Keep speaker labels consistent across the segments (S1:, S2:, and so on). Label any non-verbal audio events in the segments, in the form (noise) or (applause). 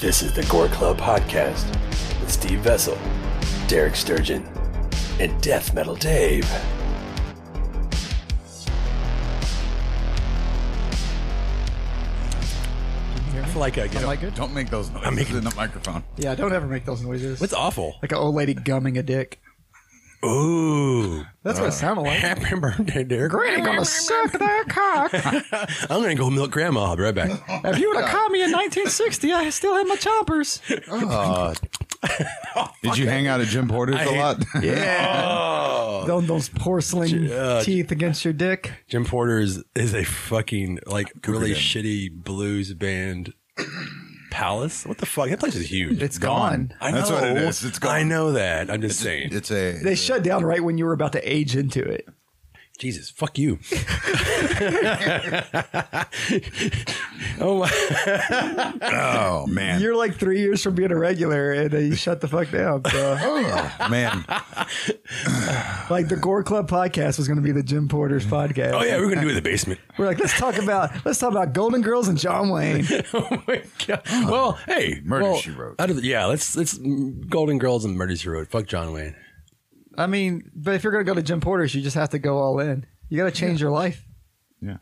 S1: This is the Gore Club Podcast with Steve Vessel, Derek Sturgeon, and Death Metal Dave.
S2: Here.
S3: I like I get.
S2: Am I good?
S4: Don't make those noises I'm in the microphone.
S2: Yeah, don't ever make those noises.
S3: It's awful.
S2: like an old lady gumming a dick.
S3: Ooh.
S2: That's what it sounded like.
S3: Happy birthday, (laughs) Derek.
S2: I'm gonna suck that cock.
S3: I'm going to go milk grandma. I'll be right back.
S2: If you would have caught me in 1960, I still had my choppers.
S4: Did you hang out at Jim Porter's a lot?
S3: (laughs)
S4: (laughs)
S3: Yeah.
S2: Those, those porcelain teeth against your dick.
S3: Jim Porter is, is a fucking, like, really shitty blues band palace. What the fuck? That place is huge.
S2: It's gone.
S3: I know.
S4: That's what it is. It's gone.
S3: I know that. I'm just saying.
S4: It's a.
S2: They shut down right when you were about to age into it.
S3: Jesus, fuck you. oh, my.
S4: oh man.
S2: You're like three years from being a regular, and they shut the fuck down. So,
S4: (laughs) (laughs) oh man.
S2: like the Gore Club podcast was going to be the Jim Porter's podcast.
S3: Oh, yeah, we're going to do it in the basement. (laughs)
S2: We're like, let's talk about let's talk about Golden Girls and John Wayne.
S3: oh my god! Well, hey,
S4: Murder,
S3: well,
S4: She Wrote.
S3: out of the- yeah, let's let's Golden Girls and Murder She Wrote. Fuck John Wayne.
S2: I mean, but if you're going to go to Jim Porter's, you just have to go all in. You got to change your life.
S4: Yeah.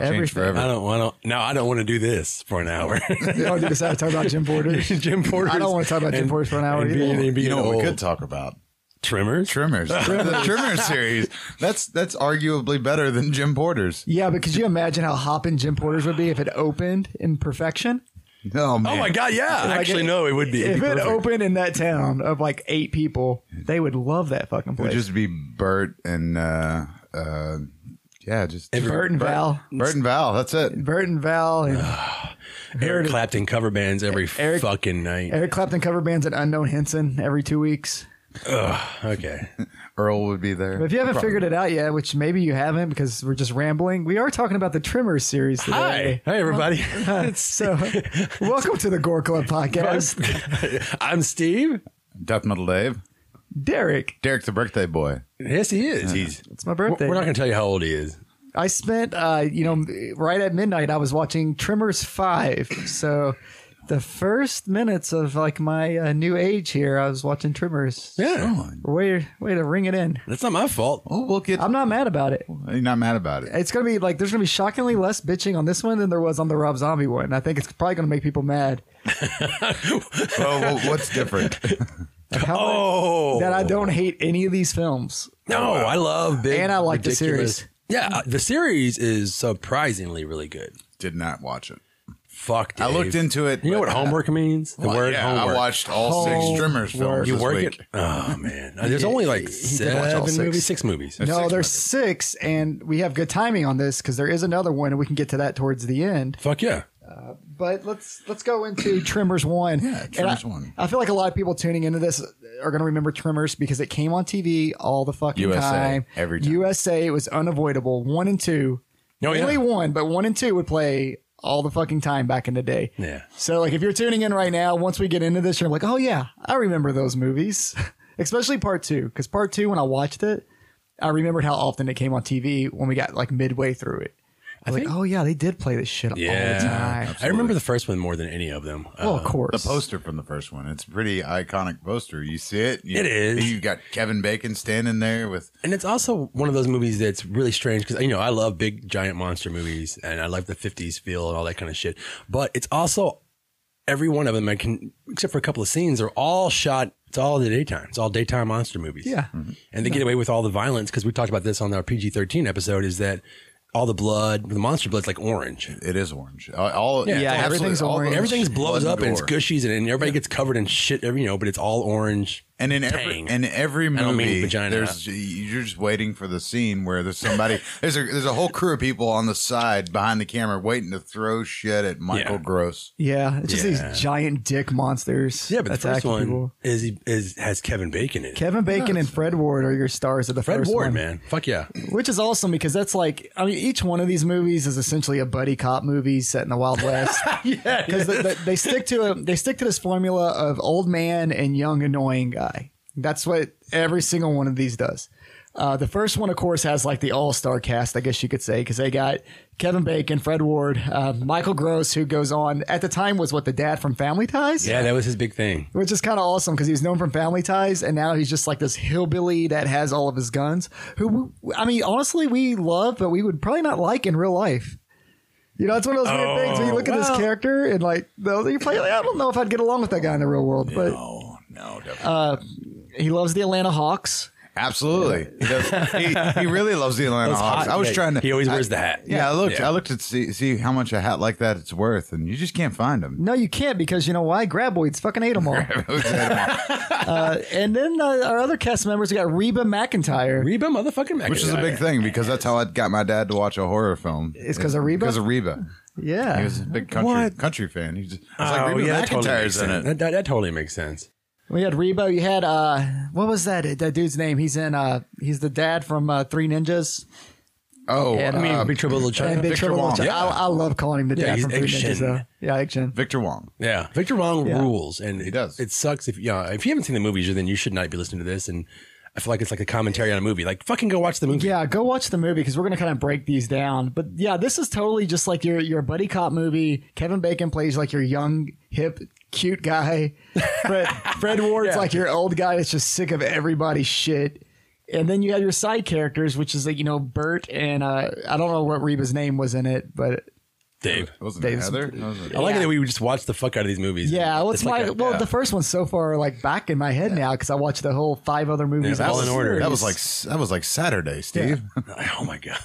S2: Everything.
S4: forever.
S3: I don't want to. No, I don't want to do this for an hour.
S2: (laughs)
S3: (laughs)
S2: You don't do this out of talking about Jim Porter's. (laughs)
S3: Jim Porter.
S2: I don't wanna talk about Jim Porter's for an hour
S3: And
S2: either.
S3: being, and
S4: You
S3: being
S4: know what we
S3: old.
S4: could talk about?
S3: Trimmers.
S4: Trimmers. the Trimmers series. That's that's arguably better than Jim Porter's.
S2: Yeah, but could you imagine how hopping Jim Porter's would be if it opened in perfection?
S4: Oh man.
S3: Oh my god! Yeah,
S2: Like
S3: actually,
S2: it-
S3: no, it would be. it'd
S2: If
S3: be
S2: it
S3: perfect.
S2: opened in that town of like eight people, they would love that fucking
S4: It would
S2: place.
S4: just be Bert and uh uh yeah, just
S2: Bert and Val.
S4: Bert and Val. That's it.
S2: Bert and Val and
S3: Eric Clapton cover bands every
S2: Eric-
S3: fucking night.
S2: Eric Clapton cover bands and Unknown Henson every two weeks.
S3: okay.
S4: Earl would be there.
S2: But if you haven't figured it out yet, which maybe you haven't because we're just rambling, we are talking about the Trimmers series today.
S3: Hi, hi everybody. (laughs) It's-
S2: (laughs) So, welcome to the Gore Club podcast.
S3: (laughs) I'm Steve.
S4: Death Metal Dave.
S2: Derek,
S4: Derek's a birthday boy.
S3: Yes, he is. He's.
S2: it's my birthday.
S3: We're not going to tell you how old he is.
S2: I spent, uh, you know, right at midnight, I was watching Trimmers 5. So, the first minutes of like my uh, new age here, I was watching Trimmers.
S3: Yeah,
S2: Way, way to ring it in.
S3: that's not my fault.
S4: Oh, we'll get.
S2: I'm not mad about it.
S4: You're not mad about it.
S2: It's going to be like, there's going to be shockingly less bitching on this one than there was on the Rob Zombie one. I think it's probably going to make people mad.
S4: Well, well, what's different?
S2: How
S3: Oh,
S2: That I don't hate any of these films.
S3: No, I love big.
S2: And I like the
S3: ridiculous-
S2: series.
S3: Yeah, uh, the series is surprisingly really good.
S4: Did not watch it.
S3: Fuck,
S4: I
S3: Dave.
S4: looked into it,
S3: You know
S4: but-
S3: what homework means? The
S4: Well,
S3: word
S4: yeah,
S3: homework.
S4: I watched all six Trimmers films.
S3: you
S4: this
S3: work
S4: week.
S3: it. Oh
S2: (laughs)
S3: man, Uh, there's only like
S2: did watch all
S3: seven
S2: six.
S3: movies, six movies.
S2: no,
S4: six,
S2: there's six, and we have good timing on this because there is another one, and we can get to that towards the end.
S3: Fuck yeah.
S2: But let's let's go into Trimmers one.
S4: Yeah,
S2: And
S4: Tremors
S2: I,
S4: 1.
S2: I feel like a lot of people tuning into this are going to remember Trimmers because it came on TV all the fucking
S4: USA,
S2: time.
S4: every time.
S2: USA, it was unavoidable. One and two,
S3: Oh, yeah.
S2: only one, but one and two would play all the fucking time back in the day.
S3: Yeah.
S2: So like, if you're tuning in right now, once we get into this, you're like, oh yeah, I remember those movies, (laughs) especially part two, because part two, when I watched it, I remembered how often it came on TV when we got like midway through it. I was like, oh yeah, they did play this shit all the time.
S3: Yeah, I remember the first one more than any of them.
S2: Oh,
S3: Uh,
S2: of course.
S4: The poster from the first one. It's a pretty iconic poster. You see it. You,
S3: It is.
S4: You got Kevin Bacon standing there with.
S3: and it's also one of those movies that's really strange because you know I love big giant monster movies and I like the '50s feel and all that kind of shit. But it's also every one of them I can, except for a couple of scenes, are all shot. It's all in the daytime. It's all daytime monster movies.
S2: Yeah.
S4: Mm-hmm.
S3: and they get away with all the violence because we talked about this on our PG-13 episode. Is that all the blood, the monster blood's like orange.
S4: It is orange. Uh, All
S2: Yeah,
S4: absolutely,
S2: everything's
S4: all the-
S2: orange.
S3: Everything's blows up
S4: blood
S3: and it's
S4: gore.
S3: gushies and, and everybody gets covered in shit. Every you know, but it's all orange.
S4: And in every
S3: Tang.
S4: in every
S3: don't mean
S4: movie,
S3: vagina.
S4: there's you're just waiting for the scene where there's somebody (laughs) there's a there's a whole crew of people on the side behind the camera waiting to throw shit at Michael
S3: Yeah.
S4: Gross.
S2: Yeah, it's just
S3: Yeah.
S2: these giant dick monsters.
S3: Yeah, but the first
S2: attacking
S3: one
S2: people.
S3: is is has Kevin Bacon in it.
S2: Kevin Bacon and Fred Ward are your stars of the
S3: Fred
S2: first
S3: Ward,
S2: one,
S3: man, fuck yeah.
S2: which is awesome because that's like I mean each one of these movies is essentially a buddy cop movie set in the Wild West. (laughs) yeah, because they stick to a, they stick to this formula of old man and young annoying guy. That's what every single one of these does. Uh, the first one, of course, has like the all star cast, I guess you could say, because they got Kevin Bacon, Fred Ward, uh, Michael Gross, who goes on at the time was what the dad from Family Ties,
S3: Yeah, that was his big thing.
S2: which is kind of awesome because he was known from Family Ties, and now he's just like this hillbilly that has all of his guns. Who I mean, honestly, we love, but we would probably not like in real life. You know, it's one of those weird things when you look at
S4: Oh,
S2: this
S3: well.
S2: character and like, though you play, like, I don't know if I'd get along with that guy in the real world, but
S4: No, Oh, no, definitely.
S2: he loves the Atlanta Hawks.
S4: absolutely. He, does- he,
S3: (laughs)
S4: he really loves the Atlanta Hawks. I was
S3: Yeah,
S4: trying to.
S3: He always
S4: I-
S3: wears the hat.
S4: Yeah, I looked. I looked to see see how much a hat like that it's worth, and you just can't find (laughs) them.
S2: No, you can't because you know why? Graboids fucking ate them
S4: (laughs)
S2: all. and then uh, our other cast members we got Reba McIntyre.
S3: Reba motherfucking McIntyre.
S4: Which is a big thing because that's how I got my dad to watch a horror film.
S2: It's 'cause of Reba?
S4: Because of Reba.
S2: Yeah,
S4: He was a big country
S3: What?
S4: country fan. He was, I
S3: Oh,
S4: was like, Reba
S3: yeah, that totally
S4: McIntyre's
S3: makes sense.
S4: in it.
S3: That, that, that totally makes sense.
S2: we had Reba. You had uh, what was that that dude's name? He's in uh, he's the dad from uh, Three Ninjas
S4: Oh,
S2: And,
S4: I mean,
S3: Big Trouble in Little Uh, China.
S2: and Big
S4: Victor
S2: Trouble. in
S4: Wong.
S2: Little China.
S3: Yeah.
S2: I, I love calling him the
S3: Yeah,
S2: dad
S3: he's
S2: from Three
S3: Egg
S2: Ninjas.
S3: Shin.
S2: Though. Yeah, Egg Shin.
S4: Victor Wong.
S3: Yeah, Victor Wong
S2: Yeah.
S3: rules, and it,
S4: does.
S3: It sucks if yeah, if you haven't seen the movies, then you should not be listening to this. And I feel like it's like a commentary on a movie. Like fucking go watch the movie.
S2: Yeah, go watch the movie because we're gonna kind of break these down. But yeah, this is totally just like your your buddy cop movie. Kevin Bacon plays like your young, hip, cute guy. Fred, Fred Ward's like your old guy that's just sick of everybody's shit. And then you have your side characters, which is like you know Bert and uh, I don't know what Reba's name was in it, but
S3: Dave.
S4: Wasn't it
S2: Dave's-
S4: Heather? Wasn't it-
S3: I like it
S2: Yeah.
S3: that we just watch the fuck out of these movies.
S2: yeah, what's
S3: It's
S2: my
S3: like a-
S2: well the first one's so far like back in my head now because I watched the whole five other movies
S3: Yeah,
S2: all
S3: all in
S2: in
S3: order.
S4: That was like that was like Saturday, Steve. (laughs)
S3: oh my god.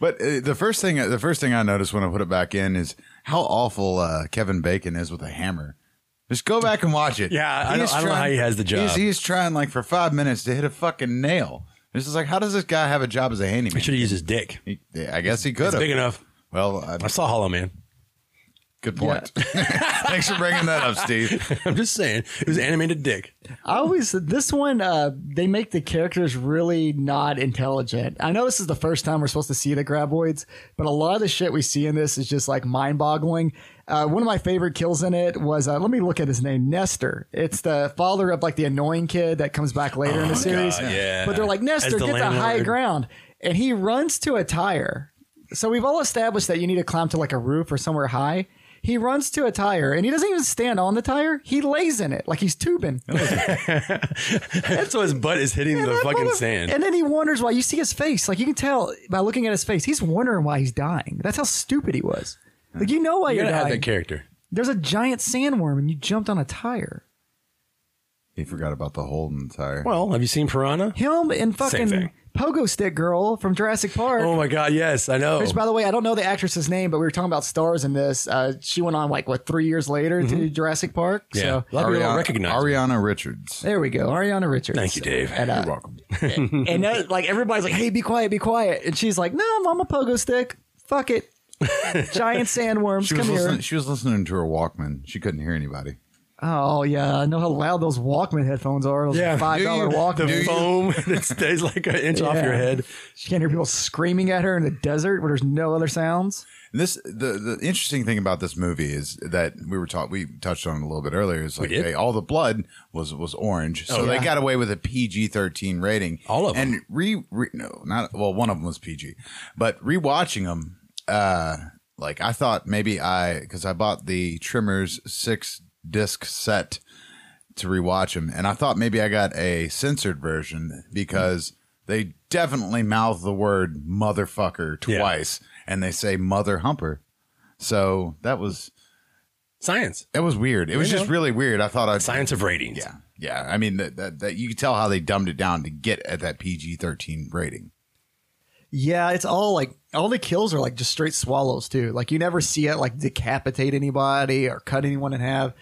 S4: But uh, the first thing the first thing I noticed when I put it back in is how awful uh, Kevin Bacon is with a hammer. Just go back and watch it.
S3: Yeah, I don't-
S4: He's
S3: I don't know how he has the job.
S4: He's, he's trying like for five minutes to hit a fucking nail. This is like, how does this guy have a job as a handyman?
S3: Should have used his dick.
S4: He- I guess he could
S3: It's
S4: have.
S3: big enough.
S4: Well, I,
S3: I saw Hollow Man. (laughs)
S4: good point. (laughs) Thanks for bringing that up, Steve.
S3: I'm just saying it was animated dick. (laughs)
S2: I always this one uh, they make the characters really not intelligent. I know this is the first time we're supposed to see the graboids, but a lot of the shit we see in this is just like mind-boggling. Uh, one of my favorite kills in it was uh, let me look at his name Nestor. It's the father of like the annoying kid that comes back later in the series.
S3: Oh, yeah.
S2: But they're like
S3: As
S2: Nestor,
S3: the
S2: get the high
S3: landlord.
S2: ground, and he runs to a tire. So we've all established that you need to climb to like a roof or somewhere high. He runs to a tire and he doesn't even stand on the tire. He lays in it like he's tubing.
S3: so his butt is hitting
S2: And
S3: the
S2: that
S3: fucking
S2: mother-
S3: sand.
S2: And then he wonders why. You see his face. Like you can tell by looking at his face, he's wondering why he's dying. That's how stupid he was. Like you know why
S3: you
S2: you're
S3: gotta have that
S2: dying.
S3: character.
S2: There's a giant sandworm and you jumped on a tire.
S4: He forgot about the hole in the tire.
S3: Well, have you seen Piranha?
S2: Him
S3: thing.
S2: and fucking pogo stick girl from Jurassic Park.
S3: Oh my god, yes, I know.
S2: Which, by the way, I don't know the actress's name, but we were talking about stars in this. Uh, she went on like what three years later to Jurassic Park.
S3: Mm-hmm. Yeah,
S2: So
S3: a lot of people don't
S4: Ariana,
S3: recognize. him.
S4: Ariana Richards.
S2: there we go, Ariana Richards.
S3: Thank you, Dave.
S2: And, uh,
S4: You're welcome.
S2: and that, like everybody's like, "Hey, be quiet, be quiet," and she's like, "No, I'm a pogo stick. Fuck (laughs) it, giant sandworms.
S4: She
S2: Come
S4: was,
S2: here."
S4: listening, she was listening to her Walkman. She couldn't hear anybody.
S2: Oh yeah, I know how loud those Walkman headphones are. Those
S3: Yeah.
S2: five dollar
S4: Do you-
S2: Walkman.
S3: the foam (laughs) that stays like an inch off
S2: Yeah.
S3: your head.
S2: She can't hear people screaming at her in the desert where there's no other sounds.
S4: And This the the interesting thing about this movie is that we were taught we touched on it a little bit earlier is like
S3: did? Oh,
S4: they, all the blood was was orange, so
S2: yeah.
S4: they got away with a PG thirteen rating.
S3: All of 'em.
S4: and re, re no not well one of them was PG, but rewatching them, uh, like I thought maybe I because I bought the Trimmers six disc set to rewatch them, and I thought maybe I got a censored version because they definitely mouth the word motherfucker
S3: Yeah.
S4: twice, and they say mother humper. So that was
S3: Science,
S4: that was weird. It was
S3: know.
S4: just really weird. I thought I
S3: science of ratings.
S4: yeah yeah. I mean that, that that you could tell how they dumbed it down to get at that PG thirteen rating.
S2: Yeah, it's all like all the kills are like just straight swallows too. Like you never see it like decapitate anybody or cut anyone in half.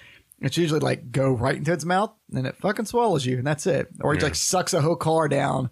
S2: It's usually like go right into its mouth and it fucking swallows you and that's it. Or it like sucks a whole car down.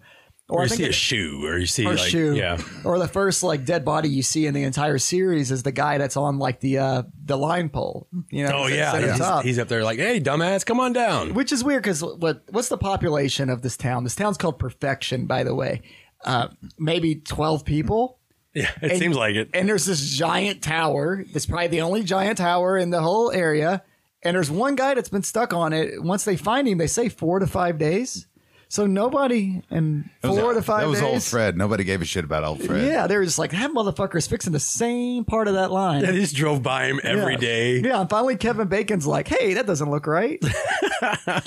S3: Or
S2: I
S3: you
S2: think
S3: see
S2: it-
S3: a shoe, or you see
S2: or
S3: like
S2: shoe,
S3: yeah,
S2: or the first like dead body you see in the entire series is the guy that's on like the uh the line pole. You know,
S3: oh
S2: it's at
S3: yeah,
S2: center
S3: he's,
S2: top.
S3: he's up there like, hey, dumbass, come on down.
S2: which is weird because what what's the population of this town? This town's called Perfection, by the way. Uh, maybe twelve people.
S3: Yeah, it
S2: And-
S3: seems like (laughs) it.
S2: And there's this giant tower. It's probably the only giant tower in the whole area. And there's one guy that's been stuck on it. Once they find him, they say four to five days. So nobody in
S4: was-
S2: four to five
S4: That was
S2: days.
S4: old Fred. Nobody gave a shit about old Fred.
S2: Yeah, they were just like that motherfucker's fixing the same part of that line
S3: I just drove by him every day.
S2: Yeah, and finally Kevin Bacon's like, "Hey, that doesn't look right."
S3: (laughs)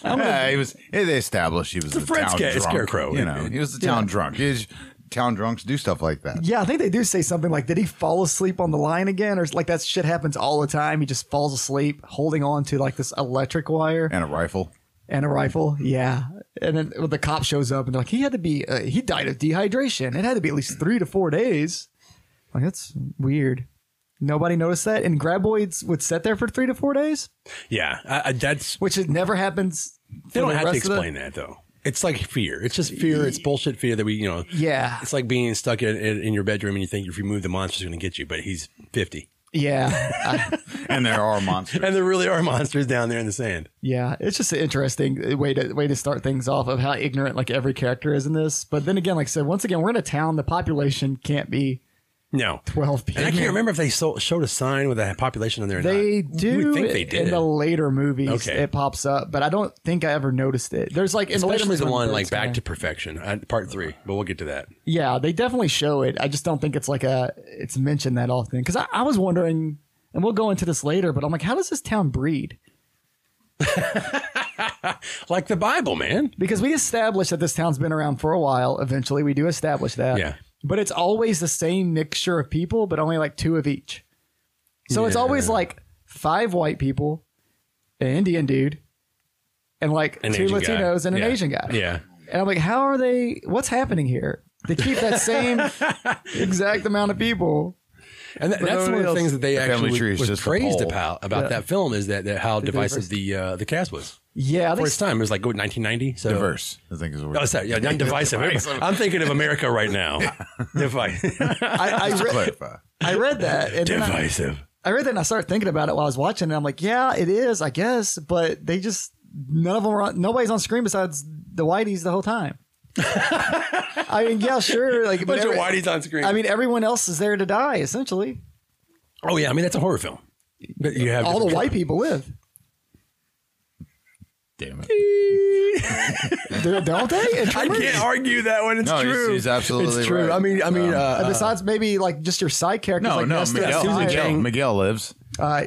S4: Yeah, he was. yeah, They established he was the,
S3: Fred
S4: town
S3: Sca-
S4: drunk.
S3: Scarecrow.
S4: You know, he was the town drunk. He's, town drunks do stuff like that.
S2: yeah, I think they do say something like, "Did he fall asleep on the line again?" Or like that shit happens all the time. He just falls asleep holding on to like this electric wire
S4: And a rifle.
S2: and a rifle. Yeah, and then well, the cop shows up and they're like, "He had to be. Uh, he died of dehydration. It had to be at least three to four days." Like that's weird. Nobody noticed that, and graboids would sit there for three to four days,
S3: Yeah, I, I, that's
S2: which it never happens.
S3: they
S2: for
S3: don't
S2: the
S3: have to
S2: rest of the-
S3: explain that though. It's like fear. It's just fear. It's bullshit fear that we, you know.
S2: Yeah.
S3: It's like being stuck in, in, in your bedroom and you think if you move, the monster's going to get you, but he's 50.
S2: Yeah, Uh,
S4: And there are monsters.
S3: And there really are monsters down there in the sand.
S2: Yeah, it's just an interesting way to way to start things off of how ignorant like every character is in this. But then again, like I said, once again, we're in a town. The population can't be
S3: No.
S2: twelve people.
S3: And I can't remember if they so, showed a sign with a population on there or
S2: They
S3: not.
S2: do
S3: You would think they did.
S2: in the later movies.
S3: Okay.
S2: It pops up, but I don't think I ever noticed it. There's like in later
S3: Especially
S2: movies
S3: the
S2: when
S3: one
S2: birds
S3: like
S2: come
S3: Back
S2: in.
S3: to Perfection, uh, part three, but we'll get to that.
S2: Yeah, they definitely show it. I just don't think it's like a it's mentioned that often because I, I was wondering, and we'll go into this later. But I'm like, how does this town breed?
S3: Like the Bible, man.
S2: because we established that this town's been around for a while. Eventually, we do establish that.
S3: Yeah.
S2: But it's always the same mixture of people, but only like two of each. So it's always like five white people, an Indian dude, and like
S3: An
S2: two
S3: Asian guy.
S2: Latinos and an
S3: Yeah.
S2: Asian guy.
S3: Yeah.
S2: And I'm like, how are they? What's happening here? They keep
S3: (laughs)
S2: that same exact amount of people.
S3: And that, that's one of
S2: nobody
S3: the
S2: else-
S3: things that they
S4: The Family
S3: actually
S4: Tree is
S3: was
S4: just a
S3: praised
S4: poll.
S3: about, about that film is that, that how divisive the uh, the cast was.
S2: Yeah, they
S3: For its time, it was like go 1990. So.
S4: (laughs) Diverse, I think is what
S3: Oh, sorry. Yeah, not divisive. I'm thinking of America right
S4: (laughs)
S3: now. divisive. (laughs)
S2: I, I,
S4: to
S2: read,
S4: clarify.
S2: I read that. (laughs) And then I-
S3: divisive.
S2: I read that and I started thinking about it while I was watching it. I'm like, yeah, it is, I guess, but they just none of them are on, nobody's on screen besides the whiteys the
S3: (laughs)
S2: whole time. I mean, yeah, sure, like but
S3: Bunch of
S2: every-
S3: whiteys on screen.
S2: I mean, everyone else is there to die essentially.
S3: oh yeah. I mean, that's a horror film. But you have
S2: All the white people live,
S4: Damn it.
S2: Do- don't they?
S3: (laughs)
S2: In
S3: I
S2: Tremors?
S3: can't argue that one. It's
S4: No, he's-
S3: true.
S4: he's absolutely
S3: It's true.
S4: right.
S3: I mean, I mean,
S2: And
S3: uh,
S2: besides, maybe like just your side characters.
S4: No,
S2: like
S4: no,
S2: Nesta
S4: Miguel,
S2: and
S3: Susan
S2: Maya.
S4: Miguel,
S3: Chang.
S4: Miguel lives.
S2: Uh,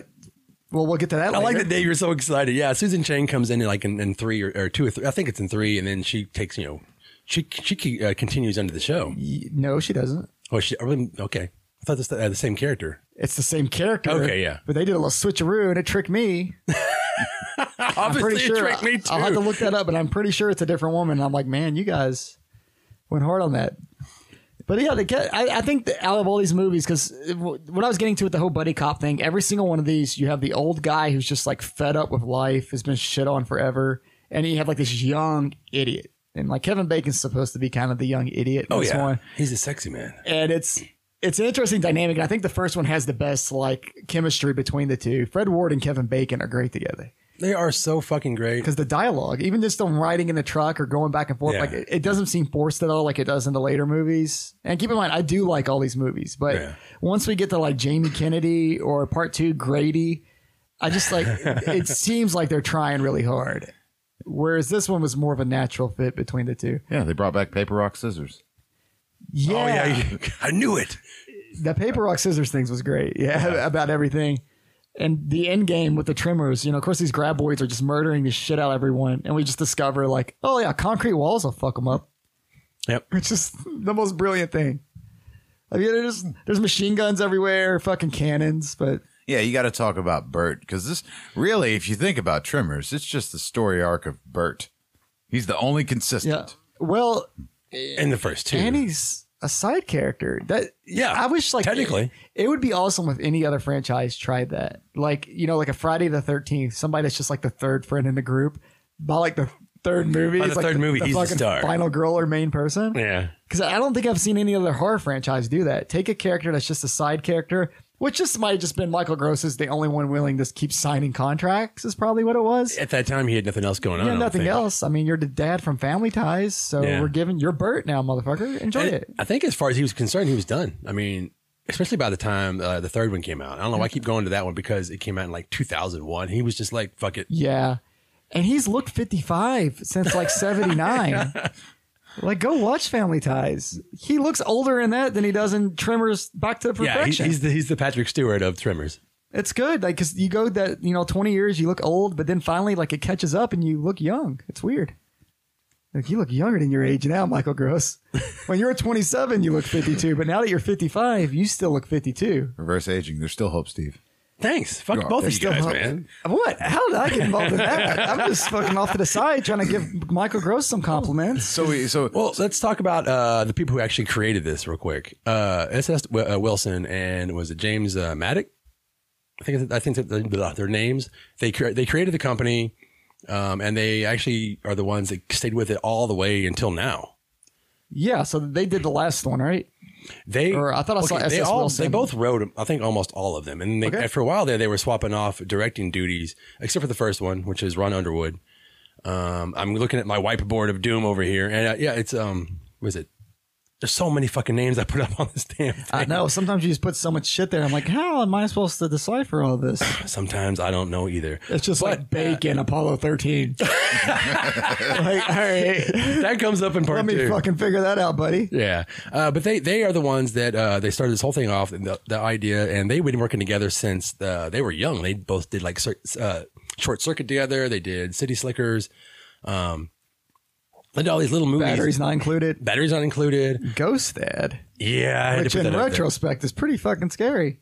S2: well, we'll get to that.
S3: I like
S2: later.
S3: that Dave. You're so excited. Yeah, Susan Chang comes in like in, in three or, or two or three. I think it's in three, and then she takes you know, she she uh, continues under the show.
S2: Y- No, she doesn't.
S3: Oh, she okay. I thought this had the same character.
S2: It's the same character.
S3: Okay, yeah.
S2: But they did a little switcheroo and it tricked me. I'm pretty sure. I'll have to look that up, but I'm pretty sure it's a different woman. And I'm like, man, you guys went hard on that. But yeah, they get, I, I think that out of all these movies, because what I was getting to with the whole buddy cop thing, every single one of these, you have the old guy who's just like fed up with life, has been shit on forever, and you have like this young idiot, and like Kevin Bacon's supposed to be kind of the young idiot. In
S3: Oh
S2: this
S3: yeah,
S2: one
S3: he's a sexy man.
S2: and it's it's an interesting dynamic. And I think the first one has the best like chemistry between the two. Fred Ward and Kevin Bacon are great together
S3: They are so fucking great.
S2: because the dialogue, even just them riding in the truck or going back and forth,
S3: Yeah.
S2: like it, it doesn't seem forced at all, like it does in the later movies. And keep in mind, I do like all these movies, but
S3: Yeah.
S2: once we get to like Jamie Kennedy or Part Two Grady, I
S3: (laughs)
S2: just like it seems like they're trying really hard. Whereas this one was more of a natural fit between the two.
S4: Yeah, they brought back paper, rock, scissors.
S3: Oh yeah, (laughs) I knew it.
S2: the paper rock scissors things was great. Yeah, (laughs) about everything. And the end game with the trimmers, you know, of course these graboids are just murdering the shit out of everyone, and we just discover like, oh yeah, concrete walls will fuck them up.
S3: Yep.
S2: (laughs) It's just the most brilliant thing. I mean, there's there's machine guns everywhere, fucking cannons, but
S4: Yeah, you got to talk about Bert because this really, if you think about Tremors, it's just the story arc of Bert. He's the only
S2: yeah.
S4: consistent.
S2: Well,
S3: In the first two.
S2: and he's a side character. That
S3: Yeah,
S2: I wish like
S3: technically.
S2: it, it would be awesome if any other franchise tried that. Like you know, like a Friday the Thirteenth, somebody that's just like the third friend in the group. By like the third movie,
S3: By the
S2: it's, like,
S3: third movie, he's the
S2: fucking
S3: star.
S2: final girl or main person.
S3: yeah.
S2: Because I don't think I've seen any other horror franchise do that. Take a character that's just a side character, which just might have just been Michael Gross is the only one willing to keep signing contracts. Is probably what it was.
S3: At that time, he had nothing else going on. I
S2: yeah,
S3: don't
S2: nothing
S3: think.
S2: else. I mean, you're the dad from Family Ties, so
S3: Yeah.
S2: we're giving you're Bert now, motherfucker. Enjoy
S3: And
S2: it.
S3: I think as far as he was concerned, he was done. I mean, especially by the time uh, the third one came out. I don't know why I keep going to that one because it came out in like 2001. He was just like, fuck it.
S2: Yeah. and he's looked 55 since
S3: (laughs)
S2: like 79 like go watch family ties he looks older in that than he does in trimmers back
S3: Yeah,
S2: to
S3: he,
S2: perfection
S3: he's the he's the Patrick Stewart of Trimmers.
S2: it's good like because you go that you know 20 years you look old but then finally like it catches up and you look young it's weird like you look younger than your age now
S3: (laughs)
S2: michael gross when you were 27 you look 52 but now that you're 55 you still look 52
S4: Reverse aging. There's still hope, Steve.
S3: Thanks. Fuck
S4: are-
S3: both
S4: they're
S3: of you
S4: still
S3: guys,
S2: Well,
S3: man.
S2: What? How did I get involved in that? I'm just fucking off to the side trying to give Michael Gross some compliments.
S4: So we so
S3: Well, let's talk about uh, the people who actually created this real quick. Uh, SS W- uh, Wilson and was it James uh, Maddock? I think I think that the- blah, their names they cre- they created the company, um, and they actually are the ones that stayed with it all the way until now.
S2: Yeah, so they did the last one, right?
S3: They
S2: Or I thought I saw
S3: they,
S2: SS
S3: all-
S2: Wilson.
S3: they both wrote I think almost all of them, and they,
S2: Okay.
S3: for a while there they were swapping off directing duties, except for the first one, which is Ron Underwood. Um, I'm looking at my whiteboard of doom over here, and uh, yeah, it's um, was it? There's so many fucking names I put up on this damn thing.
S2: I know. Sometimes you just put so much shit there. I'm like, how am I supposed to decipher all this?
S3: Sometimes I don't know either.
S2: It's just like
S3: uh,
S2: bacon, Apollo 13. like, all right,
S3: (laughs) that comes up in part
S2: let me
S3: two.
S2: fucking figure that out, buddy.
S3: Yeah, uh, but they they are the ones that uh, they started this whole thing off the, the idea, and they've been working together since uh, they were young. They both did like cir- uh, short circuit together. They did City Slickers. Um, they did all these little movies.
S2: Batteries not included.
S3: Batteries not included.
S2: Ghost dad,
S3: Yeah, I had
S2: which
S3: to put
S2: in
S3: that up there.
S2: retrospect is pretty fucking scary.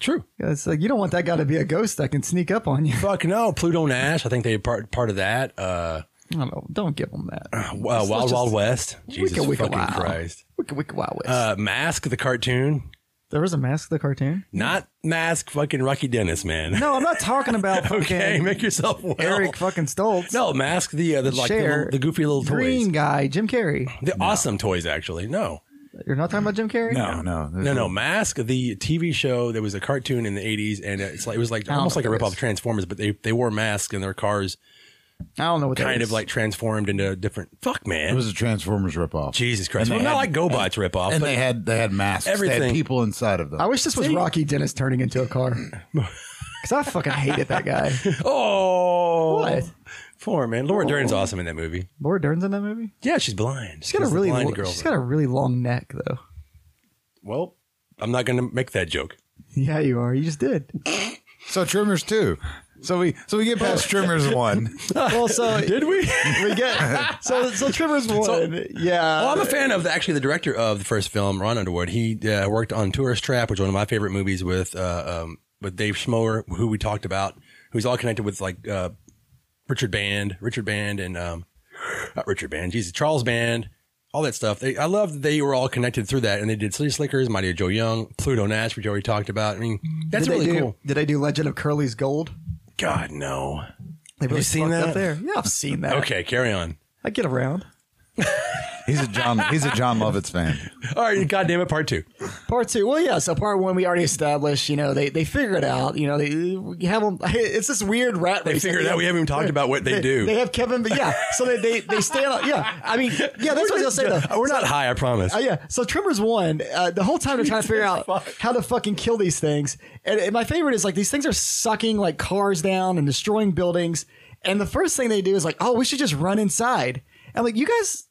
S3: True.
S2: Yeah, It's like you don't want that guy to be a ghost that can sneak up on you. (laughs)
S3: Fuck no, Pluto Nash. I think they part part of that. Uh,
S2: I don't know. Don't give him that.
S3: uh, Wild
S2: just-
S3: Wild West. Jesus
S2: Wicca, wicca,
S3: fucking
S2: wow.
S3: Christ.
S2: Wicca, wicca, wow, West.
S3: Uh, Mask the cartoon,
S2: There was a mask the cartoon.
S3: not Mask. Fucking Rocky Dennis, man. (laughs)
S2: No, I'm not talking about fucking
S3: Okay, make yourself well.
S2: Eric fucking Stoltz.
S3: No, mask the uh, the like the,
S2: Cher,
S3: little- the goofy little
S2: green
S3: toys.
S2: guy, Jim Carrey.
S3: The awesome toys, actually. No,
S2: You're not talking about Jim Carrey.
S4: no, Oh, no,
S3: no, no. Mask the TV show. There was a cartoon in the '80s, and it's like it was like
S2: don't
S3: almost
S2: know
S3: like a
S2: what
S3: rip
S2: it
S3: off
S2: is.
S3: Transformers, but they they wore masks and their cars
S2: I don't know what. that
S3: kind of
S2: is.
S3: like transformed into different. Fuck,
S4: It
S3: man.
S4: was a Transformers ripoff.
S3: Jesus Christ.
S4: And
S3: Well,
S4: they
S3: not like
S4: had-
S3: GoBots ripoff,
S4: And
S3: but
S4: they had they had masks. They
S3: Everything.
S4: had people inside of them.
S2: I wish this was Rocky Dennis turning into
S3: (laughs)
S2: a car. Because I fucking hated that guy.
S3: oh,
S2: What?
S3: Poor man. Laura Dern's awesome in that movie.
S2: Laura Dern's in that movie.
S3: Yeah, she's blind.
S2: She's got a
S3: the
S2: really
S3: blind
S2: lo-
S3: girl.
S2: she's got a really long neck though. (laughs)
S3: well, I'm not going to make that joke.
S2: Yeah, you are. You just
S3: (laughs)
S2: did.
S4: so Trimmers too. So we so we get (laughs) past Trimmers one.
S2: well, so
S3: Did (laughs) we?
S2: we get so so Trimmer's one. yeah.
S3: Well, Oh, I'm a fan of the, actually the director of the first film, Ron Underwood. He uh, worked on Tourist Trap, which is one of my favorite movies with uh, um, with Dave Schmoer, who we talked about, who's all connected with like uh, Richard Band, Richard Band, and um, not Richard Band, Jesus, Charles Band, all that stuff. They, I love that they were all connected through that, and they did City Slickers, Mighty Joe Young, Pluto Nash, which we already talked about. I mean, Mm-hmm. that's
S2: did
S3: really
S2: they do,
S3: cool.
S2: Did I do Legend of Curly's Gold?
S3: God no.
S2: They really
S3: seen
S2: fucked
S3: that?
S2: up there. Yeah, I've seen that.
S3: Okay, carry on.
S2: I get around.
S4: (laughs) He's a John he's a John Lovitz fan.
S3: All right, God damn it, part two.
S2: Part two. Well, yeah. So part one, we already established. You know, they they figure it out. You know, they we have them. (laughs) It's this weird rat race.
S3: They figured
S2: have-
S3: out we haven't even talked about what they do.
S2: They have Kevin, but yeah. So they they, they stand up. Yeah. I mean, yeah. That's what I was gonna say though.
S3: We're not high, I promise.
S2: Uh, yeah. So Trimmers one, uh, the whole time they're trying to figure out how to fucking kill these things. And, and my favorite is like these things are sucking like cars down and destroying buildings. And the first thing they do is like, oh, we should just run inside. And like, you guys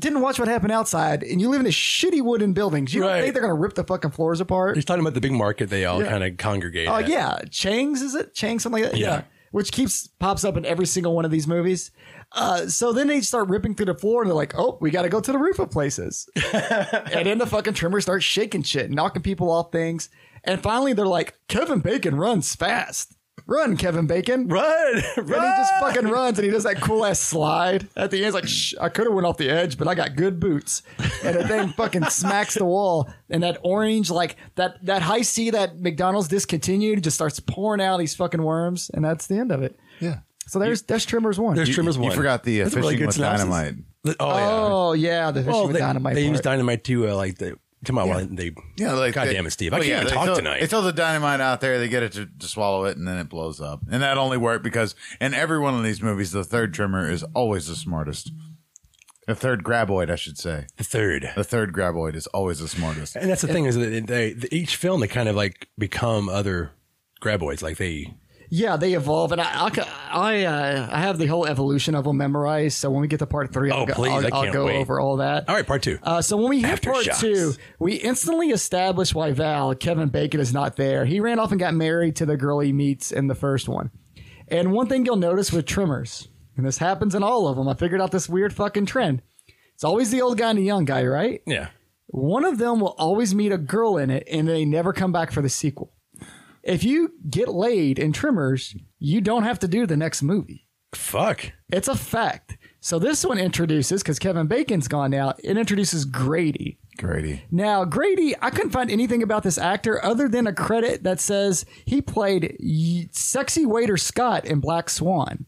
S2: didn't watch what happened outside, and you live in a shitty wooden buildings. You
S3: Right.
S2: don't think they're gonna rip the fucking floors apart?
S3: He's talking about the big market they all kind of congregate.
S2: Oh
S3: at.
S2: yeah, Chang's is it? Chang something like that.
S3: Yeah.
S2: Which keeps pops up in every single one of these movies. Uh, so then they start ripping through the floor and they're like, "Oh, we got to go to the roof of places." and then the fucking trimmer starts shaking shit, knocking people off things, and finally they're like, "Kevin Bacon runs fast, run, Kevin Bacon!"
S3: Run!
S2: And
S3: Run!
S2: he just fucking runs and he does that cool ass slide at the end. He's like, Shh, I could have went off the edge, but I got good boots. And the thing fucking smacks the wall. And that orange, like that that high C that McDonald's discontinued just starts pouring out these fucking worms. And that's the end of it.
S4: Yeah.
S2: So there's that's Trimmers one.
S3: There's Trimmers
S4: you
S3: one.
S4: forgot the, uh,
S3: That's a
S4: fishing
S3: good
S4: with
S3: synopsis.
S4: dynamite.
S3: The- Oh, yeah.
S2: oh yeah, the fishing
S3: Well,
S2: with
S3: they,
S2: dynamite.
S3: They
S2: part.
S3: use dynamite to uh, like the. Come on, why didn't they.
S4: Yeah, like
S3: God
S4: they-
S3: damn it, Steve! I
S4: Well,
S3: can't
S4: yeah,
S3: even
S4: they
S3: talk
S4: throw-
S3: tonight.
S4: They throw the dynamite out there. They get it to, to swallow it, and then it blows up. And that only worked because in every one of these movies, the third trimmer is always the smartest. The third graboid, I should say.
S3: the third.
S4: The third graboid is always the smartest.
S3: And that's the thing is that they, they each film they kind of like become other graboids. Like they
S2: Yeah, they evolve, and I I ca- I, uh, I have the whole evolution of them memorized. So when we get to part three, I'll
S3: Oh,
S2: go,
S3: please,
S2: I'll,
S3: I
S2: I'll
S3: can't
S2: go
S3: wait.
S2: over all that.
S3: All right, part two.
S2: Uh, so when we hit part
S1: Aftershocks.
S2: two, we instantly establish why Val, Kevin Bacon, is not there. He ran off and got married to the girl he meets in the first one. And one thing you'll notice with trimmers, and this happens in all of them, I figured out this weird fucking trend. It's always the old guy and the young guy, right?
S3: yeah.
S2: one of them will always meet a girl in it and they never come back for the sequel. If you get laid in Trimmers, you don't have to do the next movie.
S3: Fuck.
S2: It's a fact. So this one introduces, because Kevin Bacon's gone now, it introduces Grady.
S4: Grady.
S2: Now, Grady, I couldn't find anything about this actor other than a credit that says he played Ye- sexy waiter Scott in Black Swan.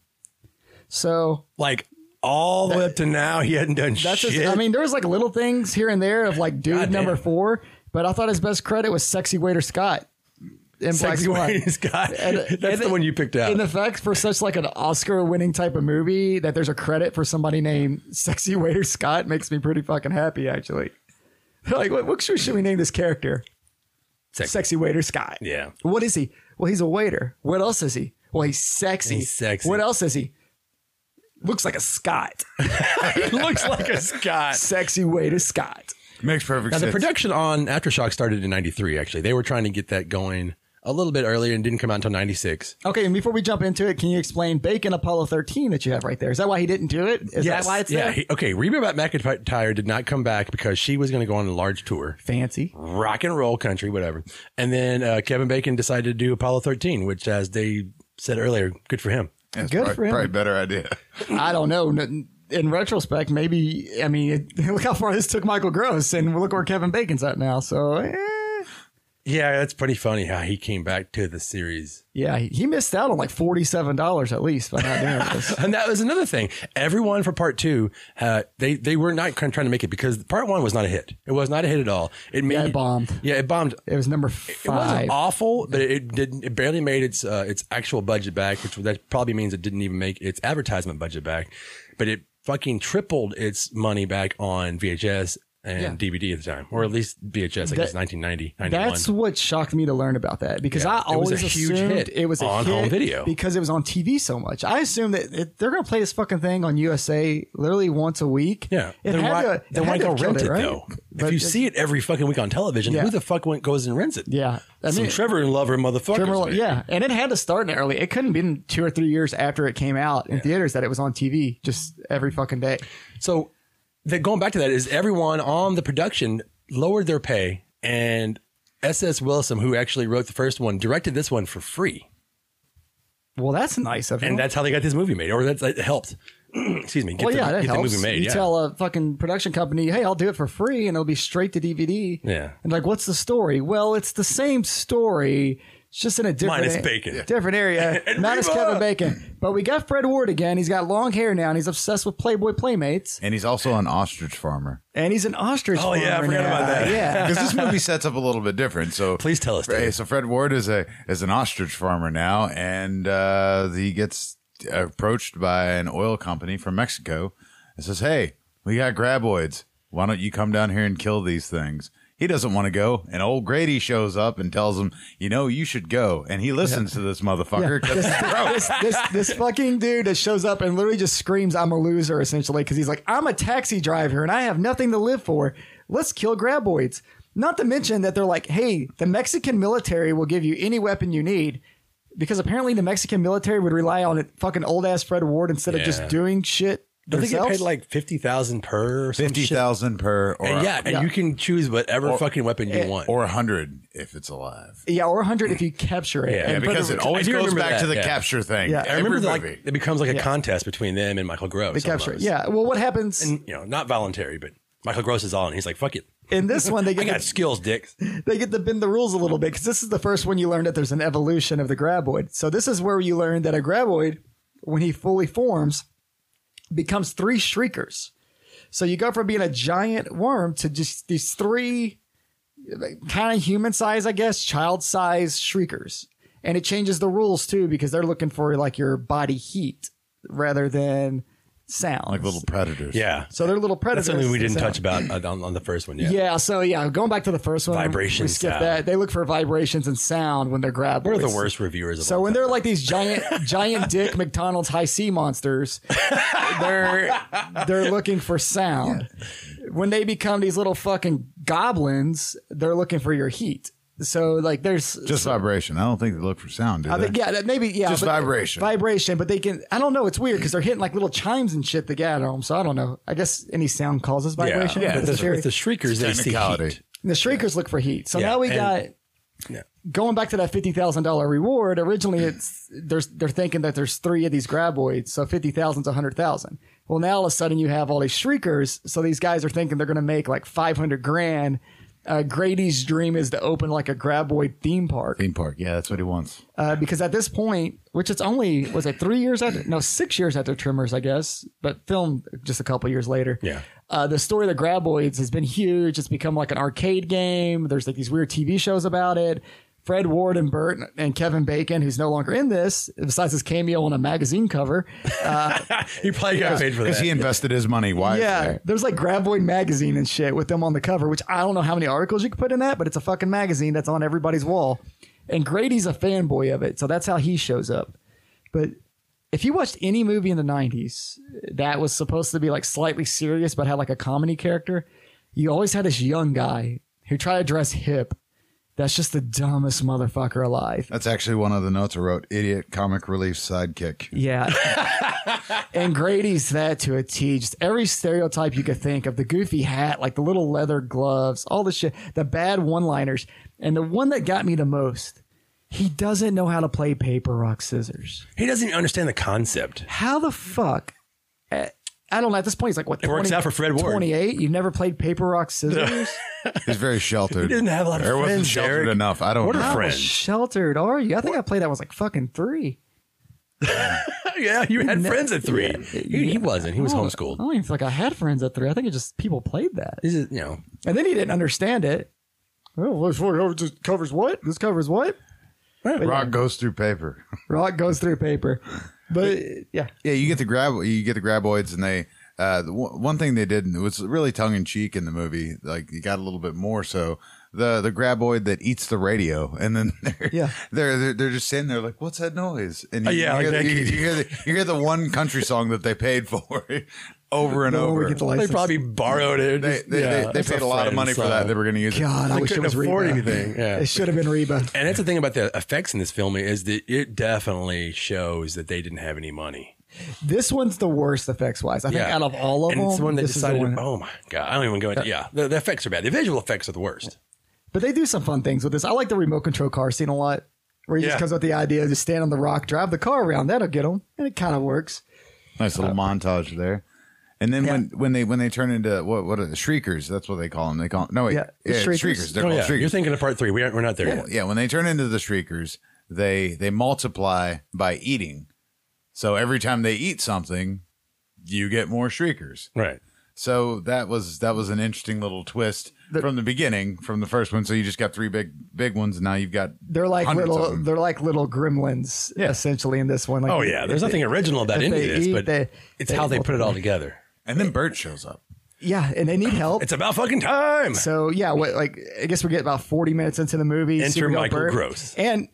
S2: So
S3: Like all the way up to now, he hadn't done
S2: That's
S3: shit.
S2: just, I mean, there was like little things here and there of like dude
S3: Goddamn.
S2: number four, but I thought his best credit was sexy waiter Scott. In
S3: Sexy (laughs)
S2: Black Swan.
S3: Wayne Scott. That's
S2: And-
S3: the
S2: and-
S3: one you picked out.
S2: And the fact for such like an Oscar winning type of movie that there's a credit for somebody named Sexy Waiter Scott makes me pretty fucking happy actually. (laughs) Like what, what should should we name this character?
S3: Sexy.
S2: Sexy waiter Scott.
S3: Yeah.
S2: What is he? Well, he's a waiter. What else is he? Well, he's sexy.
S3: He's sexy.
S2: What else is he? Looks like a Scott. (laughs)
S3: He looks like a Scott.
S2: Sexy waiter Scott.
S4: Makes perfect
S3: Now, the
S4: sense.
S3: production on Aftershock started in 93, actually. They were trying to get that going a little bit earlier and didn't come out until 96.
S2: Okay, and before we jump into it, can you explain Bacon Apollo 13 that you have right there? Is that why he didn't do it? Is that why it's
S3: yeah.
S2: there?
S3: he- okay. Reba McIntyre did not come back because she was going to go on a large tour,
S2: Fancy.
S3: rock and roll country, whatever. And then uh, Kevin Bacon decided to do Apollo 13, which, as they said earlier, good for him.
S4: That's
S2: Good
S4: probably,
S2: for him.
S4: probably better idea.
S2: I don't know. N- In retrospect, maybe, I mean, it, (laughs) look how far this took Michael Gross, and look where Kevin Bacon's at now. So, eh.
S3: Yeah, that's pretty funny how he came back to the series. (laughs)
S2: yeah, he, he missed out on like $47 at least by not doing this.
S3: And that was another thing. Everyone for part two, uh, they they were not kind of trying to make it because part one was not a hit. It was not a hit at all. It made,
S2: Yeah, it bombed.
S3: Yeah, it bombed.
S2: (laughs) It was number
S3: It wasn't
S2: five.
S3: awful, but it didn't. It barely made its uh, its actual budget back, which that probably means it didn't even make its advertisement budget back. But it fucking tripled its money back on VHS and
S2: Yeah.
S3: DVD at the time, or at least VHS. I guess
S2: That-
S3: 1990, 91.
S2: That's what shocked me to learn about that because
S3: Yeah,
S2: I
S3: it
S2: always
S3: was a huge
S2: assumed
S3: hit
S2: it was a
S3: on
S2: hit
S3: home video.
S2: because it was on TV so much. I assumed that it, they're going to play this fucking thing on USA literally once a week.
S3: Yeah.
S2: it
S3: then
S2: had
S3: why,
S2: to, it
S3: then
S2: had
S3: why
S2: to
S3: go
S2: have killed
S3: rent it,
S2: it, right?
S3: though?
S2: But
S3: if you
S2: it-
S3: see it every fucking week on television,
S2: Yeah.
S3: who the fuck went, goes and rents it?
S2: yeah, I
S3: Some
S2: mean,
S3: Trevor and Lover motherfuckers.
S2: Trevor-
S3: baby.
S2: yeah, and it had to start in early. It couldn't be in two or three years after it came out in theaters that it was on TV just every fucking day.
S3: So that going back to that is everyone on the production lowered their pay and SS Wilson, who actually wrote the first one, directed this one for free.
S2: Well, that's nice of him.
S3: And that's how they got this movie made, or that's, that helped. (clears throat) Excuse me. Get,
S2: Oh. well,
S3: the,
S2: yeah, that
S3: get the
S2: helps.
S3: movie made.
S2: you
S3: yeah.
S2: tell a fucking production company, "Hey, I'll do it for free, and it'll be straight to DVD."
S3: Yeah.
S2: and like, what's the story? Well, it's the same story, it's just in a different
S3: Minus bacon.
S2: (laughs) different area,
S3: (laughs) And
S2: minus
S3: Reba!
S2: Kevin Bacon. But we got Fred Ward again. He's got long hair now, and he's obsessed with Playboy playmates,
S4: And he's also an ostrich farmer.
S2: and he's an ostrich.
S3: Oh, yeah, I
S2: farmer
S3: forgot
S2: now.
S3: about that.
S2: Yeah,
S4: Because this movie sets up a little bit different.
S3: (laughs)
S4: So
S3: Please tell us,
S4: Hey,
S3: Dave.
S4: so Fred Ward is a is an ostrich farmer now, and uh, he gets approached by an oil company from Mexico and says, "Hey, we got graboids. Why don't you come down here and kill these things?" He doesn't want to go, and old Grady shows up and tells him, "You know, you should go." And he listens to this motherfucker. 'cause
S3: (laughs)
S4: he's broke.
S2: this, this this fucking dude that shows up and literally just screams, "I'm a loser!" Essentially, because he's like, "I'm a taxi driver and I have nothing to live for. Let's kill graboids." Not to mention that they're like, "Hey, the Mexican military will give you any weapon you need." Because apparently the Mexican military would rely on it fucking old ass Fred Ward instead of
S3: Yeah.
S2: just doing shit
S3: Don't they get
S2: themselves.
S3: paid like 50000 per or some
S4: fifty
S3: shit?
S4: thousand per, or
S3: And yeah, and
S2: Yeah. eh,
S3: you can choose whatever fucking weapon you want.
S4: or a hundred if it's alive.
S2: yeah, or hundred if you capture it.
S3: Yeah,
S4: Yeah,
S2: And- but-
S4: because it
S3: I
S4: always
S3: do
S4: goes
S3: remember
S4: back
S3: that,
S4: to the
S3: yeah.
S4: capture thing.
S2: Yeah. I
S3: I
S4: Every
S3: remember like
S4: movie.
S3: it becomes like a contest between them and Michael Gross.
S2: they capture it.
S3: almost.
S2: Yeah. Well, what happens
S3: You know, not voluntary, but Michael Gross is on. He's like, fuck it.
S2: in this one? They
S3: I
S2: get
S3: got skills, dick.
S2: (laughs) they get to bend the rules a little bit because this is the first one you learn that there's an graboid. of the graboid. So this is where you learn that a graboid, when he fully forms, becomes three shriekers. So you go from being a giant worm to just these three kind of human size, I guess, child size shriekers. And it changes the rules too because they're looking for like your body heat rather than sounds.
S4: like little predators.
S3: Yeah.
S2: So they're little predators.
S3: That's something we
S2: that
S3: didn't
S2: sound.
S3: touch about uh, on, on the first one yet.
S2: Yeah, so yeah, going back to the first one,
S3: Vibration
S2: We skipped
S3: sound.
S2: that. They look for vibrations and sound when they're grabbed.
S3: We're the worst reviewers of
S2: So
S3: all
S2: when
S3: time.
S2: they're like these giant, (laughs) giant dick McDonald's high sea monsters,
S3: (laughs)
S2: they're they're looking for sound. When they become these little fucking goblins, they're looking for your heat. So like there's
S4: Just vibration. I don't think they look for sound, do
S2: I
S4: they?
S2: think, yeah, that maybe yeah,
S4: Just
S2: but-
S4: vibration.
S2: vibration. But they can. I don't know. It's weird because they're hitting like little chimes and shit. They get at them. So I don't know. I guess any sound causes vibration.
S3: Yeah,
S2: but
S3: but
S2: it's
S3: the,
S2: weird.
S3: with the shriekers they see
S4: Technicality.
S3: heat.
S2: And the shriekers look for heat. So
S3: Yeah,
S2: now we
S3: and-
S2: got
S3: Yeah.
S2: going back to that fifty thousand dollar reward. Originally, it's there's they're thinking that there's three of these graboids, so fifty thousand to hundred thousand. Well, now all of a sudden you have all these shriekers, so these guys are thinking they're going to make like five hundred grand. Uh, Grady's dream is to open like a graboid theme park
S4: Theme park. Yeah, that's what he wants.
S2: uh, because at this point, which it's only was it three years after, no, six years after Tremors, I guess, but filmed just a couple years later.
S3: Yeah.
S2: uh, the story of the Graboids has been huge. It's become like an arcade game. There's like these weird TV shows about it. Fred Ward and Burt and Kevin Bacon, who's no longer in this, besides his cameo on a magazine cover.
S3: (laughs) He probably got paid for
S4: Because
S3: that.
S4: he invested his money wisely.
S2: Yeah, there's like Graboid magazine and shit with them on the cover, which I don't know how many articles you could put in that, but it's a fucking magazine that's on everybody's wall. And Grady's a fanboy of it, so that's how he shows up. But if you watched any movie in the '90s that was supposed to be like slightly serious but had like a comedy character, you always had this young guy who tried to dress hip. That's just the dumbest motherfucker alive.
S4: That's actually one of the notes I wrote. Idiot comic relief sidekick.
S2: Yeah. (laughs) and Grady's that to a T. Just every stereotype you could think of the goofy hat, like the little leather gloves, all the shit, the bad one liners. And the one that got me the most, he doesn't know how to play paper, rock, scissors.
S3: he doesn't even understand the concept.
S2: How the fuck? eh, I don't know. At this point, he's like, what?
S3: It works out for Fred Ward.
S2: 28? You've never played paper, rock, scissors?
S4: He's very
S3: (laughs)
S4: sheltered.
S3: He doesn't have a lot of
S4: There wasn't
S3: friends,
S4: sheltered
S3: Derek.
S4: enough. I don't
S3: (laughs) What a
S4: know.
S3: friend.
S2: How sheltered are you? I think I played that when I was like fucking three.
S3: (laughs) yeah, you had friends at three. He, he wasn't. He was
S2: I don't- I
S3: homeschooled.
S2: don't even feel like I had friends at three. I think it just people played that.
S3: This is you know
S2: And then he didn't understand it. Oh, well, this one just covers what? This covers what?
S4: Rock goes through paper.
S2: Rock goes through paper. But yeah,
S4: Yeah, you get the grab you get the graboids, and they uh, the one one thing they did and it was really tongue in cheek in the movie. Like you got a little bit more so the the graboid that eats the radio, and then (laughs) they're
S2: Yeah.
S4: they're, they're they're just sitting there like, what's that noise? And you,
S3: Uh, yeah,
S4: you, hear,
S3: like
S4: the,
S3: that
S4: you,
S3: kid.
S4: you hear the, you hear the one country song that they paid for (laughs) over and
S2: The one we
S4: over.
S2: get the
S3: they
S2: license.
S3: probably borrowed it.
S4: they they,
S3: Yeah,
S4: they, they
S3: it's
S4: paid a lot of
S3: friend
S4: money for
S3: song.
S4: that. They were going to use
S2: God, I
S3: They
S2: wish it
S3: couldn't
S2: was
S3: afford
S2: Reba.
S3: anything. Yeah.
S2: It should have been Reba.
S3: And that's the thing about the effects in this film is that it definitely shows that they didn't have any money.
S2: This one's the worst effects wise. I think out of all of
S3: and
S2: them,
S3: it's the one that
S2: this is the
S3: decided.
S2: one-
S3: Oh my god, I don't even go into. Yeah, the, the effects are bad. The visual effects are the worst.
S2: But they do some fun things with this. I like the remote control car scene a lot, where he
S3: Yeah.
S2: just comes up with the idea of just stand on the rock, drive the car around. That'll get him, and it kind of works.
S4: it. Nice little montage there. And then when, when they when they turn into what what are the shriekers? That's what they call them. They call no wait,
S2: Yeah,
S4: yeah,
S2: the shriekers.
S4: shriekers. They're
S3: Oh
S4: called
S3: yeah,
S4: shriekers.
S3: you're thinking of part three. We aren't, we're not there yet.
S4: yeah when they turn into the shriekers they they multiply by eating so every time they eat something you get more shriekers
S3: Right.
S4: so that was that was an interesting little twist from the beginning from the first one so you just got three big big ones and now you've got
S2: They're like
S4: hundreds of
S2: little,
S4: them.
S2: they're like little gremlins,
S4: Yeah.
S2: essentially in this one.
S3: (laughs)
S2: Like,
S3: Oh yeah, there's nothing original about
S2: if
S3: any
S2: they
S3: of this,
S2: eat,
S3: but
S2: they-
S3: it's
S2: they
S3: how they put it all
S2: multiply.
S3: together.
S4: and then bert shows up
S2: yeah, and they need help.
S3: It's about fucking time.
S2: So yeah, what like I guess we get about forty minutes into the movie.
S3: Enter
S2: Supergirl
S3: Michael
S2: Burt,
S3: Gross.
S2: and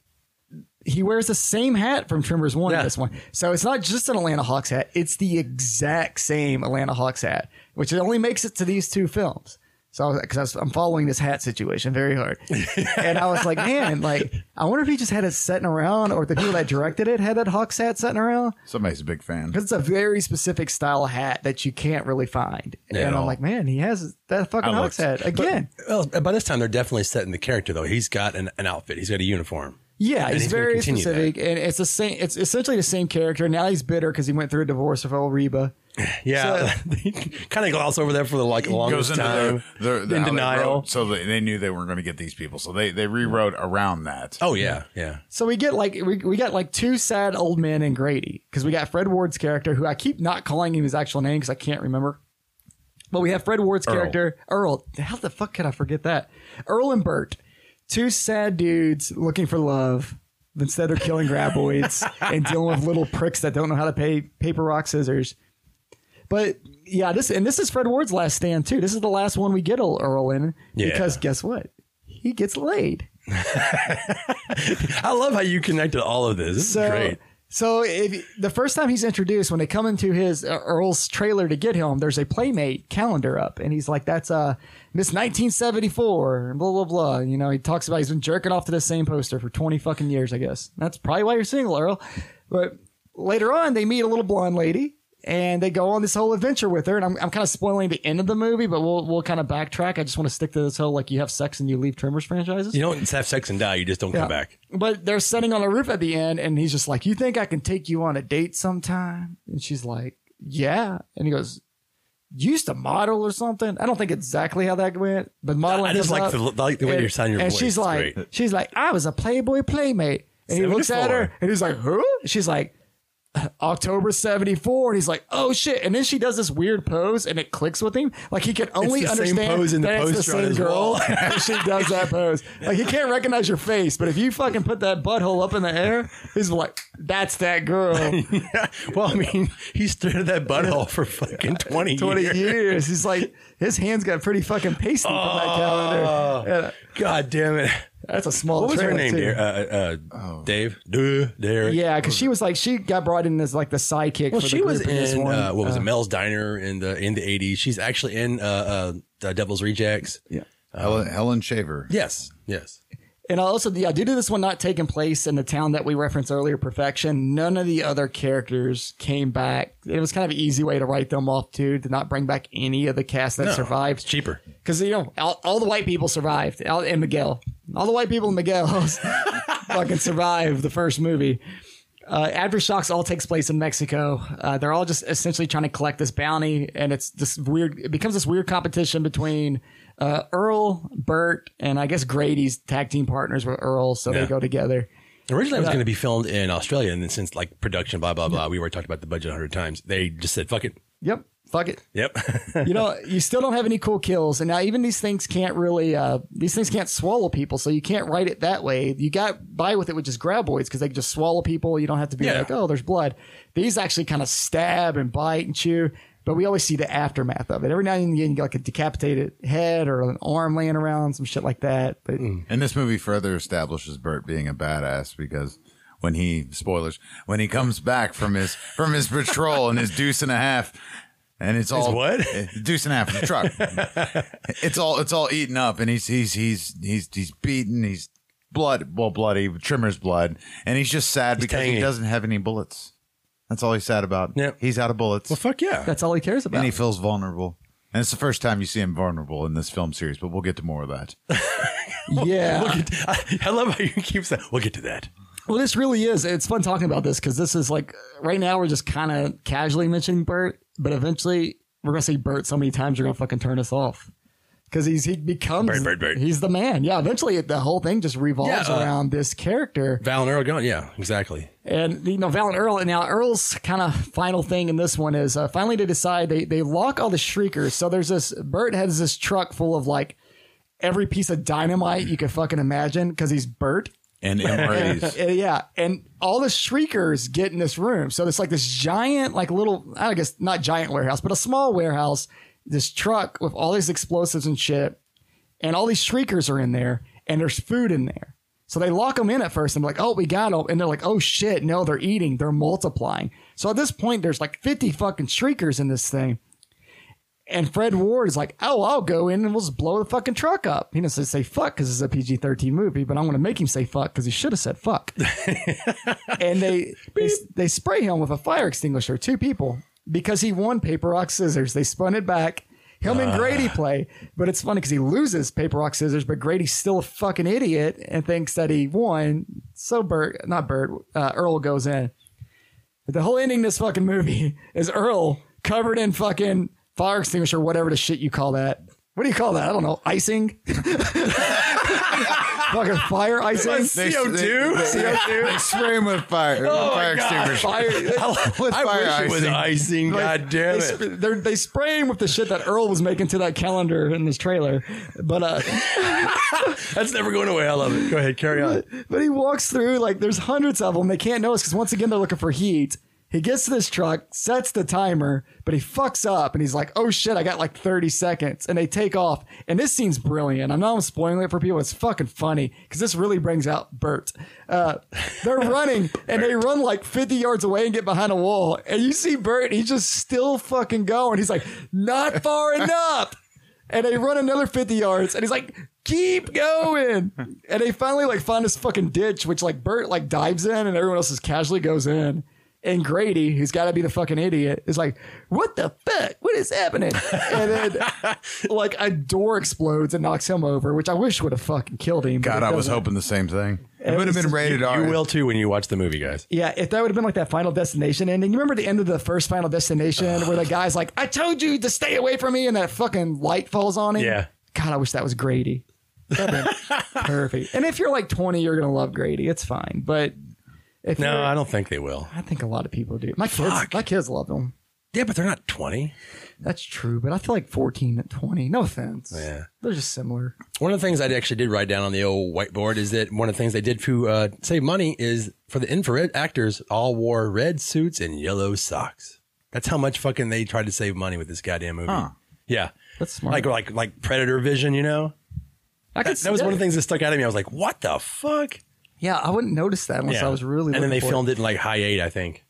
S2: he wears the same hat from Tremors One. in
S3: Yeah.
S2: This one, so it's not just an Atlanta Hawks hat; it's the exact same Atlanta Hawks hat, which it only makes it to these two films. So because I'm following this hat situation
S3: (laughs)
S2: very hard, and I was like, man, like I wonder if he just had it sitting around, or the people that directed it had that Hawks hat sitting around
S4: somebody's a big fan
S2: because it's a very specific style hat that you can't really find.
S3: Yeah.
S2: and I'm like, man, he has that fucking
S4: I
S2: Hawks
S4: looked.
S2: hat again.
S3: Well, by this time they're definitely setting the character though. He's got an, an outfit. He's got a uniform.
S2: Yeah,
S3: And
S2: he's,
S3: he's gonna
S2: very
S3: continue
S2: specific, and it's the same. It's essentially the same character. Now he's bitter because he went through a divorce with old Reba.
S3: Yeah, (laughs) kind of gloss over there for the like
S4: goes
S3: longest
S4: into
S3: time.
S4: the, the, the
S3: in
S4: how they
S3: denial.
S4: wrote- so they, they knew they weren't going to get these people so they they rewrote around that
S3: oh yeah, yeah.
S2: So we get like we, we got like two sad old men and Grady because we got Fred Ward's character who I keep not calling him his actual name because I can't remember. But we have Fred Ward's character Earl. How the fuck could I forget that? Earl and Bert, two sad dudes looking for love. Instead, they're killing graboids and dealing with little pricks that don't know how to pay paper rock scissors. But yeah, this and this is Fred Ward's last stand too. This is the last one we get Earl- Earl in
S3: Yeah.
S2: because guess what? He gets laid.
S3: I love how you connected all of this. This
S2: So
S3: is Mm, great.
S2: so if the first time he's introduced when they come into his uh, Earl's trailer to get him, there's a playmate calendar up, and he's like, "That's uh Miss 1974," and blah blah blah. You know, he talks about he's been jerking off to the same poster for 20 fucking years. I guess that's probably why you're single, Earl. But later on, they meet a little blonde lady. And they go on this whole adventure with her, and I'm, I'm kind of spoiling the end of the movie, but we'll we'll kind of backtrack. I just want to stick to this whole like you have sex and you leave Tremors franchises.
S3: You don't have sex and die. You just don't come (laughs) back.
S2: But they're sitting on a roof at the end, and he's just like, "You think I can take you on a date sometime?" And she's like, "Yeah." And he goes, "You used to model or something?" I don't think exactly how that went, but modeling.
S3: I just like
S2: comes up.
S3: the, like the way
S2: and,
S3: you're sounding your
S2: and
S3: voice.
S2: she's
S3: It's
S2: like,
S3: great.
S2: she's like, "I was a Playboy playmate." And he looks at
S3: 74.
S2: her, and he's like, "Who?" She's like. October 74 and he's like oh shit and then she does this weird pose and it clicks with him like he can only
S3: the same
S2: understand
S3: pose in the
S2: that it's
S3: poster on
S2: same
S3: his
S2: girl
S3: wall.
S2: and she does that pose. Like he can't recognize your face, but if you fucking put that butthole up in the air, he's like, "That's that girl."
S3: (laughs) well, I mean, he stared at that butthole for (laughs) fucking 20,
S2: Twenty
S3: years.
S2: years. He's like, his hands got pretty fucking pasty from that calendar. Yeah,
S3: Oh. God damn it.
S2: that's a small.
S3: What was her
S2: trailer,
S3: name,
S2: too.
S3: dear? Uh, uh, Dave? Duh, Derek.
S2: Yeah, because she was like, she got brought in as like the sidekick.
S3: Well,
S2: for
S3: she
S2: the
S3: was
S2: group in this
S3: in
S2: one.
S3: uh, what was it, Mel's Diner in the in the eighties. She's actually in uh, uh, the Devil's Rejects.
S4: Helen, Helen Shaver.
S3: Yes, yes.
S2: And also, yeah, due to this one not taking place in the town that we referenced earlier, Perfection, none of the other characters came back. It was kind of an easy way to write them off, too, to not bring back any of the cast that
S3: No,
S2: survived.
S3: It's cheaper.
S2: Because you know, all, all the white people survived, all, and Miguel, all the white people in Miguel (laughs) fucking survived the first movie. Uh, Aftershocks all takes place in Mexico. Uh, they're all just essentially trying to collect this bounty, and it's this weird. It becomes this weird competition between uh, Earl, Bert, and I guess Grady's tag team partners with Earl, so
S3: Yeah.
S2: they go together.
S3: Originally, it was going to be filmed in Australia, and then since like production, blah blah blah, we already talked about the budget a hundred times. They just said, "Fuck it."
S2: Yep, fuck it.
S3: Yep. (laughs)
S2: you know, you still don't have any cool kills, and now even these things can't really uh, these things can't swallow people, so you can't write it that way. You got by with it with just graboids because they can just swallow people. You don't have to be
S3: Yeah.
S2: like, oh, there's blood. These actually kind of stab and bite and chew, but we always see the aftermath of it. Every now and again, you get like a decapitated head or an arm laying around, some shit like that. But
S4: And this movie further establishes Bert being a badass because when he spoilers when he comes back from his from his patrol and his deuce and a half and it's all
S3: what?
S4: Eh, (laughs) deuce and a half the truck it's all it's all eaten up and he's he's he's he's he's beaten he's blood well bloody trimmer's blood and he's just sad because
S3: tangy.
S4: he doesn't have any bullets that's all he's sad about
S3: Yep.
S4: he's out of bullets
S3: well, fuck yeah.
S2: that's all he cares about.
S4: and he feels vulnerable and it's the first time you see him vulnerable in this film series but we'll get to more
S3: (laughs)
S4: of that
S2: yeah,
S3: We'll get to- (laughs) I, I love how you keep saying, "We'll get to that."
S2: Well, this really is. It's fun talking about this because this is like right now we're just kind of casually mentioning Bert, but eventually we're gonna say Bert so many times you're gonna fucking turn us off because he's he becomes
S3: Bert, Bert, Bert.
S2: he's the man. Yeah, eventually the whole thing just revolves
S3: Yeah, uh,
S2: around this character.
S3: Val and Earl gone. Yeah, exactly.
S2: And you know, Val and Earl. And now Earl's kind of final thing in this one is uh, finally they decide they they lock all the shriekers. So there's this Bert has this truck full of like every piece of dynamite you could fucking imagine because he's Bert.
S4: and MREs.
S2: Uh, yeah, and all the shriekers get in this room. So it's like this giant, like little, I guess not giant warehouse, but a small warehouse. This truck with all these explosives and shit, and all these shriekers are in there, and there's food in there. So they lock them in at first. And I'm like, oh, we got them, and they're like, oh shit, no, they're eating, they're multiplying. So at this point, there's like 50 fucking shriekers in this thing. And Fred Ward is like, oh, I'll go in and we'll just blow the fucking truck up. He doesn't say fuck because it's a PG 13 movie, but I'm going to make him say fuck because he should have said fuck. (laughs) and they, they they spray him with a fire extinguisher, two people, because he won paper, rock, scissors. They spun it back. Him and Grady play, but it's funny because he loses paper, rock, scissors, but Grady's still a fucking idiot and thinks that he won. So Bert, not Bert, uh, Earl goes in. But the whole ending of this fucking movie (laughs) is Earl covered in fucking fire extinguisher, whatever the shit you call that. What do you call that? I don't know. Icing? (laughs) fucking fire icing?
S4: They-
S3: (laughs)
S4: They, they, they spray him with fire, with fire extinguisher.
S2: Fire. (laughs)
S4: With
S3: Oh I
S4: fire
S3: wish it was
S4: icing.
S3: icing. God damn
S2: they,
S3: it.
S2: sp- they're, they spray him with the shit that Earl was making to that calendar in this trailer. But uh,
S3: That's never going away. I love it. Go ahead, carry on.
S2: but he walks through like there's hundreds of them. They can't notice because once again they're looking for heat. He gets to this truck, sets the timer, but he fucks up and he's like, oh shit, I got like 30 seconds. And they take off. And this scene's brilliant. I know I'm spoiling it for people. It's fucking funny because this really brings out Bert. Uh, they're running and they run like 50 yards away and get behind a wall. And you see Bert, he's just still fucking going. He's like, not far enough and they run another 50 yards and he's like keep
S4: (laughs)
S2: going and they finally like find this fucking ditch which like bert like dives in and everyone else just casually goes in and grady who's got to be the fucking idiot is like what the fuck what is happening and then
S4: (laughs)
S2: like a door explodes and knocks him over which i wish would have fucking killed him but it
S4: God, I was
S2: doesn't.
S4: hoping the same thing. It would
S2: was
S4: have been
S2: just-
S4: rated R.
S3: You will too when you watch the movie, guys.
S2: yeah, if that would have been like that Final Destination ending, you remember the end of the first Final Destination where the guy's like, "I told you to stay away from me," and that fucking light falls on him.
S3: Yeah.
S2: God, I wish that was Grady.
S3: (laughs)
S2: That'd been perfect. And if you're like 20, you're gonna love Grady. It's fine. But if
S3: No,
S2: you're,
S3: I don't think they will.
S2: I think a lot of people do. My kids,
S3: Fuck.
S2: my kids love them.
S3: Yeah, but they're not twenty.
S2: That's true. But I feel like 14 and 20. No offense.
S3: Yeah.
S2: they're just similar.
S3: One of the things I actually did write down on the old whiteboard is that one of the things they did to uh, save money is for the infrared actors all wore red suits and yellow socks. That's how much fucking they tried to save money with this goddamn movie.
S4: Huh.
S3: Yeah,
S2: That's smart.
S3: like like like Predator Vision, you know.
S2: I could
S3: That,
S2: see
S3: that was one of the things that stuck out at me. I was like, "What the fuck?"
S2: Yeah, I wouldn't notice that unless I was really.
S3: And then
S2: looking
S3: they
S2: for it.
S3: filmed it in like high eight, I think.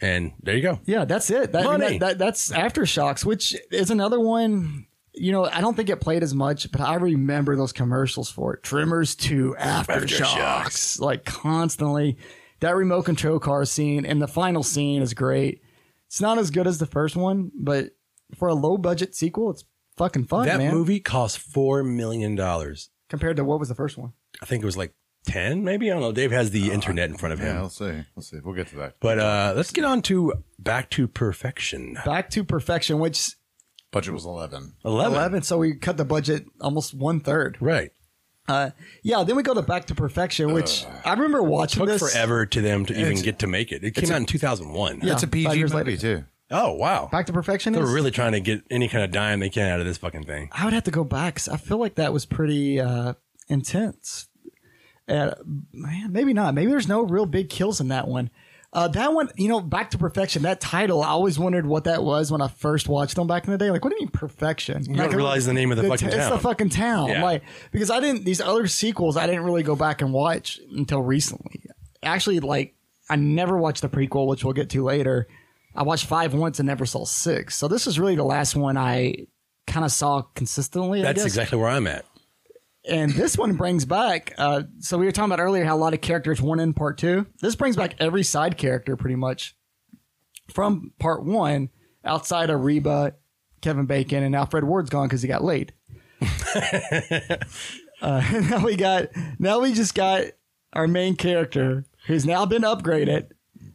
S3: And there you go.
S2: Yeah, that's it. That, I mean,
S3: Money.
S2: that, that- that's aftershocks, which is another one. You know, I don't think it played as much, but I remember those commercials for it. Trimmers to aftershocks, like constantly. That remote control car scene and the final scene is great. It's not as good as the first one, but for a low budget sequel, it's fucking fun,
S3: that
S2: man.
S3: movie cost four million dollars.
S2: compared to what was the first one?
S3: I think it was like ten, maybe. I don't know. Dave has the internet in front of him.
S4: Uh, Yeah, let's see. Let's see. We'll get to that.
S3: But uh, let's get on to Back to Perfection.
S2: Back to Perfection, which
S4: Budget was 11.
S3: 11.
S2: eleven. So we cut the budget almost one third.
S3: Right.
S2: Uh, yeah, then we go to Back to Perfection, which I remember watching
S3: Took
S2: this
S3: forever to them to even get to make it. It came out in 2001.
S2: Yeah,
S4: It's a
S2: five
S4: PG
S2: years
S4: movie,
S2: later.
S4: too.
S3: Oh, wow.
S2: Back to Perfection
S3: They
S2: is.
S3: were really trying to get any kind of dime they can out of this fucking thing.
S2: I would have to go back. 'cause I feel like that was pretty uh, intense. And, man, maybe not. Maybe there's no real big kills in that one. Uh, that one, you know, Back to Perfection. That title, I always wondered what that was when I first watched them back in the day. Like, what do you mean perfection? You
S3: don't realize the name of the fucking
S2: It's the
S3: town.
S2: fucking town.
S3: Yeah.
S2: Like, because I didn't. These other sequels, I didn't really go back and watch until recently. Actually, like, I never watched the prequel, which we'll get to later. I watched five once and never saw six. So this is really the last one I kind of saw consistently. I
S3: That's
S2: guess
S3: exactly where I'm at.
S2: and this one brings back uh, so we were talking about earlier how a lot of characters one in part two this brings back every side character pretty much from part one outside of reba kevin bacon and now fred ward's gone because he got laid uh, (laughs) now we got now we just got our main character who's now been upgraded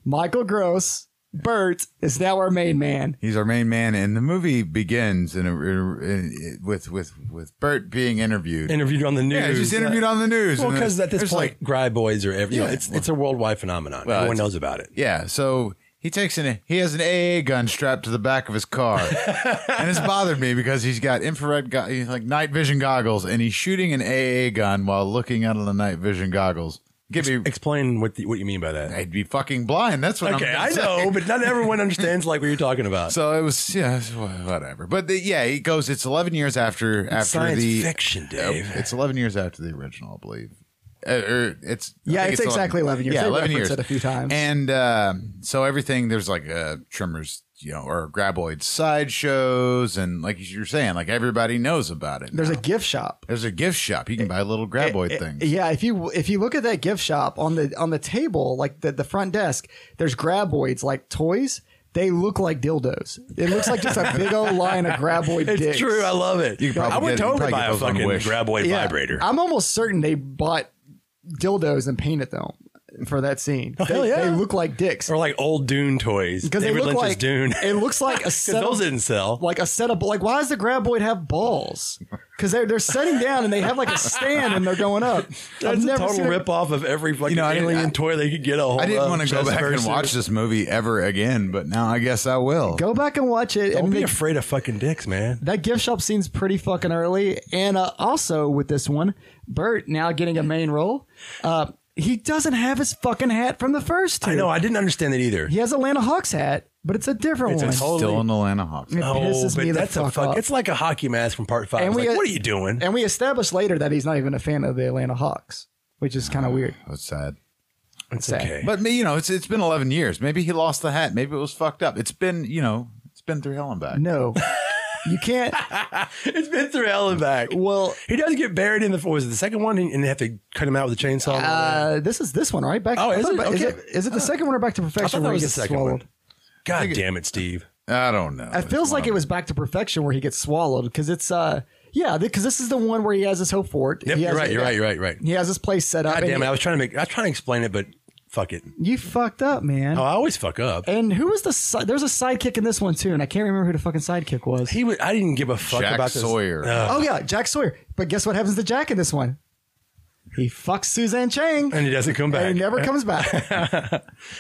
S2: michael gross bert is now our main man
S4: He's our main man, and the movie begins in a, in a- with with with Bert being interviewed.
S3: Interviewed on the news.
S4: yeah, he's just interviewed on the news.
S3: Well,
S4: and
S3: because at this
S4: there's
S3: point,
S4: like-
S3: Gry Boys are every, you know,
S4: Yeah.
S3: it's, it's a worldwide phenomenon.
S4: Well,
S3: Everyone
S4: it's-
S3: knows about it.
S4: yeah, so he takes an he has an AA gun strapped to the back of
S3: (laughs)
S4: his car, and it's bothered me because he's got infrared go- he's like night vision goggles, and he's shooting an AA gun while looking out of the night vision goggles. Give me,
S3: Explain what the, what you mean by that.
S4: I'd be fucking blind. That's what
S3: Okay, I
S4: I'm. gonna say.
S3: know, but not everyone understands like what you're talking
S4: (laughs)
S3: about.
S4: So it was yeah, it's wha- whatever. But the, yeah, it goes. It's eleven years after after
S3: Science
S4: the
S3: fiction, Dave.
S4: Oh, it's eleven years after the original, I believe. Uh, or it's I
S2: Yeah,
S4: think
S2: it's exactly 11 years.
S4: Yeah,
S2: They
S4: eleven
S2: reference it
S4: years.
S2: a few times.
S4: And um so everything there's like uh, Tremors, you know, or Graboid sideshows, and like you're saying, like everybody knows about it.
S2: there's a
S4: now.
S2: gift shop
S4: there's a gift shop. You can buy little Graboid things.
S2: Eh, Yeah, if you if you look at that gift shop on the on the table, like the, the front desk, there's graboids like toys. They look like dildos. It looks like just a
S3: (laughs)
S2: big old line of graboid
S3: it's
S2: dicks.
S3: true. I love it.
S4: You could probably
S3: I would
S4: get- you could
S3: totally
S4: probably
S3: buy
S4: get
S3: a
S4: those on
S3: fucking
S4: Wish.
S3: Graboid
S2: Yeah.
S3: vibrator.
S2: I'm almost certain they bought dildos and painted them for that scene. they,
S3: hell Oh, yeah.
S2: they look like dicks
S3: or like old Dune toys.
S2: because they
S3: David
S2: look
S3: Lynch's
S2: like
S3: Dune. (laughs)
S2: It looks like a set
S3: those
S2: of-
S3: didn't sell.
S2: like a set of like why does the graboid have balls? Because they're they're sitting down and they have like a stand and they're going up.
S3: (laughs) That's
S2: I've
S3: a
S2: never
S3: total
S2: seen a-
S3: rip off of every fucking
S4: know, I didn't-
S3: alien
S4: I-
S3: toy they could get a hold
S4: I didn't
S3: of,
S4: want to go
S3: chest
S4: back and
S3: burster.
S4: watch this movie ever again, but now I guess I will.
S2: Go back and watch it.
S3: Don't
S2: and
S3: be
S2: make-
S3: afraid of fucking dicks, man.
S2: that gift shop scene's pretty fucking early. And uh, also with this one, Bert now getting a main role. Uh, He doesn't have his fucking hat from the first two.
S3: I know. I didn't understand that either.
S2: He has Atlanta Hawks hat, but it's a different
S3: It's a
S2: one.
S3: totally-
S4: Still in Atlanta Hawks.
S2: It pisses me the
S3: Oh, that's
S2: fuck
S3: a fuck.
S2: off.
S3: It's like a hockey mask from Part Five.
S2: And
S3: It's
S2: we
S3: like,
S2: got-
S3: what are you doing?
S2: and we established later that he's not even a fan of the Atlanta Hawks, which is kind of weird.
S4: That's sad.
S3: (sighs) It's
S2: sad.
S3: okay.
S4: But me, you know, it's it's been eleven years. Maybe he lost the hat. Maybe it was fucked up. It's been, you know, it's been through hell and
S3: (laughs)
S4: back.
S2: No, you can't.
S3: it's been through hell and back.
S2: Well,
S3: He does get buried in the what was it, the second one, and and they have to cut him out with a chainsaw. and all that?
S2: uh, this is this one, right? Back.
S3: Oh,
S2: I
S3: is
S2: thought
S3: it?
S2: ba- Is
S3: Okay. Uh,
S2: it, is it the second one or Back to Perfection
S3: that
S2: where
S3: was
S2: he
S3: the
S2: gets
S3: second
S2: swallowed?
S3: God damn it, Steve!
S4: I don't know.
S2: It feels like it was Back to Perfection where he gets swallowed because it's uh yeah because this is the one where he has his hope for it.
S3: Yep,
S2: He
S3: you're
S2: has-
S3: right. You're right. You're right. Right.
S2: He has his place set up.
S3: God
S2: and
S3: damn it!
S2: he-
S3: I was trying to make. I was trying to explain it, but fuck it.
S2: You fucked up, man.
S3: Oh, I always fuck up.
S2: And who was the si- there's a sidekick in this one too, and I can't remember who the fucking sidekick was.
S3: He. Was, I didn't give a fuck
S4: Jack
S3: about this.
S4: Sawyer.
S2: oh yeah, Jack Sawyer. But guess what happens to Jack in this one? He fucks Suzanne Chang,
S3: And he doesn't come back.
S2: and he never
S3: (laughs)
S2: comes back.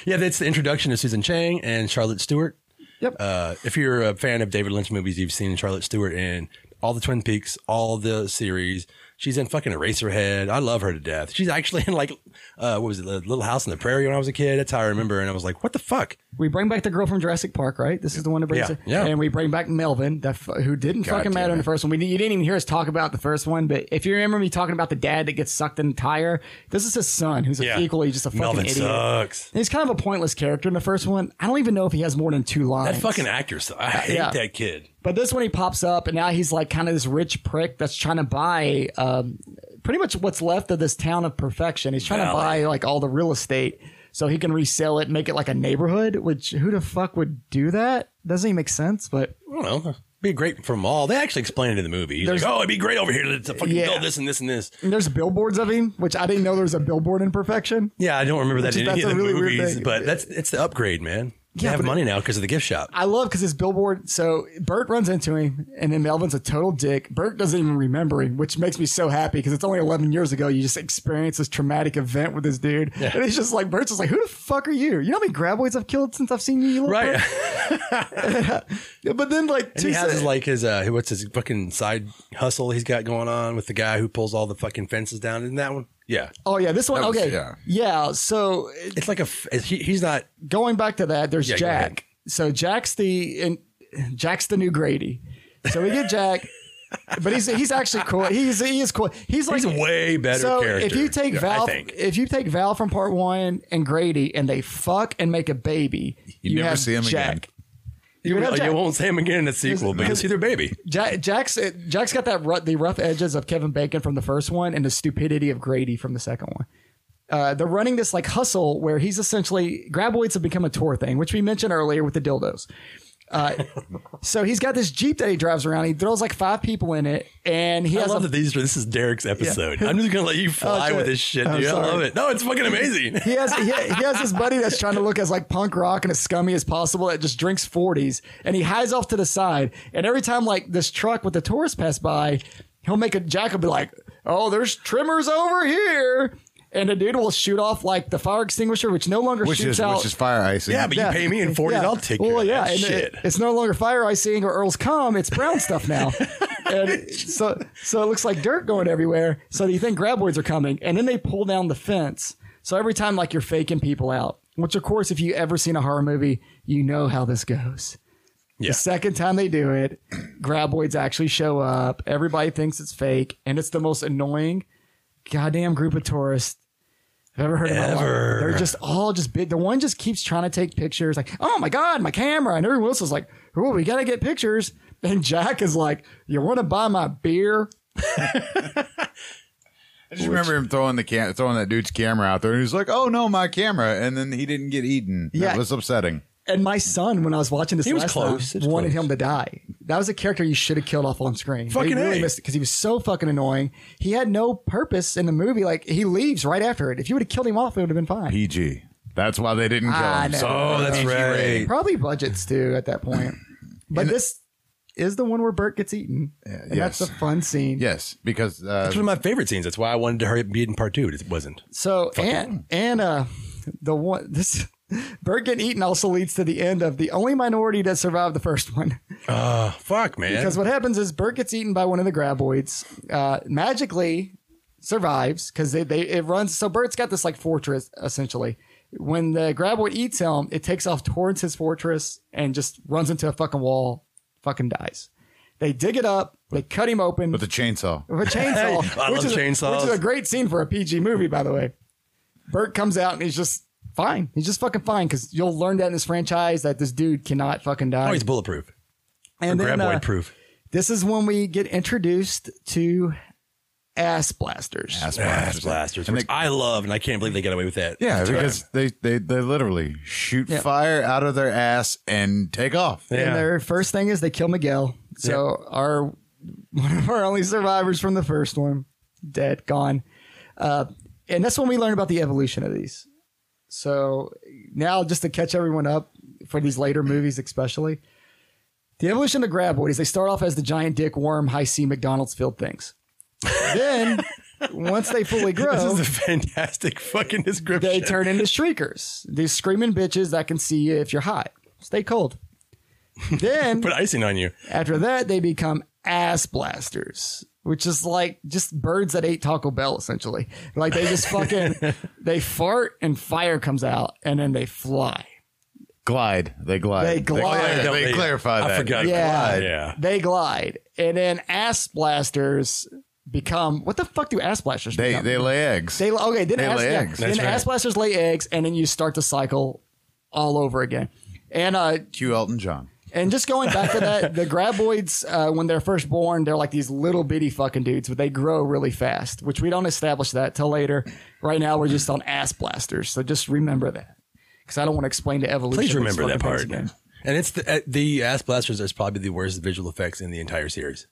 S3: yeah, that's the introduction to Susan Chang and Charlotte Stewart.
S2: yep.
S3: Uh, if you're a fan of David Lynch movies, you've seen Charlotte Stewart in all the Twin Peaks, all the series. She's in fucking Eraserhead. I love her to death. She's actually in like, uh, what was it, the Little House on the Prairie when I was a kid. That's how I remember. her. And I was like, what the fuck?
S2: we bring back the girl from Jurassic Park, right? This is the one that brings
S3: Yeah,
S2: it.
S3: yeah.
S2: And we bring back Melvin, that f- who didn't fucking matter in the first one. We didn't- you didn't even hear us talk about the first one, but if you remember me talking about the dad that gets sucked in the tire, this is his son who's equally just a fucking
S3: Melvin
S2: idiot.
S3: sucks.
S2: He's kind of a pointless character in the first one. I don't even know if he has more than two lines.
S3: That fucking actor. sucks. I hate
S2: yeah.
S3: that kid.
S2: But this one, he pops up, and now he's like kind of this rich prick that's trying to buy um, pretty much what's left of this town of perfection. He's trying to buy
S3: Valley.
S2: like all the real estate so he can resell it, make it like a neighborhood. Which who the fuck would do that? Doesn't even make sense. But
S3: I don't know. Be great for Mall. They actually explain it in the movie. He's like, oh, it'd be great over here to, to fucking
S2: Yeah.
S3: build this and this and this.
S2: and there's billboards of him, which I didn't know there was a billboard in perfection.
S3: Yeah, I don't remember that in
S2: Which is-
S3: any
S2: that's
S3: of the
S2: a really weird
S3: movies,
S2: thing.
S3: but that's it's the upgrade, man. They
S2: Yeah,
S3: have
S2: but
S3: money now because of the gift
S2: (laughs)
S3: shop.
S2: I love because his billboard. So Bert runs into him, and then Melvin's a total dick. Bert doesn't even remember him, which makes me so happy because it's only 11 years ago. You just experienced this traumatic event with this dude, and he's just like, Bert's just like, "Who the fuck are you? You know how many graboids I've killed since I've seen you, you little
S3: right.
S2: prick?" But then, like,
S3: And
S2: two
S3: he has his,
S2: se-
S3: like his uh, what's his fucking side hustle he's got going on with the guy who pulls all the fucking fences down. Isn't that one? Yeah,
S2: oh yeah, this one,
S4: That was-
S2: okay,
S4: yeah.
S2: yeah. So uh,
S3: it's like a f- he, he's not.
S2: going back to that, there's
S3: Yeah, go ahead.
S2: Jack. So Jack's the and Jack's the new Grady. So we get Jack, but he's he's actually cool. He's he is cool. He's like
S3: He's a way better
S2: so
S3: character.
S2: if you take
S3: yeah,
S2: Val,
S3: I think.
S2: if you take Val from part one and Grady, and they fuck and make a baby,
S4: You never see him
S2: Jack.
S4: again.
S2: You, would have
S3: Like,
S2: Jack.
S3: you won't see him again in the sequel, but you see their baby.
S2: Jack, Jack's Jack's got that rough, the rough edges of Kevin Bacon from the first one and the stupidity of Grady from the second one. Uh, they're running this like hustle where he's essentially graboids have become a tour thing, which we mentioned earlier with the dildos.
S3: (laughs)
S2: Uh, so he's got this jeep that he drives around. He throws like five people in it, and he
S3: I
S2: has a
S3: love that these. are- This is Derek's episode. I'm just gonna let you fly
S2: shit.
S3: with this shit,
S2: I'm
S3: dude. I
S2: Oh, sorry.
S3: love it. No, it's fucking amazing.
S2: (laughs) he has he, he has this buddy that's trying to look as like punk rock and as scummy as possible that just drinks 40s and he hides off to the side and every time like this truck with the tourists pass by he'll make a jack will be like oh there's trimmers over here and the dude will shoot off like the fire extinguisher which no longer
S4: Which
S2: shoots
S4: is
S2: out
S4: which is fire icing.
S3: Yeah, but you pay me in forties,
S2: Yeah.
S3: I'll take. your
S2: Well, yeah,
S3: ass.
S2: and
S3: shit.
S2: it- it's no longer fire icing or Earl's cum. It's brown
S3: (laughs)
S2: stuff now. and so, so it looks like dirt going everywhere. So you think graboids are coming, and then they pull down the fence. So every time, like you're faking people out. Which, of course, if you ever seen a horror movie, you know how this goes.
S3: Yeah.
S2: The second time they do it, graboids actually show up. Everybody thinks it's fake, and it's the most annoying goddamn group of tourists I've ever heard of. in my life.
S3: Ever.
S2: They're just all just big. The one just keeps trying to take pictures, like, oh my God, my camera. And everyone else is like, oh, we got to get pictures. And Jack is like, you want to buy my beer?
S4: I just remember him throwing the cam- throwing that dude's camera out there, and he's like, "Oh no, my camera!" And then he didn't get eaten.
S2: Yeah.
S4: that was upsetting.
S2: And my son, when I was watching this
S3: He was
S2: last
S3: close.
S2: time,
S3: He was
S2: wanted
S3: close.
S2: him to die. That was a character you should have killed off on screen.
S3: Fucking
S2: they really
S3: A.
S2: missed because he was so fucking annoying. He had no purpose in the movie. Like he leaves right after it. If you would have killed him off, it would have been fine.
S4: PG. That's why they didn't kill
S2: Ah,
S4: him.
S2: no.
S4: So
S3: Oh, that's right.
S2: Probably budgets too at that point. But this is the one where Bert gets eaten. and
S4: yes.
S2: that's a fun scene.
S4: yes, because uh,
S3: It's one of my favorite scenes. That's why I wanted to hurry up and be in part two. It wasn't.
S2: So and and uh the one this (laughs) Bert getting eaten also leads to the end of the only minority that survived the first one.
S3: Fuck, man.
S2: Because what happens is Bert gets eaten by one of the graboids. Uh, magically, survives because they, they it runs. So Bert's got this like fortress essentially. When the graboid eats him, it takes off towards his fortress and just runs into a fucking wall, fucking dies. They dig it up, they cut him open
S4: with a chainsaw.
S2: with
S3: (laughs)
S2: a chainsaw.
S3: I
S2: which
S3: love
S2: is a-
S3: chainsaws.
S2: Which is a great scene for a PG movie, by the way. Bert comes out and he's just fine. He's just fucking fine because you'll learn that in this franchise that this dude cannot fucking die.
S3: Oh, he's bulletproof.
S2: and then,
S3: graboid
S2: uh,
S3: proof.
S2: this is when we get introduced to ass blasters.
S3: Blast
S2: (laughs)
S4: Ass blasters.
S3: blasters.
S4: And
S3: which
S4: they-
S3: I love, and I can't believe they got away with that.
S4: yeah,
S3: That's
S4: because they, they, they literally shoot
S2: Yeah.
S4: fire out of their ass and take off.
S3: right.
S2: And
S3: yeah.
S2: their first thing is they kill Miguel. So our (laughs) one of our only survivors from the first one, dead, gone. Uh, and that's when we learn about the evolution of these. So now, just to catch everyone up for these later movies, especially the evolution of the graboid is they start off as the giant dick worm, high C McDonald's filled things. then once they fully grow,
S3: (laughs) This is a fantastic fucking description.
S2: Oh. they turn into shriekers, these screaming bitches that can see you if you're high. Stay cold.
S4: (laughs)
S2: Then
S3: Put icing on you.
S2: after that, they become ass blasters, which is like just birds that ate Taco Bell, essentially. Like they just
S4: (laughs)
S2: fucking they fart and fire comes out, and then they fly.
S4: Glide. They glide.
S2: They glide.
S4: They,
S3: Oh, Yeah, they-
S4: clarify
S3: I
S4: that.
S3: forgot.
S4: They
S2: Yeah.
S4: glide.
S3: Yeah.
S2: They glide, and then ass blasters become what the fuck do ass blasters?
S4: They
S2: become?
S4: they lay eggs.
S2: They okay. Then
S4: They
S2: ass,
S4: lay
S2: yeah,
S4: eggs.
S2: Then
S3: That's right.
S2: ass blasters lay eggs, and then you start the cycle all over again. And uh,
S4: Q Elton John.
S2: And just going back to that, the graboids, uh, when they're first born, they're like these little bitty fucking dudes, but they grow really fast, which we don't establish that till later. Right now, we're just on ass blasters, so just remember that, because I don't want to explain the evolution.
S3: Please
S2: of these
S3: remember that part.
S2: fucking things
S3: And
S2: again.
S3: it's the, uh, the ass blasters is probably the worst visual effects in the entire series.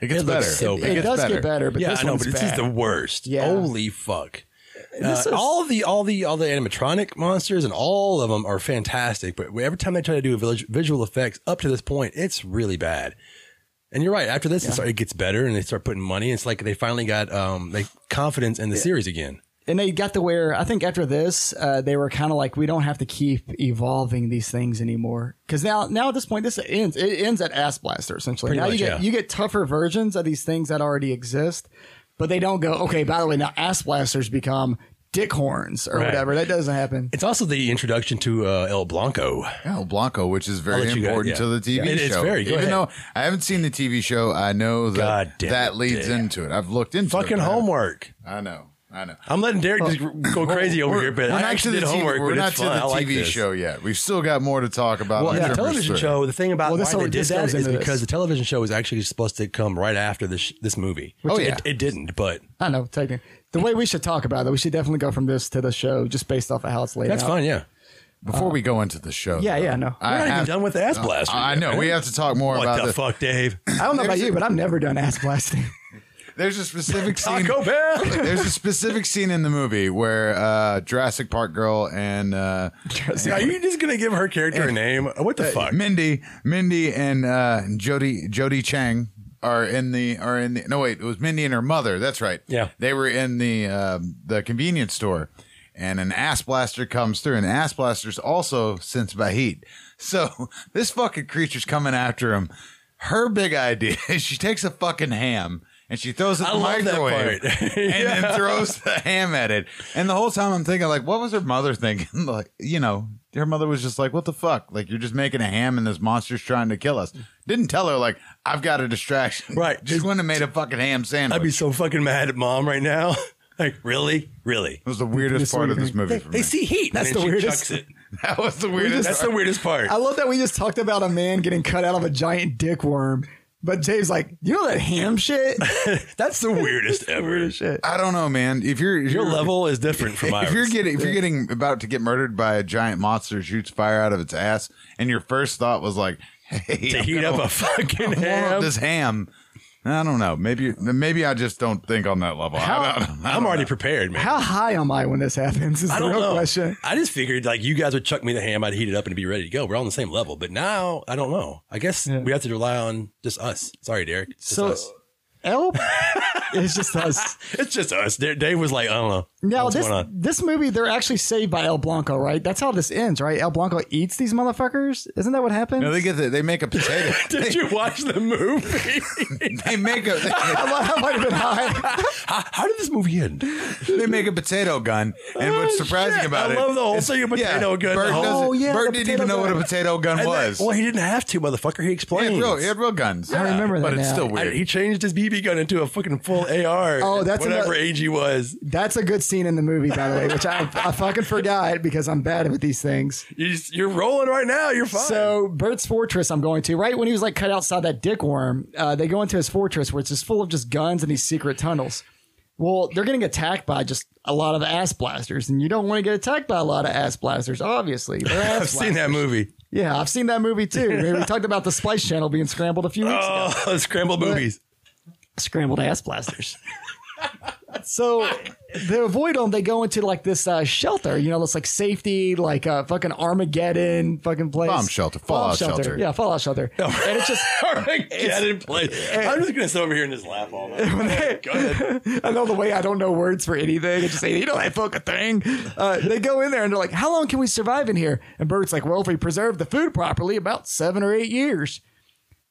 S4: It gets
S3: It
S4: better.
S3: looks so
S2: It,
S3: It
S2: does get better, but
S3: yeah,
S2: this
S3: I know,
S2: one's
S3: but this is
S2: bad.
S3: the worst.
S2: Yeah.
S3: Holy fuck. Uh,
S2: This is-
S3: all the all the all the animatronic monsters and all of them are fantastic, but every time they try to do a village, visual effects up to this point, it's really bad. And you're right. After this, it, start, it gets better, and they start putting money. It's like they finally got um like confidence in the series again.
S2: and they got to where I think after this, uh, they were kind of like, we don't have to keep evolving these things anymore. Because now, now at this point, this ends. It ends at Ass Blaster essentially.
S3: Pretty
S2: now
S3: much,
S2: you get
S3: yeah.
S2: you get tougher versions of these things that already exist, but they don't go. Okay, by the way, now Ass Blasters become dick horns or
S3: Right.
S2: whatever. That doesn't happen.
S3: It's also the introduction to uh, El Blanco.
S4: El Blanco, which is very
S3: let you go-
S4: important
S3: yeah.
S4: to the TV
S3: Yeah. It
S4: show.
S3: is very. Go
S4: Even
S3: ahead.
S4: though I haven't seen the TV show, I know
S3: God
S4: that
S3: damn
S4: that
S3: it,
S4: leads
S3: Dave.
S4: into it. I've looked into
S3: Fucking
S4: it. I-
S3: homework.
S4: I know. I know.
S3: I'm letting Derek just go crazy over
S4: We're-
S3: here, but
S4: we're
S3: I
S4: not
S3: actually
S4: to
S3: did
S4: the TV
S3: homework.
S4: We're
S3: but
S4: not
S3: it's
S4: to
S3: fun.
S4: the
S3: I like
S4: TV
S3: this.
S4: show yet. We've still got more to talk about.
S3: Well,
S4: in
S3: and the
S4: Tremors
S3: television
S4: 3.
S3: show, the thing about
S2: Well, this
S3: why
S2: all-
S3: they
S2: this
S3: did that
S2: goes
S3: is
S2: into
S3: because
S2: this.
S3: the television show was actually supposed to come right after this this movie.
S4: Oh,
S3: It-
S4: yeah.
S3: it, didn't, but
S2: I know. Technically, the way we should talk about it, we should definitely go from this to the show just based off of how it's laid
S3: that's
S2: out.
S3: fine. Yeah,
S4: Before we go into the show,
S2: Yeah,
S4: though,
S2: yeah, no.
S3: we're
S4: I
S3: not even
S4: have-
S3: done with the ass blaster.
S4: I
S3: yet,
S4: know.
S3: man.
S4: We have to talk more
S3: What
S4: about
S3: the
S4: this.
S3: fuck, Dave?
S2: I don't know about you, but I've never done ass blasting.
S4: There's a specific scene.
S3: Taco Bell.
S4: There's a specific scene in the movie where uh, Jurassic Park girl and uh,
S3: Are you just gonna give her character a name? What the fuck?
S4: Mindy, Mindy and uh, Jody Jody Chang are in the are in the no wait it was Mindy and her mother that's right
S3: Yeah.
S4: they were in the um, the convenience store and an ass blaster comes through and the ass blaster's also sensed by heat so (laughs) this fucking creature's coming after him her big idea is she takes a fucking ham and she throws it in
S3: I
S4: the
S3: love that
S4: microwave
S3: part. (laughs)
S4: and then throws the ham at it. And the whole time I'm thinking, like, what was her mother thinking? (laughs) like, you know, her mother was just like, what the fuck? Like, you're just making a ham and this monster's trying to kill us. Didn't tell her, like, I've got a distraction. (laughs)
S3: Right.
S4: Just wouldn't have made a fucking ham sandwich.
S3: I'd be so fucking mad at mom right now. (laughs) Like really, really.
S4: it was the weirdest part of this movie for me.
S3: They see heat.
S2: That's
S3: and then
S2: the
S3: she
S2: weirdest-
S3: chucks it.
S4: (laughs) that was the weirdest.
S3: That's the
S4: part.
S3: weirdest part.
S2: I love that we just talked about a man getting cut out of a giant dick worm, but Dave's like, you know that
S3: (laughs)
S2: ham shit?
S3: That's the weirdest ever.
S2: (laughs) shit.
S4: I don't know, man. If you're if
S3: Your
S4: you're-
S3: level is different from ours.
S4: (laughs) If you're getting if you're getting about to get murdered by a giant monster who shoots fire out of its ass, and your first thought was like, (laughs) "Hey,
S3: to
S4: I'm
S3: heat
S4: gonna (laughs)
S3: up a fucking
S2: (laughs)
S4: warm up
S3: ham.
S4: this ham. I don't know. Maybe maybe I just don't think on that level. I don't, I
S3: I'm already prepared, man.
S2: How high am I when this happens? Is
S3: I
S2: the
S3: don't
S2: real
S3: know.
S2: question.
S3: I just figured like you guys would chuck me the ham, I'd heat it up and be ready to go. We're all on the same level, but now I don't know. I guess we have to rely on just us. Sorry, Derek. It's
S2: So,
S3: just us. (laughs)
S2: L, it's just us.
S3: It's just us. Da- Dave was like, I don't know.
S2: Now
S3: What's
S2: this
S3: going
S2: (laughs)
S3: on?
S2: this movie, they're actually saved by El Blanco, right? That's how this ends, right? El Blanco eats these motherfuckers. Isn't that what happened?
S4: No, they get the, they make
S2: (laughs)
S4: a potato.
S3: Did you watch the movie?
S4: they make a
S2: (laughs) I might- I might have been high.
S3: how, how did this movie end? Oh,
S4: they make a potato gun, and what's surprising
S3: shit.
S4: about
S3: I
S4: it,
S3: love the whole thing of potato gun,
S4: Bert,
S3: the whole-
S4: doesn't-
S2: Oh, yeah,
S4: Bert
S2: the
S4: didn't
S2: potato
S4: even know what a
S2: gun.
S4: potato gun
S3: And that-
S4: was.
S3: well, he didn't have to, motherfucker. He
S4: he,
S3: explained.
S4: had real, he had real guns.
S2: I remember that
S4: but it's
S2: now.
S4: still
S3: I-
S4: weird.
S3: he changed his BB gun into a fucking full AR.
S2: Oh,
S3: at
S2: that's
S3: whatever
S2: another-
S3: age he was.
S2: That's a good scene in the movie, by the way, which I, I fucking forgot because I'm bad with these things.
S3: You just, you're rolling right now. You're fine.
S2: So Bert's fortress, I'm going to right when he was like cut outside that dick worm. Uh, they go into his fortress where it's just full of just guns and these secret tunnels. Well, they're getting attacked by just a lot of ass blasters, and you don't want to get attacked by a lot of ass blasters. Obviously,
S3: (laughs)
S2: They're ass
S3: I've seen that movie.
S2: Yeah, I've seen that
S3: (laughs)
S2: movie too. we talked about the Splice Channel being scrambled a few weeks ago.
S3: Oh, scrambled (laughs) movies.
S2: Scrambled ass blasters. (laughs) so they avoid them. They go into like this uh, shelter, you know, this like safety, like uh, fucking Armageddon fucking place.
S4: Bomb shelter, fallout shelter.
S2: Yeah, fallout shelter. And it's
S4: (laughs)
S2: just,
S3: Armageddon play. I'm just gonna sit over here and just laugh all night. Go ahead.
S2: (laughs) I know the way I don't know words for anything. I just say, you know, that fucking thing. Uh, they go in there and they're like, how long can we survive in here? And Bert's like, well, if we preserve the food properly, about seven or eight years.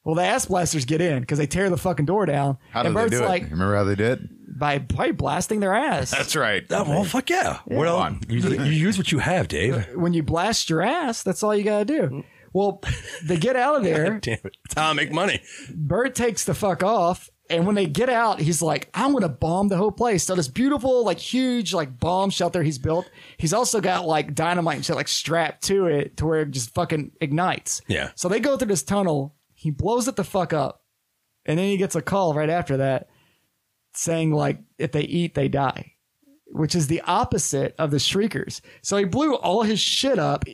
S2: Well, the ass blasters get in because they tear the fucking door down.
S4: How did
S2: and
S4: they
S2: Bert's
S4: do it?
S2: like,
S4: Remember how they did?
S2: by, by blasting their
S4: (laughs)
S2: ass.
S4: That's right.
S3: Oh, well, fuck yeah. Well,
S4: on.
S3: you, you use what you have, Dave.
S2: when you blast your ass, that's all you got to do. Well, they get out of there.
S3: Damn it. That's how I make money.
S2: Bert takes the fuck off. And when they get out, he's like, I'm going to bomb the whole place. So this beautiful, like huge, like bomb shelter he's built. He's also got like dynamite and shit like strapped to it to where it just fucking ignites.
S3: Yeah.
S2: So they go through this tunnel. He blows it the fuck up. And then he gets a call right after that saying like, if they eat, they die, which is the opposite of the shriekers. So he blew all his shit up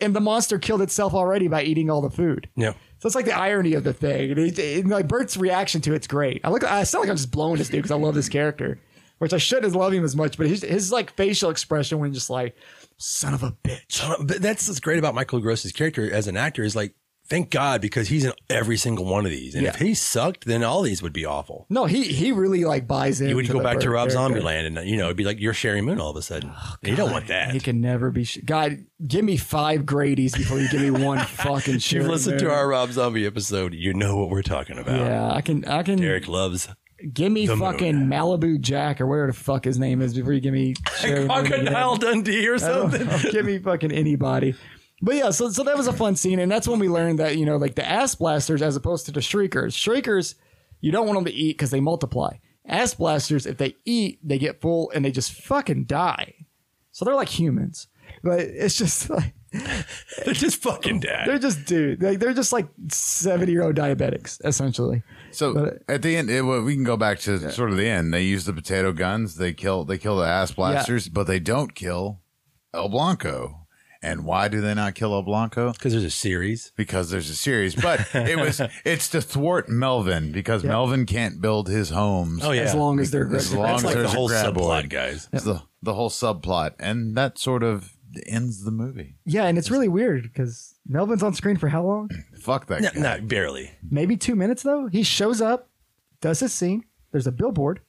S2: and the monster killed itself already by eating all the food.
S3: Yeah.
S2: So it's like the irony of the thing. And it, it- like Bert's reaction to it's great. I look, I sound like I'm just blowing this dude because I love this character, which I shouldn't love him as much. But his his like facial expression when just like, son of a bitch.
S3: Uh, but that's what's great about Michael Gross's character as an actor is like, thank God because he's in every single one of these. And if
S2: Yeah.
S3: he sucked, then all these would be awful.
S2: No, he he really like buys in.
S3: You would
S2: to
S3: go
S2: the
S3: back to
S2: Bert
S3: Rob
S2: character.
S3: Zombieland, and you know it'd be like you're Sherry Moon all of a sudden. you don't want that.
S2: He can never be. Sh- God, give me five Grady's before you give
S3: (laughs)
S2: me one fucking.
S3: If you've
S2: Sherry
S3: listened to
S2: Moon.
S3: our Rob Zombie episode, you know what we're talking about.
S2: Yeah, I can. I can.
S3: Derek loves.
S2: give me
S3: the
S2: fucking Malibu Jack or whatever the fuck his name is before you
S3: (laughs)
S2: give me. Sherry Moon again.
S3: Crocodile Dundee or something.
S2: (laughs) give me fucking anybody. But yeah, so so that was a fun scene, and that's when we learned that you know like the ass blasters as opposed to the shriekers. Shriekers, you don't want them to eat because they multiply. Ass blasters, if they eat, they get full and they just fucking die. So they're like humans, but it's just (laughs) like
S3: They're just fucking dead.
S2: they're just dude, like they're just like seventy year old diabetics essentially.
S4: So
S3: uh,
S4: at the end, it, well, we can go back to sort of the end. They use the potato guns. They kill. They kill the ass blasters, but they don't kill El Blanco. And why do they not kill El Blanco?
S3: Because there's a series.
S4: Because there's a
S3: (laughs)
S4: series, but it was it's to thwart Melvin because Melvin can't build his homes.
S3: Oh yeah.
S2: As long as they're
S4: as long
S3: That's
S4: as
S3: like the
S4: there's
S3: whole
S4: a
S3: subplot,
S4: grab board.
S3: guys.
S4: It's the the whole subplot, and that sort of ends the movie.
S2: yeah, and it's really weird because Melvin's on screen for how long?
S4: Fuck that.
S3: No,
S4: guy.
S3: not barely.
S2: maybe two minutes though. He shows up, does his scene. There's a billboard,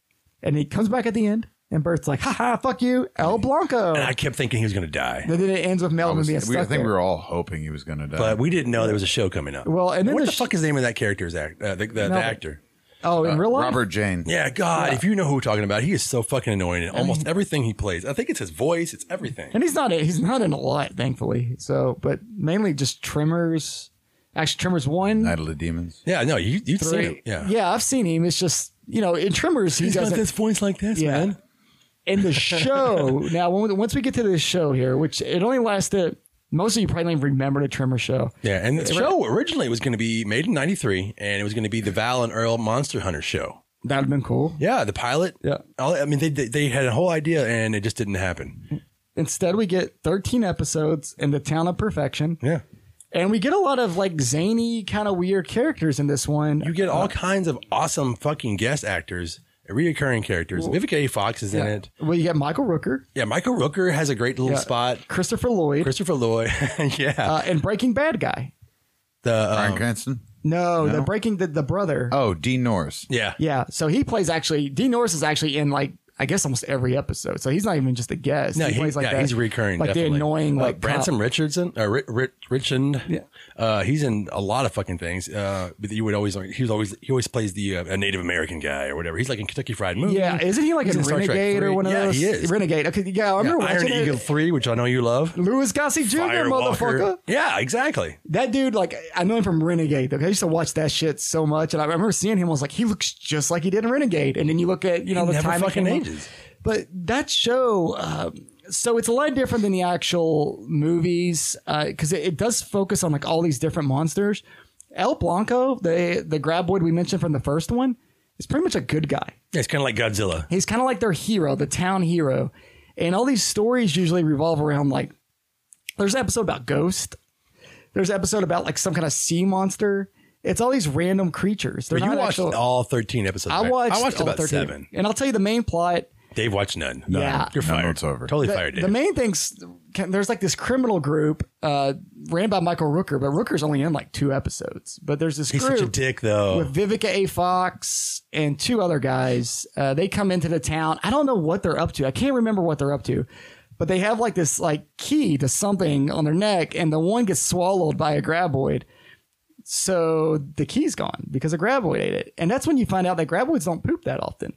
S2: and he comes back at the end. And Bert's like, "Ha ha, fuck you, El Blanco."
S3: And I
S2: And
S3: kept thinking he was going to die,
S2: then it ends with Melvin
S4: was-
S2: being
S4: we,
S2: stuck
S4: I think
S2: there.
S4: we were all hoping he was going to die.
S3: but we didn't know there was a show coming up.
S2: Well, and then
S3: what the
S2: there's-
S3: fuck is the name of that character's act? Uh, the, the, the
S2: Melvin.
S3: actor.
S2: oh, in real life,
S4: uh, Robert Jane.
S3: Yeah, God, if you know who we're talking about, he is so fucking annoying in almost everything he plays. I think it's his voice, it's everything.
S2: and he's not he's not in a lot, thankfully. So, but mainly just Tremors. Actually, Tremors one,
S4: Night of the Demons.
S3: Yeah, no, you you'd seen him.
S2: three.
S3: Yeah,
S2: I've seen him. It's just you know in Tremors he
S3: He's got
S2: doesn't.
S3: this voice like this,
S2: Yeah.
S3: man.
S2: in the show (laughs) now when, once we get to this show here, which it only lasted. Most of you probably don't even remember the Tremor show.
S3: Yeah, and the show originally was going to be made in '93, and it was going to be the Val and Earl Monster Hunter show.
S2: That'd have been cool.
S3: Yeah, the pilot.
S2: Yeah.
S3: all, I mean, they, they they had a whole idea, and it just didn't happen.
S2: Instead, we get 13 episodes in the town of perfection,
S3: Yeah,
S2: and we get a lot of like zany, kind of weird characters in this one.
S3: you get all kinds of awesome fucking guest actors, reoccurring characters. Vivica A. Fox is in it.
S2: well, you get Michael Rooker,
S3: Yeah, Michael Rooker has a great little
S2: uh,
S3: spot.
S2: Christopher Lloyd,
S3: Christopher Lloyd. (laughs) yeah,
S2: uh, and Breaking Bad guy.
S3: the
S4: Brian
S3: um,
S4: Cranston.
S2: No, the Breaking the, the brother.
S4: Oh, Dean Norris.
S3: yeah.
S2: Yeah, so he plays actually. Dean Norris is actually in like I guess almost every episode. So he's not even just a guest.
S3: No,
S2: he,
S3: he-
S2: plays like
S3: yeah,
S2: that.
S3: he's recurring.
S2: like
S3: definitely.
S2: the annoying
S3: Uh,
S2: like
S3: Branson Richardson, uh, Rich, Rich, Richand.
S2: Yeah.
S3: uh, he's in a lot of fucking things. Uh, but you would always he was always he always plays the uh, a Native American guy or whatever. He's like in Kentucky Fried
S2: cop.
S3: Movie.
S2: Yeah, isn't he like
S3: He's
S2: a
S3: in Star Trek
S2: renegade or
S3: three.
S2: one of
S3: Yeah,
S2: those?
S3: he is.
S2: Renegade. Okay, yeah, I remember
S3: Yeah, Iron
S2: watching it.
S3: Eagle three, which I know you love.
S2: Louis Gossett Jr. motherfucker.
S3: Firewalker. Yeah, exactly.
S2: That dude, like, I know him from Renegade. Okay, I used to watch that shit so much, and I remember seeing him. I was like, he looks just like he did in Renegade. And then you look at, you know,
S3: He
S2: the
S3: never
S2: time it
S3: fucking
S2: came out.
S3: ages.
S2: But that show, uh, so it's a lot different than the actual movies because it, it does focus on like all these different monsters. El Blanco, the the graboid we mentioned from the first one, is pretty much a good guy.
S3: Yeah, it's kind of like Godzilla.
S2: He's kind of like their hero, the town hero. And all these stories usually revolve around like there's an episode about ghost. There's an episode about like some kind of sea monster. It's all these random creatures. They're
S3: But you
S2: not
S3: watched
S2: actual-
S3: all thirteen episodes.
S2: I
S3: right?
S2: watched,
S3: I watched
S2: all
S3: about
S2: 13.
S3: seven.
S2: And I'll tell you the main plot.
S3: Dave watched none.
S2: Yeah.
S3: you're
S4: No,
S3: fired.
S4: it's over.
S3: Totally
S2: The,
S3: fired.
S2: the
S3: Dave.
S2: main thing's there's like this criminal group uh, ran by Michael Rooker, but Rooker's only in like two episodes. But there's this
S3: He's
S2: group
S3: such a dick, though.
S2: with Vivica A. Fox and two other guys. Uh, they come into the town. I don't know what they're up to. I can't remember what they're up to, but they have like this like key to something on their neck, and the one gets swallowed by a graboid. So the key's gone because a graboid ate it, and that's when you find out that graboids don't poop that often.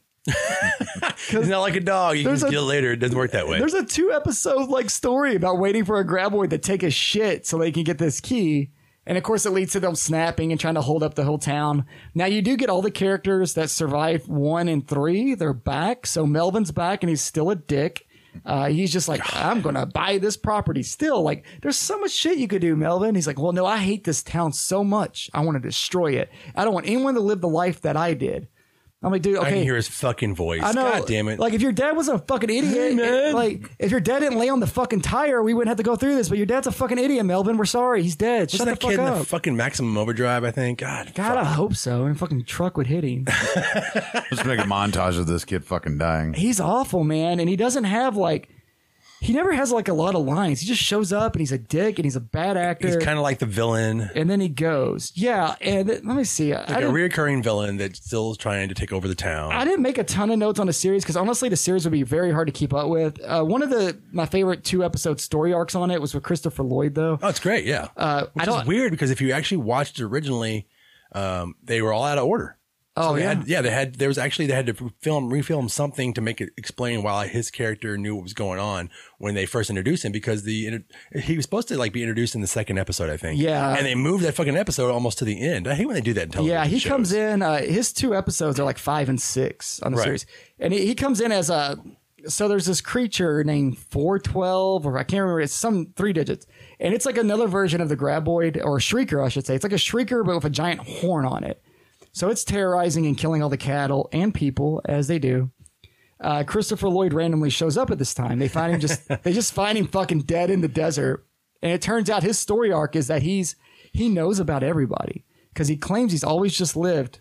S3: He's not like a dog. You can
S2: There's
S3: just
S2: a-
S3: get it later. It doesn't work that way.
S2: There's a two episode like story about waiting for a graboid to take a shit so they can get this key. And of course, it leads to them snapping and trying to hold up the whole town. Now, you do get all the characters that survived one and three. They're back. So Melvin's back and he's still a dick. Uh, he's just like, I'm going to buy this property still. Like, there's so much shit you could do, Melvin. He's like, Well, no, I hate this town so much. I want to destroy it. I don't want anyone to live the life that I did. I'm like, dude, okay.
S3: I can hear his fucking voice.
S2: I know.
S3: God damn it.
S2: Like, if your dad was a fucking idiot,
S3: man.
S2: like, if your dad didn't lay on the fucking tire, we wouldn't have to go through this. But your dad's a fucking idiot, Melvin. We're sorry. He's dead. Shut
S3: Wasn't
S2: the
S3: that kid
S2: fuck
S3: in
S2: up.
S3: the fucking maximum overdrive, I think. God.
S2: God, I hope so. And a fucking truck would
S3: (laughs)
S2: hit him.
S4: Let's make a montage of this kid fucking dying.
S2: he's awful, man. And he doesn't have, like, he never has, like, a lot of lines. He just shows up and he's a dick and he's a bad actor.
S3: He's kind of like the villain.
S2: and then he goes. Yeah. And th- let me see. I- I
S3: Like a
S2: didn't-
S3: reoccurring villain that's still trying to take over the town.
S2: I didn't make a ton of notes on the series because honestly, the series would be very hard to keep up with. Uh, one of the my favorite two episode story arcs on it was with Christopher Lloyd, though.
S3: oh, it's great. Yeah. Uh, Which
S2: I
S3: is
S2: don't-
S3: weird because if you actually watched it originally, um, they were all out of order.
S2: Oh,
S3: they
S2: yeah.
S3: Had, yeah. They had, there was actually, they had to film, refilm something to make it explain why his character knew what was going on when they first introduced him because the, inter- he was supposed to like be introduced in the second episode, I think.
S2: Yeah.
S3: And they moved that fucking episode almost to the end. I hate when they do that in television.
S2: Yeah, he
S3: shows.
S2: comes in. Uh, his two episodes are like five and six on the
S3: Right.
S2: series, and he, he comes in as a. So there's this creature named 412, or I can't remember. It's some three digits, and it's like another version of the graboid or shrieker, I should say. It's like a shrieker, but with a giant horn on it. So it's terrorizing and killing all the cattle and people as they do. Uh, Christopher Lloyd randomly shows up at this time. They find him just they just find him fucking dead in the desert. And it turns out his story arc is that he's he knows about everybody because he claims he's always just lived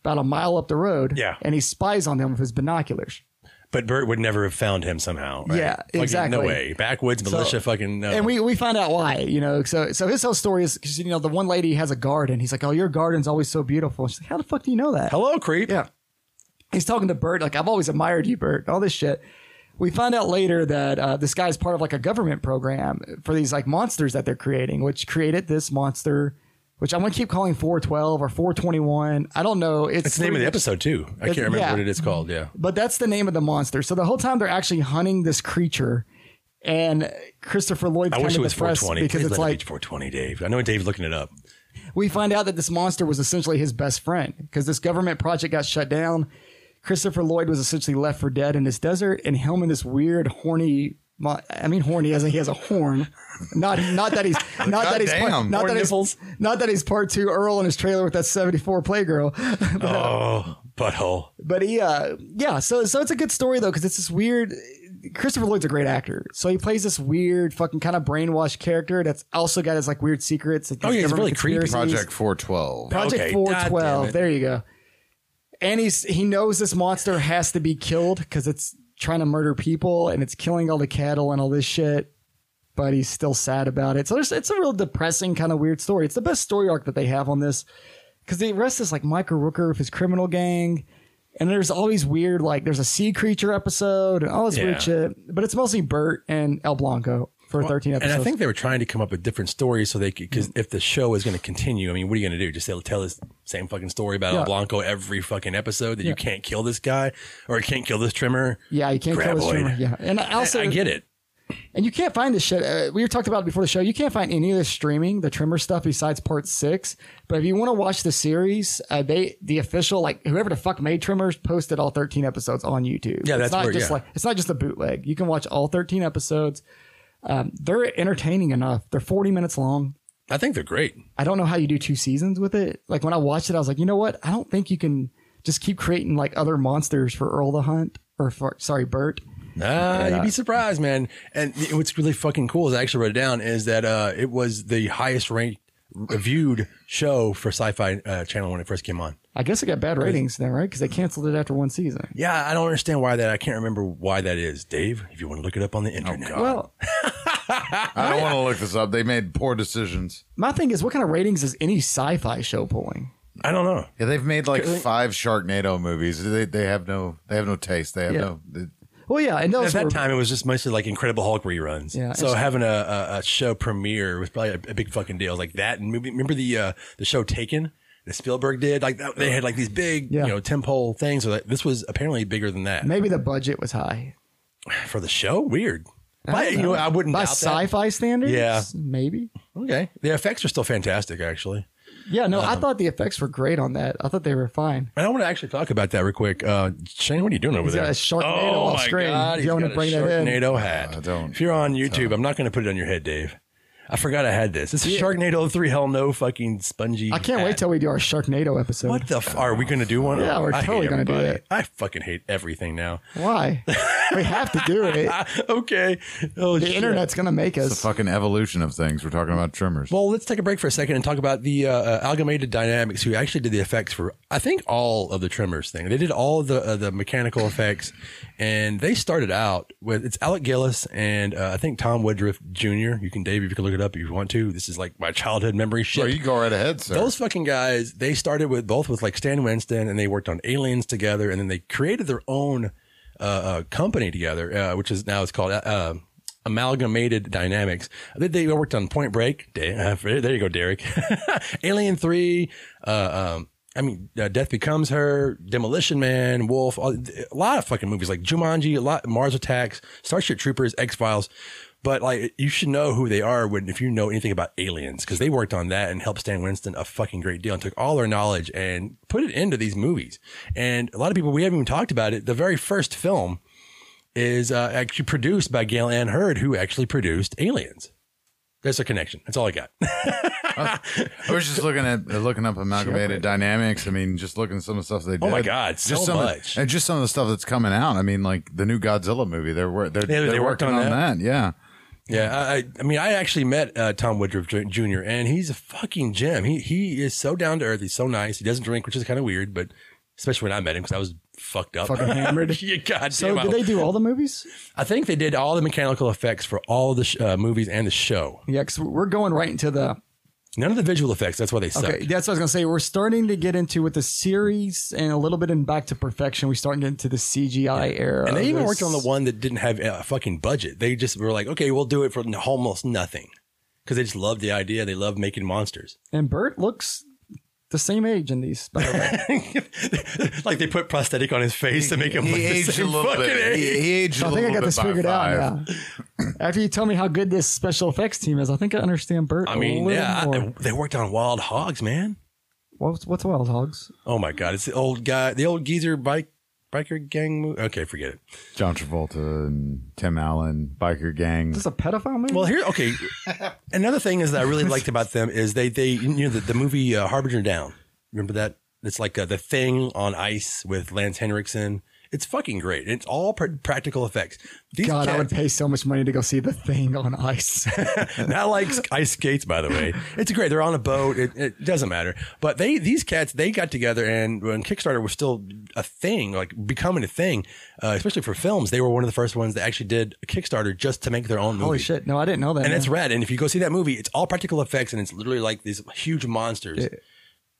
S2: about a mile up the road.
S3: Yeah.
S2: and he spies on them with his binoculars.
S3: But Bert would never have found him somehow. Right?
S2: Yeah,
S3: Fucking
S2: exactly.
S3: No way. Backwoods militia. fucking no.
S2: and we we find out why, you know. So so his whole story is because you know the one lady has a garden. He's like, oh, your garden's always so beautiful. She's like, how the fuck do you know that?
S3: hello, creep.
S2: Yeah. He's talking to Bert, like, I've always admired you, Bert, all this shit. We find out later that uh, this guy's part of like a government program for these like monsters that they're creating, which created this monster, which I'm going to keep calling 412 or 421. I don't know. It's,
S3: It's the name of the episode too. I can't remember
S2: yeah.
S3: what it is called. Yeah.
S2: But that's the name of the monster. So the whole time they're actually hunting this creature. And Christopher Lloyd.
S3: I
S2: kind
S3: wish
S2: of
S3: it was
S2: depressed
S3: 420
S2: because
S3: Please
S2: it's
S3: let it
S2: like
S3: be 420, Dave. I know Dave's looking it up.
S2: we find out that this monster was essentially his best friend because this government project got shut down. Christopher Lloyd was essentially left for dead in this desert, and him and this weird horny. mo- I mean, horny as in he has a horn. Not not that he's not that he's part,
S4: Goddamn,
S2: not
S4: horn
S2: that he's, not that he's part two Earl in his trailer with that seventy four playgirl. (laughs)
S3: Oh, butthole.
S2: But he, uh, yeah, so so it's a good story though because it's this weird. Christopher Lloyd's a great actor, so he plays this weird fucking kind of brainwashed character that's also got his like weird secrets. and
S3: Oh, yeah, he's
S2: government
S3: really creepy.
S2: conspiracies.
S4: Project 412.
S2: Project
S3: Okay, God damn
S2: 412.
S3: it.
S2: There you go. And he's he knows this monster has to be killed because it's trying to murder people and it's killing all the cattle and all this shit. But he's still sad about it. So there's, it's a real depressing kind of weird story. It's the best story arc that they have on this because the rest is like Michael Rooker with his criminal gang. And there's all these weird, like, there's a sea creature episode and all this
S3: Yeah.
S2: weird shit. But it's mostly Bert and El Blanco for 13 episodes. Mm.
S3: And I think they were trying to come up with different stories so they could, because if the show is going to continue, I mean, what are you going to do? Just tell, tell this same fucking story about El
S2: Yeah.
S3: Blanco every fucking episode that you can't kill this guy or you can't kill this trimmer?
S2: yeah, you can't kill this
S3: Graboid.
S2: streamer. Yeah. And I also,
S3: I get it.
S2: And you can't find this shit. Uh, we were talked about it before the show. You can't find any of the streaming, the Trimmer stuff, besides part six. But if you want to watch the series, uh, they the official like whoever the fuck made Trimmers posted all thirteen episodes on YouTube.
S3: Yeah, that's
S2: it's not
S3: where-
S2: just
S3: yeah.
S2: like it's not just a bootleg. You can watch all thirteen episodes. Um, they're entertaining enough. They're forty minutes long.
S3: I think they're great.
S2: I don't know how you do two seasons with it. Like when I watched it, I was like, you know what? I don't think you can just keep creating like other monsters for Earl the Hunt or for sorry Bert.
S3: Ah, you'd be surprised, man. And y- what's really fucking cool is I actually wrote it down is that uh, it was the highest ranked reviewed show for Sci-Fi uh, Channel when it first came on.
S2: I guess it got bad ratings then, right? Because they canceled it after one season.
S3: Yeah, I don't understand why that. I can't remember why that is, Dave. If you want to look it up on the internet,
S2: Oh, Well,
S4: I
S2: (laughs)
S4: don't want to look this up. They made poor decisions.
S2: my thing is, what kind of ratings is any sci-fi show pulling?
S3: I don't know.
S4: Yeah, they've made like five Sharknado movies. They they have no they have no taste. They have
S2: Yeah.
S4: no. They,
S2: Well, yeah, and
S3: At
S2: those were,
S3: that time, it was just mostly like Incredible Hulk reruns.
S2: Yeah,
S3: so
S2: it's-
S3: having a, a, a show premiere was probably a, a big fucking deal. Like that, and movie, remember the uh, the show Taken that Spielberg did. Like that, they had like these big,
S2: Yeah.
S3: you know, tentpole things. So that, this was apparently bigger than that
S2: maybe the budget was high
S3: for the show. Weird, but you know, I wouldn't
S2: by
S3: doubt that.
S2: sci-fi standards.
S3: Yeah.
S2: maybe.
S3: Okay, the effects are still fantastic, actually.
S2: Yeah, no,
S3: Uh-huh.
S2: I thought the effects were great on that. I thought they were fine.
S3: And I want to actually talk about that real quick. Uh, Shane, what are you doing over
S2: He's
S3: there?
S2: got a Sharknado
S3: oh
S2: off
S3: my
S2: screen.
S3: God,
S2: If
S3: he's
S2: you wanna
S3: got a
S2: bring that in.
S3: Sharknado hat.
S4: I don't.
S3: If you're on YouTube, I'm not going to put it on your head, Dave. I forgot I had this. It's a Sharknado 3 hell no fucking spongy.
S2: I can't wait
S3: hat.
S2: till we do our Sharknado episode.
S3: What the f- are we going to do one?
S2: Yeah, we're
S3: I hate
S2: totally gonna do
S3: everybody.
S2: it.
S3: I fucking hate everything now. (laughs)
S2: Why? we have to do it.
S3: okay. Oh,
S2: The
S3: shit.
S2: internet's gonna make
S4: the
S2: us.
S4: fucking evolution of things. We're talking about trimmers.
S3: Well, let's take a break for a second and talk about the uh, uh, Amalgamated Dynamics, who actually did the effects for I think all of the Tremors thing. They did all the uh, the mechanical effects, and they started out with it's Alec Gillis and uh, I think Tom Woodruff Jr. You can Dave, if you can look it up if you want to. This is like my childhood memory shit.
S4: so you go right ahead, sir.
S3: Those fucking guys, they started with both with like Stan Winston and they worked on Aliens together and then they created their own uh, uh, company together, uh, which is now it's called uh, uh, Amalgamated Dynamics. They, they worked on Point Break. Da- uh, there you go, Derek. (laughs) Alien 3. Uh, um, I mean, uh, Death Becomes Her, Demolition Man, Wolf, all, a lot of fucking movies like Jumanji, a lot Mars Attacks, Starship Troopers, X Files. But like, you should know who they are when if you know anything about aliens, because they worked on that and helped Stan Winston a fucking great deal and took all their knowledge and put it into these movies. And a lot of people we haven't even talked about it. The very first film is uh, actually produced by Gail Ann Hurd, who actually produced Aliens. That's a connection. That's all I got. (laughs)
S4: I was just looking at uh, looking up amalgamated dynamics. I mean, just looking at some of the stuff they did.
S3: Oh my God, so
S4: just some of-
S3: much.
S4: and just some of the stuff that's coming out. I mean, like the new Godzilla movie. They're wor- they're,
S3: Yeah,
S4: they're
S3: they worked
S4: working
S3: on
S4: on that. Yeah,
S3: Yeah, I, I- I mean, I actually met uh, Tom Woodruff Jr- Jr. and he's a fucking gem. He he is so down to earth. He's so nice. He doesn't drink, which is kind of weird, but especially when I met him because I was fucked up, (laughs)
S2: Fucking hammered.
S3: yeah, goddamn.
S2: So
S3: I-
S2: did they do all the movies?
S3: I think they did all the mechanical effects for all the sh- uh, movies and the show.
S2: Yeah, because we're going right into the
S3: None of the visual effects. That's why they suck.
S2: Okay, that's what I was gonna say. We're starting to get into with the series and a little bit in Back to Perfection. We're starting to get into the CGI era.
S3: And they even
S2: There's-
S3: worked on the one that didn't have a fucking budget. They just were like, okay, we'll do it for n- almost nothing because they just love the idea. They love making monsters. (laughs)
S2: And Bert looks the same age in these. By the
S3: (laughs)
S2: way.
S3: like they put prosthetic on his face to make him look
S4: he
S3: the
S4: aged a
S3: same
S4: little
S3: fucking
S4: bit.
S3: age.
S4: He, he aged a
S2: I
S4: little
S2: think I
S4: bit.
S2: got this
S4: by
S2: figured out
S4: five.
S2: now.
S3: (clears throat)
S2: After you tell me how good this special effects team is, I think I understand Bert.
S3: I mean,
S2: a little
S3: yeah,
S2: more.
S3: I- they worked on Wild Hogs, man.
S2: what's what's Wild Hogs?
S3: Oh my God, it's the old guy, the old geezer bike biker gang. Mo- okay, forget it.
S4: John Travolta and Tim Allen, biker gang.
S2: Is this a pedophile movie?
S3: Well, here, okay. Another thing is that I really liked about them is they they you know the, the movie uh, Harbinger Down. Remember that? It's like uh, the thing on ice with Lance Henriksen. It's fucking great. It's all pr- practical effects. These
S2: God, I would
S3: cats-
S2: pay so much money to go see the thing on ice. (laughs)
S3: not like ice skates, by the way. It's great. They're on a boat. It, it doesn't matter. But they these cats they got together and when Kickstarter was still a thing, like becoming a thing, uh, especially for films, they were one of the first ones that actually did a Kickstarter just to make their own movie. (laughs)
S2: Holy shit! No, I didn't know that.
S3: And it's
S2: man.
S3: rad. And if you go see that movie, it's all practical effects and it's literally like these huge monsters.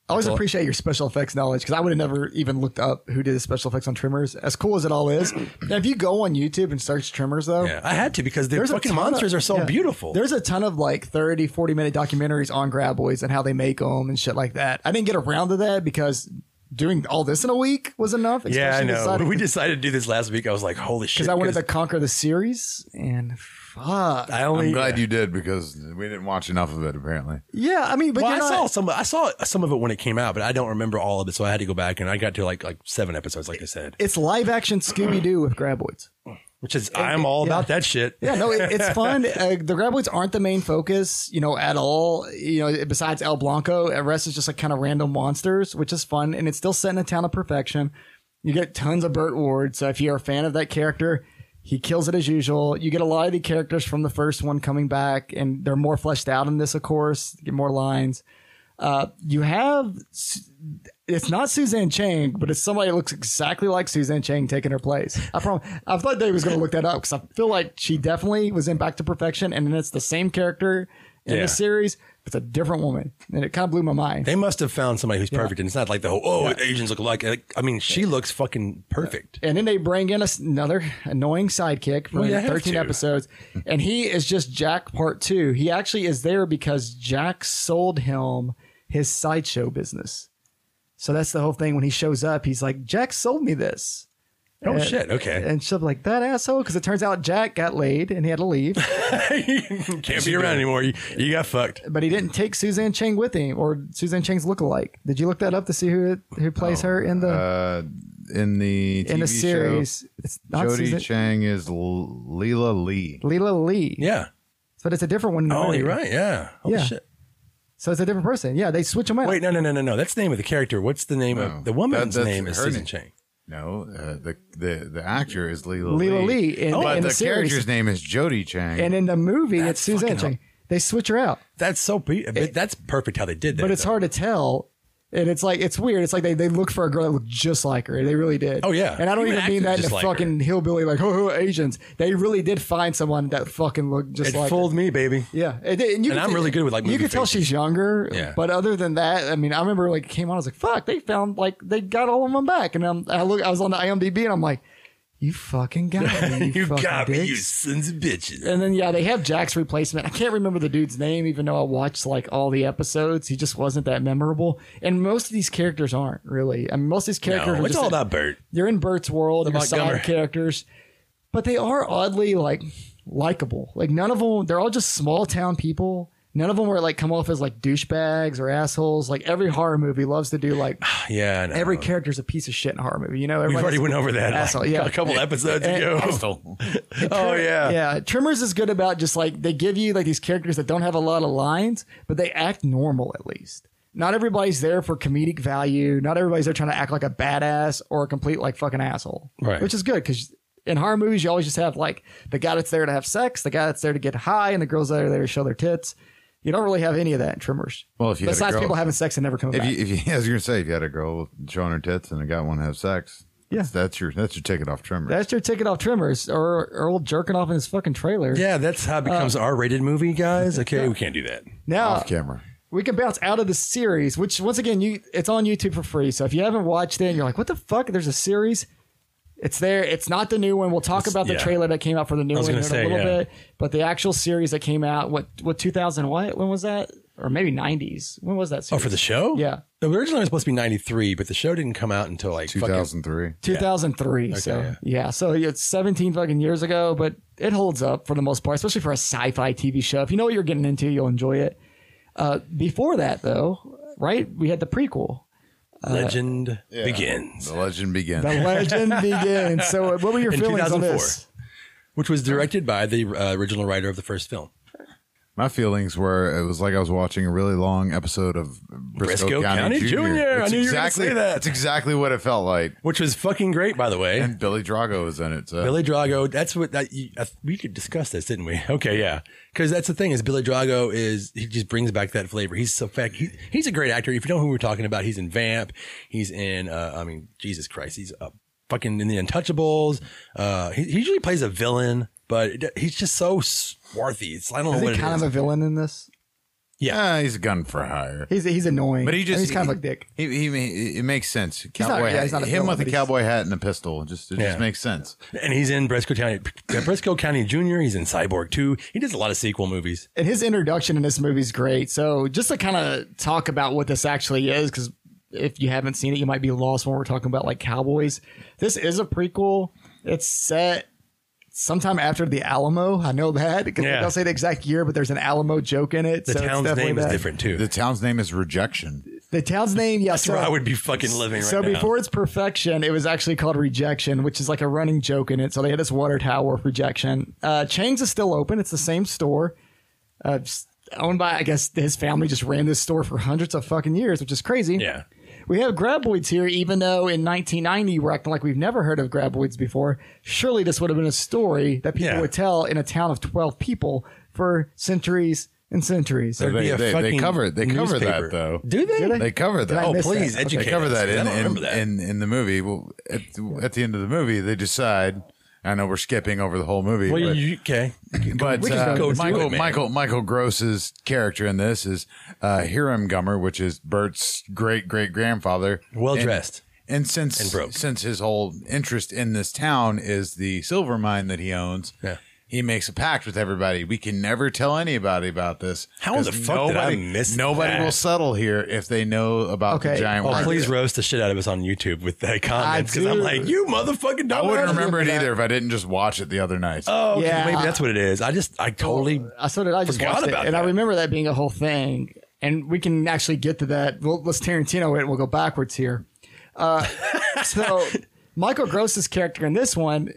S2: I always
S3: That's all-
S2: appreciate your special effects knowledge because I would have never even looked up who did the special effects on Tremors. As cool as it all is, (clears throat) now if you go on YouTube and search Tremors, though,
S3: Yeah, I had to because the
S2: there's a
S3: fucking
S2: ton of-
S3: monsters are so
S2: yeah.
S3: beautiful.
S2: There's a ton of like 30, 40 minute documentaries on Graboids and how they make them and shit like that. I didn't get around to that because doing all this in a week was enough.
S3: yeah, I
S2: especially
S3: know.
S2: the side-
S3: When we decided to do this last week, I was like, holy shit.
S2: because I wanted to conquer the series and fuck.
S3: I only.
S4: I'm glad you did because we didn't watch enough of it apparently.
S2: yeah, I mean, but
S3: Well, I
S2: you're
S3: saw
S2: not,
S3: some. I saw some of it when it came out, but I don't remember all of it. So I had to go back, and I got to like like seven episodes, like I said,
S2: it's live action Scooby Doo with Graboids.
S3: which is I'm all about that shit.
S2: Yeah, no, it, it's fun. Uh, the Graboids aren't the main focus, you know, at all. You know, besides El Blanco, the rest is just like kind of random monsters, which is fun, and it's still set in a town of perfection. You get tons of Burt Ward, so if you're a fan of that character, he kills it as usual. You get a lot of the characters from the first one coming back, and they're more fleshed out in this, of course. Get more lines. Uh, you have s- it's not Suzanne Chang, but it's somebody that looks exactly like Suzanne Chang taking her place. I prom- I thought Dave was going to look that up because I feel like she definitely was in Back to Perfection, and then it's the same character in
S3: Yeah.
S2: the series. It's a different woman, and it kind of blew my mind.
S3: They must have found somebody who's perfect, and it's not like the whole oh Asians look alike. Like, I mean, she looks fucking perfect.
S2: and then they bring in a, another annoying sidekick for
S3: Well, you Oh, have
S2: 13
S3: to.
S2: episodes and he is just jack part two he actually is there because jack sold him his sideshow business so that's the whole thing when he shows up he's like jack sold me this
S3: Oh
S2: And-
S3: shit! Okay,
S2: and she'll be like that asshole because it turns out jack got laid and he had to leave
S3: (laughs) can't be around anymore. You, you got fucked.
S2: but he
S3: (laughs)
S2: didn't take suzanne chang with him or suzanne chang's lookalike did you look that up to see who it, who plays
S3: Oh,
S2: her in the
S4: Uh, in the TV
S2: in the
S4: show,
S2: series it's not
S4: Jody
S2: suzanne
S4: Chang is L- Leela Lee.
S2: Leela Lee.
S3: Yeah.
S2: But it's a different one. in the
S3: Oh,
S2: movie.
S3: you're right. Yeah. Holy
S2: Yeah.
S3: shit.
S2: So it's a different person. Yeah, they switch them out.
S3: Wait, no, no, no, no, no. That's the name of the character. What's the name
S4: No.
S3: of the woman's
S4: That- that's
S3: name? Is
S4: her
S3: Susan
S4: name.
S3: Chang.
S4: No, uh, the the the actor is Leela
S2: Leela Lee
S4: Lee.
S2: in-
S4: but
S2: in
S4: the,
S2: the series.
S4: character's name is Jody Chang.
S2: And in the movie,
S3: That's
S2: it's
S3: fucking
S2: Suzanne Chang. They switch her out,
S3: That's so. Pe- but that's perfect how they did that.
S2: but it's
S3: though.
S2: hard to tell. And it's like it's weird. It's like they, they look for a girl that looked just like her. They really did.
S3: Oh, yeah.
S2: And I don't
S3: Even
S2: even,
S3: acted
S2: mean that in a
S3: just like her.
S2: fucking hillbilly like (laughs) oh, oh Asians. They really did find someone that fucking looked just
S3: It
S2: like. her.
S3: fooled me, baby.
S2: Yeah, and, and, you
S3: And
S2: could
S3: I'm
S2: t-
S3: really good with, like,
S2: you
S3: movie
S2: could tell
S3: faces.
S2: she's younger.
S3: Yeah.
S2: But other than that, I mean, I remember like it came on. I was like, "Fuck!" They found like they got all of them back, and I'm, I look. I was on the IMDb, and I'm like, "You fucking got me! You,
S3: (laughs) You
S2: fucking
S3: got me, you
S2: dicks."
S3: sons of bitches.
S2: and then yeah, they have Jack's replacement. I can't remember the dude's name, even though I watched like all the episodes. He just wasn't that memorable, and most of these characters aren't really. I mean, most of these characters.
S3: No,
S2: are
S3: it's
S2: just
S3: all about Bert.
S2: You're in Bert's world. You're
S3: Montgomery.
S2: side characters, but they are oddly like likable. Like none of them. They're all just small town people. None of them are like come off as like douchebags or assholes. Like every horror movie loves to
S3: (sighs)
S2: do like
S3: Yeah, I know.
S2: every character's a piece of shit in a horror movie. You know,
S3: We've
S2: everybody
S3: already went over that like,
S2: Asshole,
S3: (laughs)
S2: yeah. Eh,
S3: a couple episodes ago. (laughs) oh yeah.
S2: Yeah, Tremors is good about just like they give you like these characters that don't have a lot of lines, but they act normal at least. Not everybody's there for comedic value. Not everybody's there trying to act like a badass or a complete like fucking asshole.
S3: Right.
S2: Which is good because in horror movies you always just have like the guy that's there to have sex, the guy that's there to get high, and the girls that are there to show their tits. You don't really have any of that in Tremors.
S4: Well, if you had a
S2: besides
S4: girl-
S2: people having sex and never coming
S4: if
S2: back.
S4: you, if you, (laughs) I was gonna say, if you had a girl showing her tits and a guy wanted to have sex,
S2: Yeah.
S4: that's, that's your that's your ticket off trimmer.
S2: that's your ticket off Tremors or Earl jerking off in his fucking trailer.
S3: Yeah, that's how it
S2: Uh,
S3: becomes R-rated movie, guys. Okay, we can't do that.
S2: Now
S4: off camera.
S2: we can bounce out of the series, which once again, you it's on YouTube for free. So if you haven't watched it and you're like, what the fuck? There's a series. It's there. It's not the new one. We'll talk about the
S3: yeah.
S2: trailer that came out for the new
S3: was
S2: one in
S3: gonna say,
S2: a little
S3: yeah.
S2: bit, but the actual series that came out, what what 2000? What when was that? Or maybe 90s? When was that?
S3: Oh,
S2: Series?
S3: for the show?
S2: Yeah.
S3: The original was supposed to be 93, but the show didn't come out until like
S4: Two
S3: fucking
S4: thousand three.
S2: 2003. so
S3: yeah.
S2: yeah. so it's 17 fucking years ago, but it holds up for the most part, especially for a sci-fi TV show. If you know what you're getting into, you'll enjoy it. Uh, before that, though, right? We had the prequel.
S3: Legend
S4: The
S3: Begins,
S4: legend begins.
S2: The legend
S3: (laughs)
S2: begins. So, uh, what were your
S3: In
S2: feelings on
S3: 2004.
S2: this?
S3: which was directed by the uh, original writer of the first film.
S4: My feelings were it was like I was watching a really long episode of Briscoe,
S3: Briscoe County
S4: Jr.
S3: Jr.. I knew
S4: It's
S3: you were gonna
S4: exactly
S3: say that.
S4: It's exactly what it felt like.
S3: Which was fucking great, by the way.
S4: And Billy Drago was in it.
S2: uh,
S4: So.
S3: Billy Drago. That's what that you, I, we could discuss this, didn't we? (laughs) Okay, yeah. Because that's the thing is Billy Drago is he just brings back that flavor. He's so fact he, he's a great actor. If you know who we're talking about, he's in Vamp. He's in uh, I mean Jesus Christ, he's uh, fucking in the Untouchables. Uh, he, he usually plays a villain, but it, he's just so swarthy. It's I don't know
S2: Is
S3: what
S2: he kind
S3: it is.
S2: of a villain in this?
S4: Yeah, he's a gun for hire.
S2: He's he's annoying,
S4: But he just
S2: and he's kind of a dick.
S4: He, he, he- it makes sense.
S2: not-
S4: Cowboy
S2: yeah,
S4: hat,
S2: he's not a
S4: him
S2: villain,
S4: with
S2: but
S4: a
S2: he's-
S4: cowboy hat and a pistol. Just it
S3: Yeah.
S4: just makes sense.
S3: And he's in Bresco County, Bresco County Jr. He's in Cyborg 2. He does a lot of sequel movies.
S2: And his introduction in this movie is great. So just to kind of talk about what this actually is, because if you haven't seen it, you might be lost when we're talking about like cowboys. This is a prequel. It's set sometime after the Alamo. I know that because
S3: Yeah.
S2: they don't say the exact year, but there's an Alamo joke in it.
S3: The
S2: so it's
S3: town's
S2: definitely
S3: name is
S2: that.
S3: different too.
S4: The town's name is Rejection.
S2: The town's name, yes.
S3: That's (laughs) where I would be fucking living right
S2: so
S3: now.
S2: before it's perfection, it was actually called rejection, which is like a running joke in it. So they had this water tower of rejection. Uh, Chains is still open. It's the same store, uh, s- owned by I guess his family just ran this store for hundreds of fucking years, which is crazy.
S3: yeah.
S2: We have graboids here, even though in 1990 we're acting like we've never heard of graboids before. Surely this would have been a story that people
S3: Yeah.
S2: would tell in a town of 12 people for centuries and centuries.
S3: There'd be
S4: They,
S3: a
S4: they, they
S3: fucking
S4: cover it. They cover
S3: newspaper.
S4: that though.
S3: Do they?
S2: Did I?
S4: They cover
S2: Did I
S4: that.
S2: miss
S3: Oh, please,
S2: that?
S3: educate
S4: they cover
S3: us,
S4: that
S3: because I
S4: in
S3: don't remember
S4: in,
S3: that.
S4: in in the movie. Well, at, at the end of the movie, they decide. I know we're skipping over the whole movie,
S3: Well,
S4: but,
S3: you, okay.
S4: but
S2: we just
S4: uh,
S2: go
S3: do
S4: Michael
S3: it, man.
S4: Michael Michael Gross's character in this is uh, Hiram Gummer, which is Bert's great great grandfather.
S3: Well dressed.
S4: And since
S3: And broke.
S4: since his whole interest in this town is the silver mine that he owns,
S3: Yeah.
S4: he makes a pact with everybody. We can never tell anybody about this.
S3: How in the
S4: 'cause
S3: fuck did I miss
S4: Nobody
S3: that?
S4: will settle here if they know about the
S2: Okay.
S4: giant.
S3: Oh,
S4: worm.
S3: please roast the shit out of us on YouTube with that comments because I'm
S2: do.
S3: like, you motherfucking
S4: I
S3: don't
S4: wouldn't remember it either if I didn't just watch it the other night.
S3: Oh, okay,
S2: Yeah.
S3: maybe that's what it is. I just, I totally.
S2: I Uh, so did I just
S3: Forgot
S2: watched it,
S3: about
S2: and I
S3: that.
S2: remember that being a whole thing. And we can actually get to that. Well, let's Tarantino it. We'll go backwards here.
S3: (laughs)
S2: Uh, so Michael Gross's character in this one,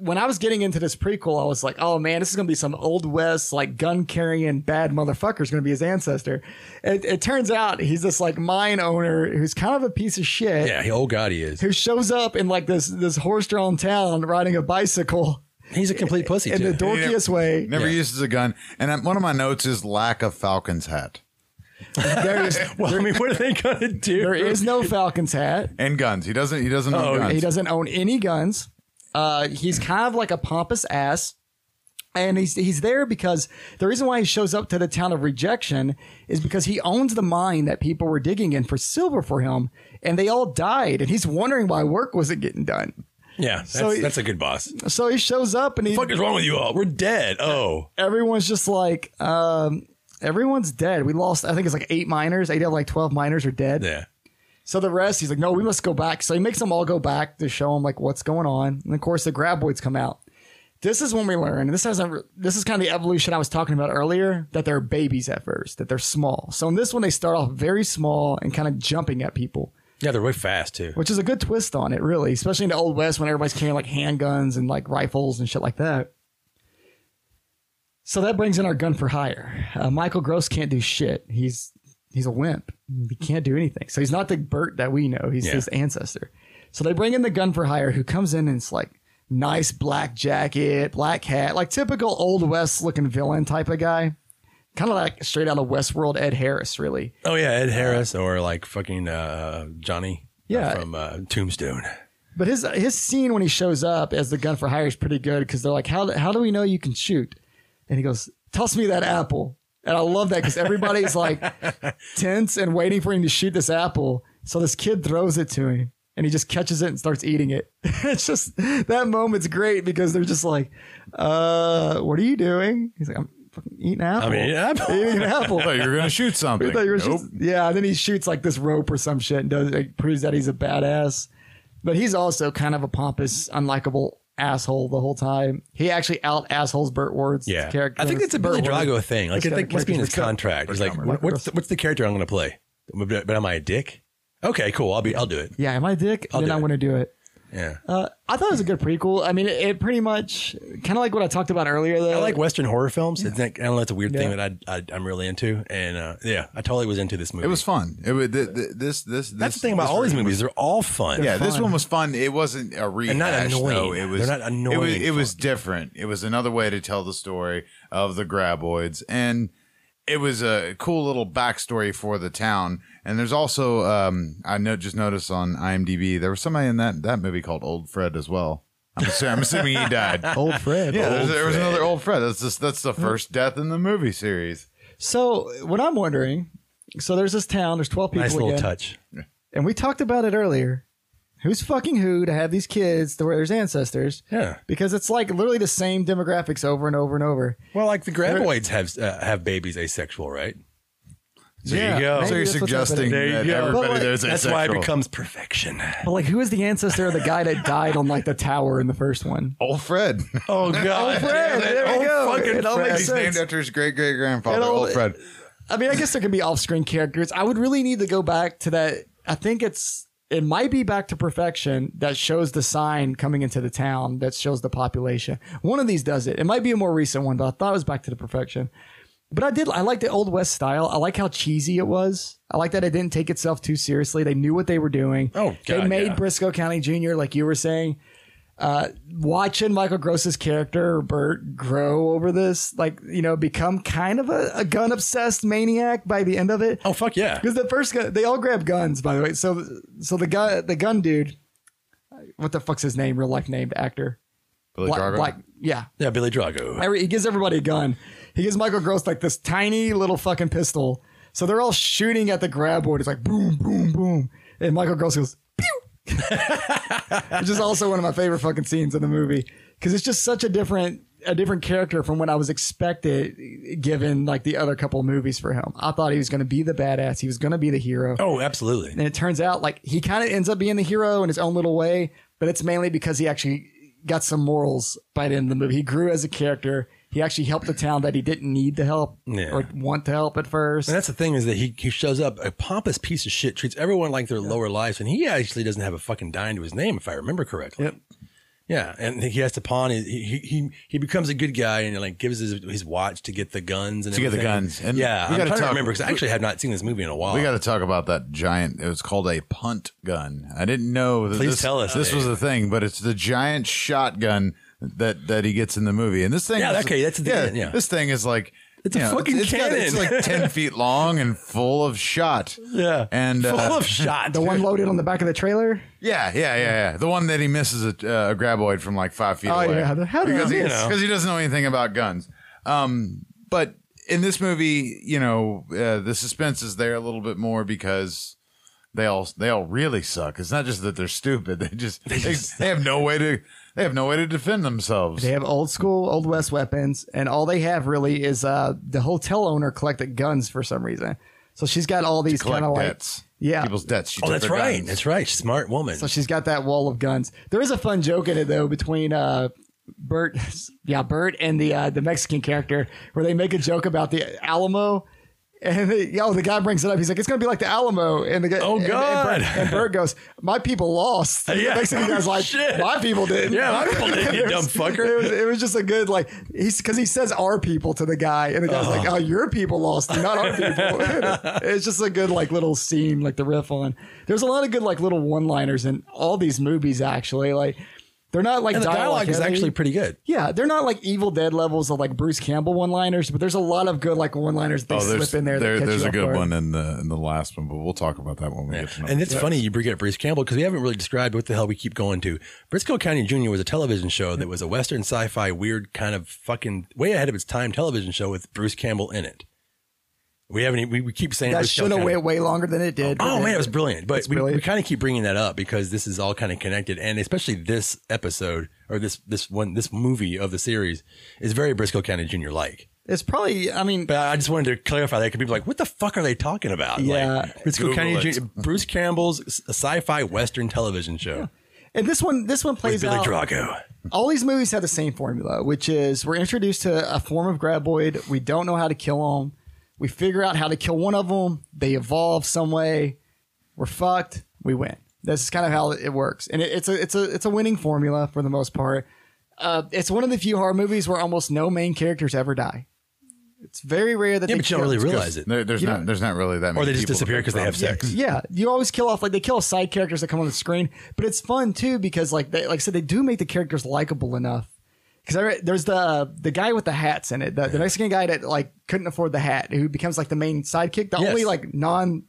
S2: when I was getting into this prequel, I was like, "Oh man, this is gonna be some old west like gun carrying bad motherfucker is gonna be his ancestor." It, it turns out he's this like mine owner who's kind of a piece of shit
S3: Yeah. he- Oh, God, he is.
S2: who shows up in like this this horse drawn town riding a bicycle
S3: He's a complete pussy,
S2: in
S3: too.
S2: the dorkiest way.
S4: Never
S3: Yeah.
S4: uses a gun. And I'm, one of my notes is lack of Falcon's hat
S2: There-
S3: (laughs) well, I mean, what are they going to do? (laughs)
S2: There is no Falcons hat. Uh,
S4: and guns. He doesn't. He doesn't
S3: Oh,
S4: own guns.
S2: He doesn't own any guns. Uh, he's kind of like a pompous ass. And he's he's there because the reason why he shows up to the town of rejection is because he owns the mine that people were digging in for silver for him, and they all died, and he's wondering why work wasn't getting done.
S3: Yeah, that's,
S2: he-
S3: that's a good boss.
S2: So he shows up, and he
S3: fuck is wrong with you all? We're dead. Oh,
S2: everyone's just like, um, everyone's dead. We lost, I think it's like eight miners. Eight out of like twelve miners are dead.
S3: yeah.
S2: So the rest, he's like, no, we must go back. So he makes them all go back to show him like what's going on. And of course, the graboids come out. This is when we learn. And this hasn't. re- This is kind of the evolution I was talking about earlier. That they're babies at first. That they're small. So in this one, they start off very small and kind of jumping at people,
S3: Yeah, they're way fast, too.
S2: which is a good twist on it, really, especially in the old west when everybody's carrying like handguns and like rifles and shit like that. So that brings in our gun for hire. Uh, Michael Gross can't do shit. He's he's a wimp. He can't do anything. So he's not the Bert that we know. He's
S3: Yeah.
S2: his ancestor. So they bring in the gun for hire, who comes in and it's like nice black jacket, black hat, like typical old west looking villain type of guy, kind of like straight out of Westworld Ed Harris, really.
S3: Oh, yeah, Ed Harris or like fucking uh, Johnny uh,
S2: Yeah.
S3: from uh, Tombstone.
S2: But his his scene when he shows up as the gun for hire is pretty good because they're like, how how do we know you can shoot? And he goes, toss me that apple. And I love that because everybody's
S3: (laughs)
S2: like tense and waiting for him to shoot this apple. So this kid throws it to him and he just catches it and starts eating it. (laughs) it's just that moment's great because they're just like, uh, what are you doing? He's like, I'm fucking eating apple.
S3: I mean, yeah,
S2: (laughs) eating an apple.
S3: (laughs)
S4: I thought you were going to shoot something.
S2: We thought you were
S4: Nope.
S2: just- yeah, then he shoots like this rope or some shit and does like, proves that he's a badass. But he's also kind of a pompous, unlikable asshole the whole time. He actually out assholes Burt Ward's
S3: yeah.
S2: character.
S3: I think it's a Billy
S2: Burt Ward.
S3: Drago thing. Like,
S2: Let's
S3: I
S2: get
S3: think
S2: the
S3: must be in his
S2: characters mixed up.
S3: contract. He's like,
S2: Michael
S3: what's the, what's the character I'm going to play? But but am I a dick? Okay, cool. I'll be. I'll do it.
S2: Yeah, am I a dick?
S3: I'll
S2: then
S3: do
S2: I
S3: it.
S2: want to do it.
S3: Yeah.
S2: Uh, I thought it was a good prequel. I mean, it, it pretty much kind of like what I talked about earlier. Though,
S3: I like Western horror films. It's like, I don't know. It's a weird thing
S2: Yeah.
S3: that I, I I'm really into, and uh, yeah, I totally was into this movie.
S4: It was fun. It was th- th- this this.
S3: That's
S4: this-
S3: the thing about
S4: this
S3: all
S4: version
S3: these
S4: was
S3: movies; they're all fun.
S4: Yeah, this
S2: fun.
S4: one was fun. It wasn't a rehash.
S3: not annoying.
S4: Though. It was
S3: They're not annoying
S4: It was, it
S3: fun.
S4: was different. It was another way to tell the story of the Graboids, and it was a cool little backstory for the town. And there's also um, I know just noticed on IMDb there was somebody in that that movie called Old Fred as well. I'm assuming, I'm assuming he died.
S3: (laughs)
S2: old Fred. (laughs)
S4: Yeah, there's,
S3: Old
S4: there was
S3: Fred.
S4: another old Fred. That's just, that's the first death in the movie series.
S2: So what I'm wondering, so there's this town, there's 12 people
S3: Nice little
S2: again,
S3: touch.
S2: and we talked about it earlier. Who's fucking who to have these kids to where there's ancestors?
S3: Yeah.
S2: because it's like literally the same demographics over and over and over.
S3: Well, like the graboids have uh, have babies asexual, right?
S2: Yeah,
S3: you go.
S2: maybe
S4: So you're
S2: that's what's
S4: suggesting
S2: happening.
S3: There you
S4: that
S3: go.
S4: everybody
S2: But, like,
S4: there's
S3: That's
S4: asexual.
S3: why it becomes perfection.
S2: But like, who is the ancestor of the guy that died on like the tower in the first one? (laughs)
S4: old Fred.
S3: (laughs) Oh God!
S2: Fred, there we go. It all makes
S4: He's
S2: sense.
S4: named after his great great grandfather,
S2: It'll-
S4: old Fred.
S2: I mean, I guess there can be off-screen characters. I would really need to go back to that. I think it's it might be back to perfection that shows the sign coming into the town that shows the population. One of these does it. It might be a more recent one, but I thought it was back to the perfection. But I did. I like the old west style. I like how cheesy it was. I like that it didn't take itself too seriously. They knew what they were doing.
S3: Oh,
S2: they
S3: God,
S2: made
S3: yeah.
S2: Briscoe County Jr. like you were saying watching Michael Gross's character Bert grow over this, like you know, become kind of a, a gun obsessed maniac by the end of it.
S3: Oh fuck yeah!
S2: Because the first gun, they all grab guns, by the way. So, so the guy, the gun dude, what the fuck's his name? Real life named actor.
S4: Billy
S2: Black,
S4: Drago.
S2: Black, yeah.
S3: Yeah, Billy Drago.
S2: Every, he gives everybody a gun. He gives Michael Gross like this tiny little fucking pistol. So they're all shooting at the grab board. It's like boom, boom, boom, and Michael Gross goes pew, (laughs) which is also one of my favorite fucking scenes in the movie because it's just such a different a different character from what I was expected given like the other couple movies for him. I thought he was going to be the badass. He was going to be the hero.
S3: Oh, absolutely.
S2: And it turns out like he kind of ends up being the hero in his own little way, but it's mainly because he actually got some morals by the end of the movie. He grew as a character. He actually helped the town that he didn't need to help
S3: Yeah.
S2: or want to help at first.
S3: And that's the thing is that he, he shows up a pompous piece of shit, treats everyone like their lower lives, and he actually doesn't have a fucking dime to his name, if I remember correctly.
S2: Yep.
S3: Yeah, and he has to pawn. His, he, he- he he becomes a good guy and like gives his, his watch to get the guns and
S4: To get the
S3: everything.
S4: guns. And
S3: yeah,
S4: we
S3: I'm
S4: gotta
S3: trying to
S4: talk-
S3: remember because I actually have not seen this movie in a while.
S4: We got to talk about that giant. It was called a punt gun. I didn't know. That
S3: Please
S4: this,
S3: tell us,
S4: this
S3: Dave.
S4: was a thing, but it's the giant shotgun that that he gets in the movie. And this thing,
S3: Yeah,
S4: is,
S3: okay, that's the-
S4: yeah,
S3: yeah.
S4: This thing is like
S3: It's a
S4: you
S3: fucking
S4: it's, it's got-
S3: cannon.
S4: it's like
S3: (laughs)
S4: ten feet long and full of shot.
S3: yeah,
S4: and
S3: (laughs) full
S4: uh,
S3: of
S4: (laughs)
S3: shot.
S2: the one loaded on the back of the trailer.
S4: yeah, yeah, yeah, yeah. The one that he misses a, uh, a graboid from like five feet
S2: Oh,
S4: away.
S2: yeah. How did I
S4: because he,
S2: miss?
S4: because he doesn't know anything about guns. Um, but in this movie, you know, uh, the suspense is there a little bit more because they all they all really suck. It's not just that they're stupid; (laughs) they just they,
S3: just-
S4: they have no way to they have no way to defend themselves.
S2: They have old school, old west weapons, and all they have really is uh, the hotel owner collected guns for some reason. So she's got all these kind
S4: Collect
S2: of like
S4: debts,
S2: yeah.
S4: people's debts. She
S3: Oh,
S4: took
S3: that's
S4: their
S3: right.
S4: guns.
S3: That's right. Smart woman.
S2: So she's got that wall of guns. There is a fun joke in it though between uh Bert, (laughs) yeah, Bert and the uh, the Mexican character where they make a joke about the Alamo. And (laughs) they, yo, the guy brings it up. He's like, "It's gonna be like the Alamo." And the guy,
S3: Oh,
S2: and- and Bert-
S3: God.
S2: and, Bert goes, "My
S3: (laughs)
S2: people lost." And
S3: Yeah. Oh,
S2: The Mexican guy's like,
S3: Shit.
S2: "My people didn't."
S3: yeah, my people did,
S2: (laughs)
S3: you dumb
S2: It
S3: fucker.
S2: was, it was just a good like he's because he says our people to the guy and the guy's like oh your people lost you, not our
S3: (laughs)
S2: people (laughs) it's just a good like little scene like the riff on there's a lot of good like little one liners in all these movies actually like they're not like
S3: And the dialogue is
S2: heavy.
S3: actually pretty good.
S2: yeah they're not like Evil Dead levels of like Bruce Campbell one liners but there's a lot of good like one liners they
S4: Oh,
S2: slip
S4: there's
S2: in there, that
S4: there-
S2: catch
S4: there's
S2: you
S4: a
S2: off
S4: good
S2: guard.
S4: one in the in the last one, but we'll talk about that when we get to
S2: Oh,
S4: number
S3: And it's funny you bring up Bruce Campbell because we haven't really described what the hell we keep going to. Briscoe County Jr. was a television show that was a Western sci fi, weird kind of fucking way ahead of its time television show with Bruce Campbell in it. We haven't, e, we, we keep saying
S2: that
S3: Briscoe
S2: should have
S3: County-
S2: waited way longer than it did
S3: Oh man, it was brilliant. But we,
S2: brilliant.
S3: we kind of keep bringing that up because this is all kind of connected, and especially this episode or this this one this movie of the series is very Briscoe County Jr. like.
S2: it's probably I mean
S3: But I just wanted to clarify that because people are like, what the fuck are they talking about?
S2: Yeah.
S3: like, Briscoe
S4: Google
S3: County
S4: it.
S3: Jr., Bruce Campbell's s- sci-fi western television show
S2: and this one this one plays
S3: with Billy
S2: out
S3: Drago.
S2: all these movies have the same formula, which is we're introduced to a form of graboid. We don't know how to kill them. We figure out how to kill one of them. They evolve some way. We're fucked. We win. This is kind of how it works, and it, it's a it's a it's a winning formula for the most part. Uh, it's one of the few horror movies where almost no main characters ever die. It's very rare that
S3: Yeah,
S2: they
S3: but you don't
S2: kill-
S3: really realize
S4: because
S3: it,
S4: there, there's
S2: Yeah.
S4: not there's not really that many
S3: or they just
S4: people
S3: disappear because they have
S4: from-
S3: sex.
S2: Yeah, you always kill off like they kill side characters that come on the screen, but it's fun too because like they, like I said, they do make the characters likable enough. Because I re- there's the the guy with the hats in it, the, the Mexican guy that like couldn't afford the hat, who becomes like the main sidekick, the
S3: Yes.
S2: only like non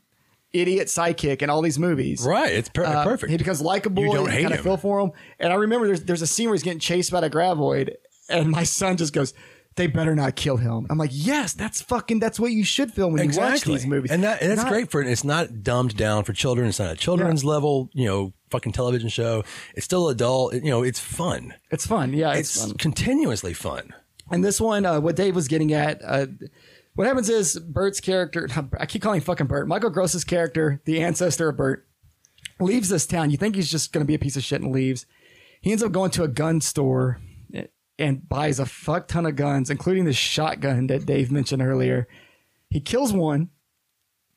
S2: idiot sidekick in all these movies.
S3: Right, it's per-
S2: Uh,
S3: perfect.
S2: He becomes likable.
S3: You don't
S2: and
S3: hate
S2: kind
S3: him.
S2: of feel for him. And I remember there's there's a scene where he's getting chased by a graboid, and my (laughs) son just goes, they better not kill him. I'm like, yes, that's fucking, that's what you should film when you watch these movies.
S3: And, that, and that's
S2: Not-
S3: great for it. It's not dumbed down for children. It's not a children's level, you know, fucking television show. It's still adult. It- you know, it's fun.
S2: It's fun. Yeah, it's,
S3: It's,
S2: fun.
S3: continuously
S2: (laughs)
S3: fun.
S2: And this one, uh, what Dave was getting at, uh, what happens is Bert's character, (laughs) I keep calling him fucking Bert, Michael Gross's character, the ancestor of Bert, leaves this town. You think he's just going to be a piece of shit and leaves. He ends up going to a gun store and buys a fuck ton of guns, including the shotgun that Dave mentioned earlier. He kills one,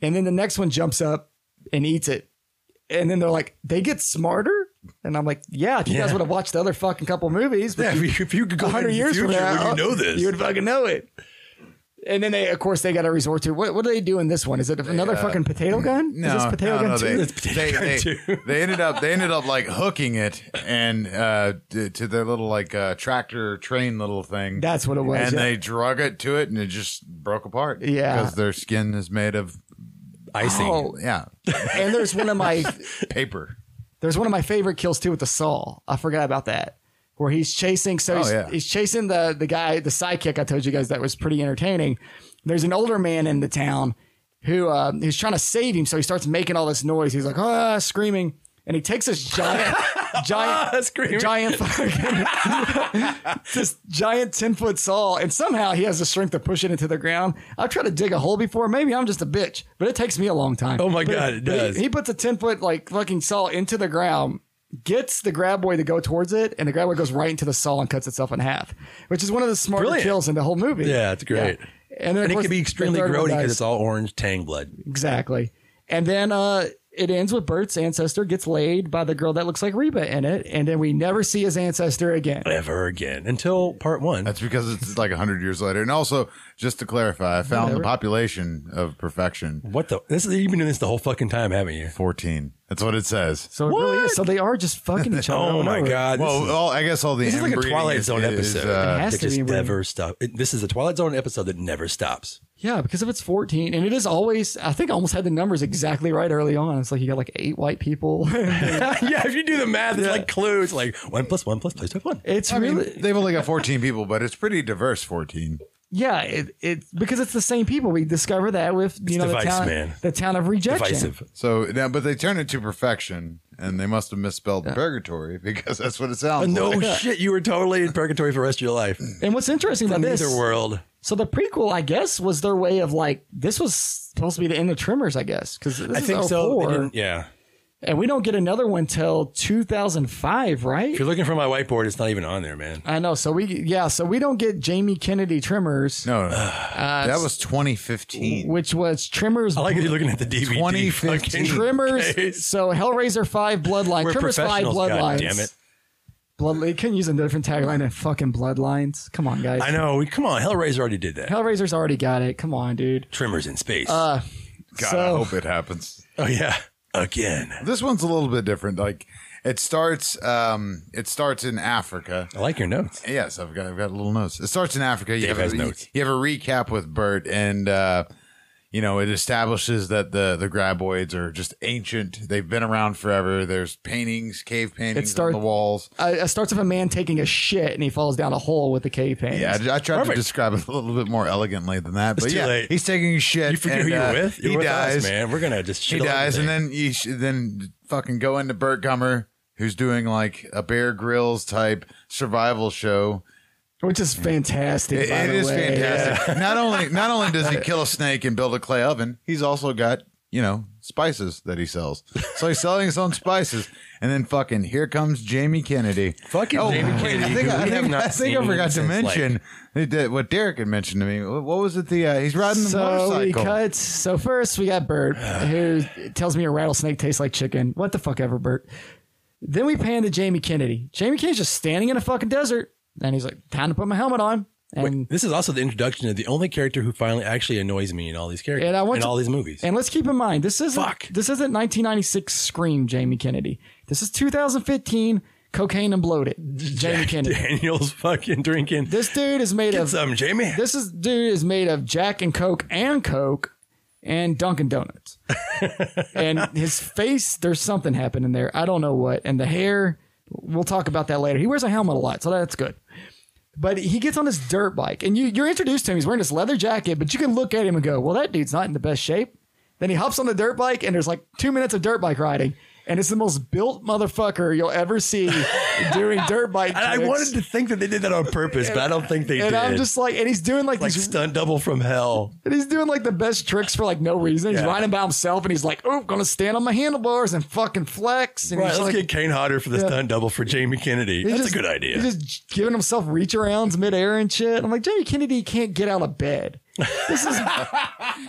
S2: and then the next one jumps up and eats it. And then they're like, they get smarter? And I'm like, yeah, if you guys
S3: Yeah.
S2: would have watched the other fucking couple movies, but
S3: Yeah,
S2: you
S3: if you, if you could go
S2: a (laughs) hundred years from now,
S3: you know this?
S2: you would fucking know it. And then they, of course, they got to resort to what? What do they do in this one? Is it another
S3: uh,
S2: fucking potato gun?
S4: No,
S2: Is this potato
S4: no,
S2: gun
S4: no,
S2: too?
S4: they,
S3: It's potato
S4: they,
S3: gun
S4: they-
S3: too.
S4: (laughs) they ended up they ended up like hooking it and uh, to, to their little like uh, tractor train little thing.
S2: That's what it was,
S4: And
S2: yeah.
S4: they drug it to it, and it just broke apart.
S2: Yeah.
S4: because their skin is made of
S3: Icing.
S2: Oh,
S4: yeah
S2: and there's one of
S3: (laughs)
S2: my
S4: paper.
S2: there's one of my favorite kills too with the saw. I forgot about that. Where he's chasing,
S3: Oh,
S2: so he's,
S4: yeah.
S2: he's chasing the the guy, the sidekick. I told you guys that was pretty entertaining. There's an older man in the town who uh, who's trying to save him, so he starts making all this noise. He's like, ah, screaming, and he takes this
S3: (laughs)
S2: giant, giant,
S3: Ah, Screaming.
S2: giant fucking (laughs) this giant 10 foot saw, and somehow he has the strength to push it into the ground. I've tried to dig a hole before. Maybe I'm just a bitch, but it takes me a long time.
S3: Oh my
S2: But-
S3: God, it
S2: but he-
S3: does.
S2: He, puts a 10 foot, like, fucking saw into the ground, gets the grab boy to go towards it, and the grab boy goes right into the saw and cuts itself in half, which is one of the smarter
S3: Brilliant.
S2: kills in the whole movie.
S3: Yeah, it's great.
S2: And, then, of
S3: and it
S2: course,
S3: can be
S2: the
S3: extremely
S2: third one
S3: grody because
S2: dies.
S3: it's all orange tang blood.
S2: Exactly. And then uh, it ends with Bert's ancestor gets laid by the girl that looks like Reba in it, and then we never see his ancestor again.
S3: Ever again. Until part one.
S4: That's because it's like hundred years later. And also, just to clarify, I found the population of perfection
S3: what the? This is, you've been doing this the whole fucking time, haven't you?
S4: fourteen. That's what it says.
S2: So it really is. So they are just fucking
S3: (laughs)
S2: each other.
S3: Oh,
S2: all
S3: my
S2: over.
S3: God. this
S4: Well,
S3: is-
S4: all, I guess all the
S3: This is like a
S4: inbreeding
S3: Twilight
S4: is-
S3: Zone
S4: is,
S3: episode.
S4: uh,
S2: It has
S3: that
S2: to
S3: just
S2: be, right?
S3: never stop. It- this is a Twilight Zone episode that never stops. (laughs)
S2: Yeah, because if it's 14, and it is always, I think I almost had the numbers exactly right early on. It's like you got like eight white people. (laughs)
S3: yeah, if you do the math, it's like clues. Like one plus one plus two plus one.
S2: it's
S4: I mean,
S2: really,
S4: they've only got 14 people, but it's pretty diverse 14.
S2: yeah, it, it, because it's the same people. We discover that with, you know,
S3: device,
S2: the, town,
S3: man.
S2: the town of rejection.
S3: Divisive.
S4: So now, but they turn it to perfection, and they must have misspelled purgatory because that's what it sounds
S3: Uh, No (laughs)
S4: like.
S3: shit, you were totally in purgatory for the rest of your life.
S2: And what's interesting about this,
S3: Neither world.
S2: so the prequel, I guess, was their way of like, this was supposed to be the end of Tremors, I guess, because this
S3: I
S2: is
S3: think so. They
S2: 04,
S3: didn't- yeah.
S2: and we don't get another one till 2005, right?
S3: If you're looking for my whiteboard, it's not even on there, man.
S2: I know. So we, yeah, so we don't get Jamie Kennedy Tremors,
S4: No, no.
S3: Uh,
S4: that was 2015.
S2: which was Tremors
S3: I like that you're looking at the DVD.
S4: 2015.
S3: fucking (laughs)
S2: Trimmers.
S3: case.
S2: So Hellraiser Five Bloodline.
S3: We're
S2: Trimmers Five
S3: professionals,
S2: Bloodlines.
S3: God damn it.
S2: Blood, you couldn't use a different tagline than fucking Bloodlines. Come on, guys.
S3: I know. We, come on, Hellraiser already did that.
S2: Hellraiser's already got it. Come on, dude.
S3: Trimmers in space.
S2: Uh,
S4: God,
S2: so-
S4: I hope it happens.
S3: oh yeah, again.
S4: This one's a little bit different. Like it starts, um, it starts in Africa.
S3: I like your notes.
S4: Yes, I've got I've got little notes. It starts in Africa. You
S3: Dave
S4: have,
S3: has
S4: a, you,
S3: notes.
S4: you have a recap with Bert, and uh, you know it establishes that the the graboids are just ancient. They've been around forever. There's paintings, cave paintings
S2: start-
S4: on the walls.
S2: Uh, it starts with a man taking a shit and he falls down a hole with the K pain.
S4: Yeah, I, I tried
S3: Perfect.
S4: to describe it a little bit more elegantly than that, but
S3: too
S4: yeah,
S3: late.
S4: he's taking his shit.
S3: You forget
S4: and,
S3: who you're
S4: uh,
S3: with. You're
S4: he
S3: with us,
S4: dies,
S3: man. We're gonna just
S4: He
S3: shit all over
S4: dies,
S3: the
S4: and
S3: thing.
S4: then you sh- then fucking go into Bert Gummer, who's doing like a Bear Grylls type survival show.
S2: Which is fantastic.
S4: It-
S2: by
S4: it
S2: the
S4: is
S2: way.
S4: fantastic. Not only not only does
S3: (laughs)
S4: he kill a snake and build a clay oven, he's also got you know spices that he sells. So he's selling his own spices, and then fucking here comes Jamie Kennedy. Oh,
S3: Fucking Jamie Kennedy,
S4: I think,
S3: who
S4: I,
S3: we have
S4: think,
S3: not
S4: I, think I
S3: seen
S4: forgot to
S3: since, like-
S4: mention that- what Derek had mentioned to me. What what was it? The uh, he's riding the
S2: So we
S4: motorcycle.
S2: cut. So first we got
S4: (sighs)
S2: Bert, who tells me a rattlesnake tastes like chicken. What the fuck ever, Bert. Then we pan to Jamie Kennedy. Jamie Kennedy's just standing in a fucking desert, and he's like, "Time to put my helmet on." And
S3: This is also the introduction of the only character who finally actually annoys me in all these characters
S2: And I want
S3: in
S2: to-
S3: all these movies.
S2: And let's keep in mind, this isn't
S3: Fuck.
S2: this isn't 1996 Scream Jamie Kennedy. This is 2015 cocaine and bloated Jamie
S3: (laughs)
S2: Kennedy.
S3: Daniel's fucking drinking.
S2: This dude is made
S3: Get
S2: of
S3: some, Jamie.
S2: this is dude is made of Jack and Coke and Coke and
S3: (laughs)
S2: Dunkin' Donuts. and his face, there's something happening there. I don't know what. And the hair, we'll talk about that later. He wears a helmet a lot, so that's good. But he gets on this dirt bike, and you, you're introduced to him. He's wearing this leather jacket, but you can look at him and go, "Well, that dude's not in the best shape." Then he hops on the dirt bike, and there's like two minutes of dirt bike riding, and it's the most built motherfucker you'll
S3: (laughs)
S2: ever see doing dirt bike.
S3: And I
S2: tricks.
S3: wanted to think that they did that on purpose, but I don't think they
S2: and
S3: did.
S2: I'm just like, and he's doing like,
S3: like
S2: these,
S3: stunt double from hell.
S2: and he's doing like the best tricks for like no reason. He's
S3: Yeah.
S2: riding by himself, and he's like, "Oh, gonna stand on my handlebars and fucking flex." And
S3: Right,
S2: he's
S3: let's
S2: like,
S3: get Kane Hodder for the stunt double for Jamie Kennedy.
S2: He's
S3: That's
S2: just-
S3: a good idea.
S2: He's just giving himself reach arounds midair and shit. I'm like, Jamie Kennedy can't get out of bed. This is (laughs)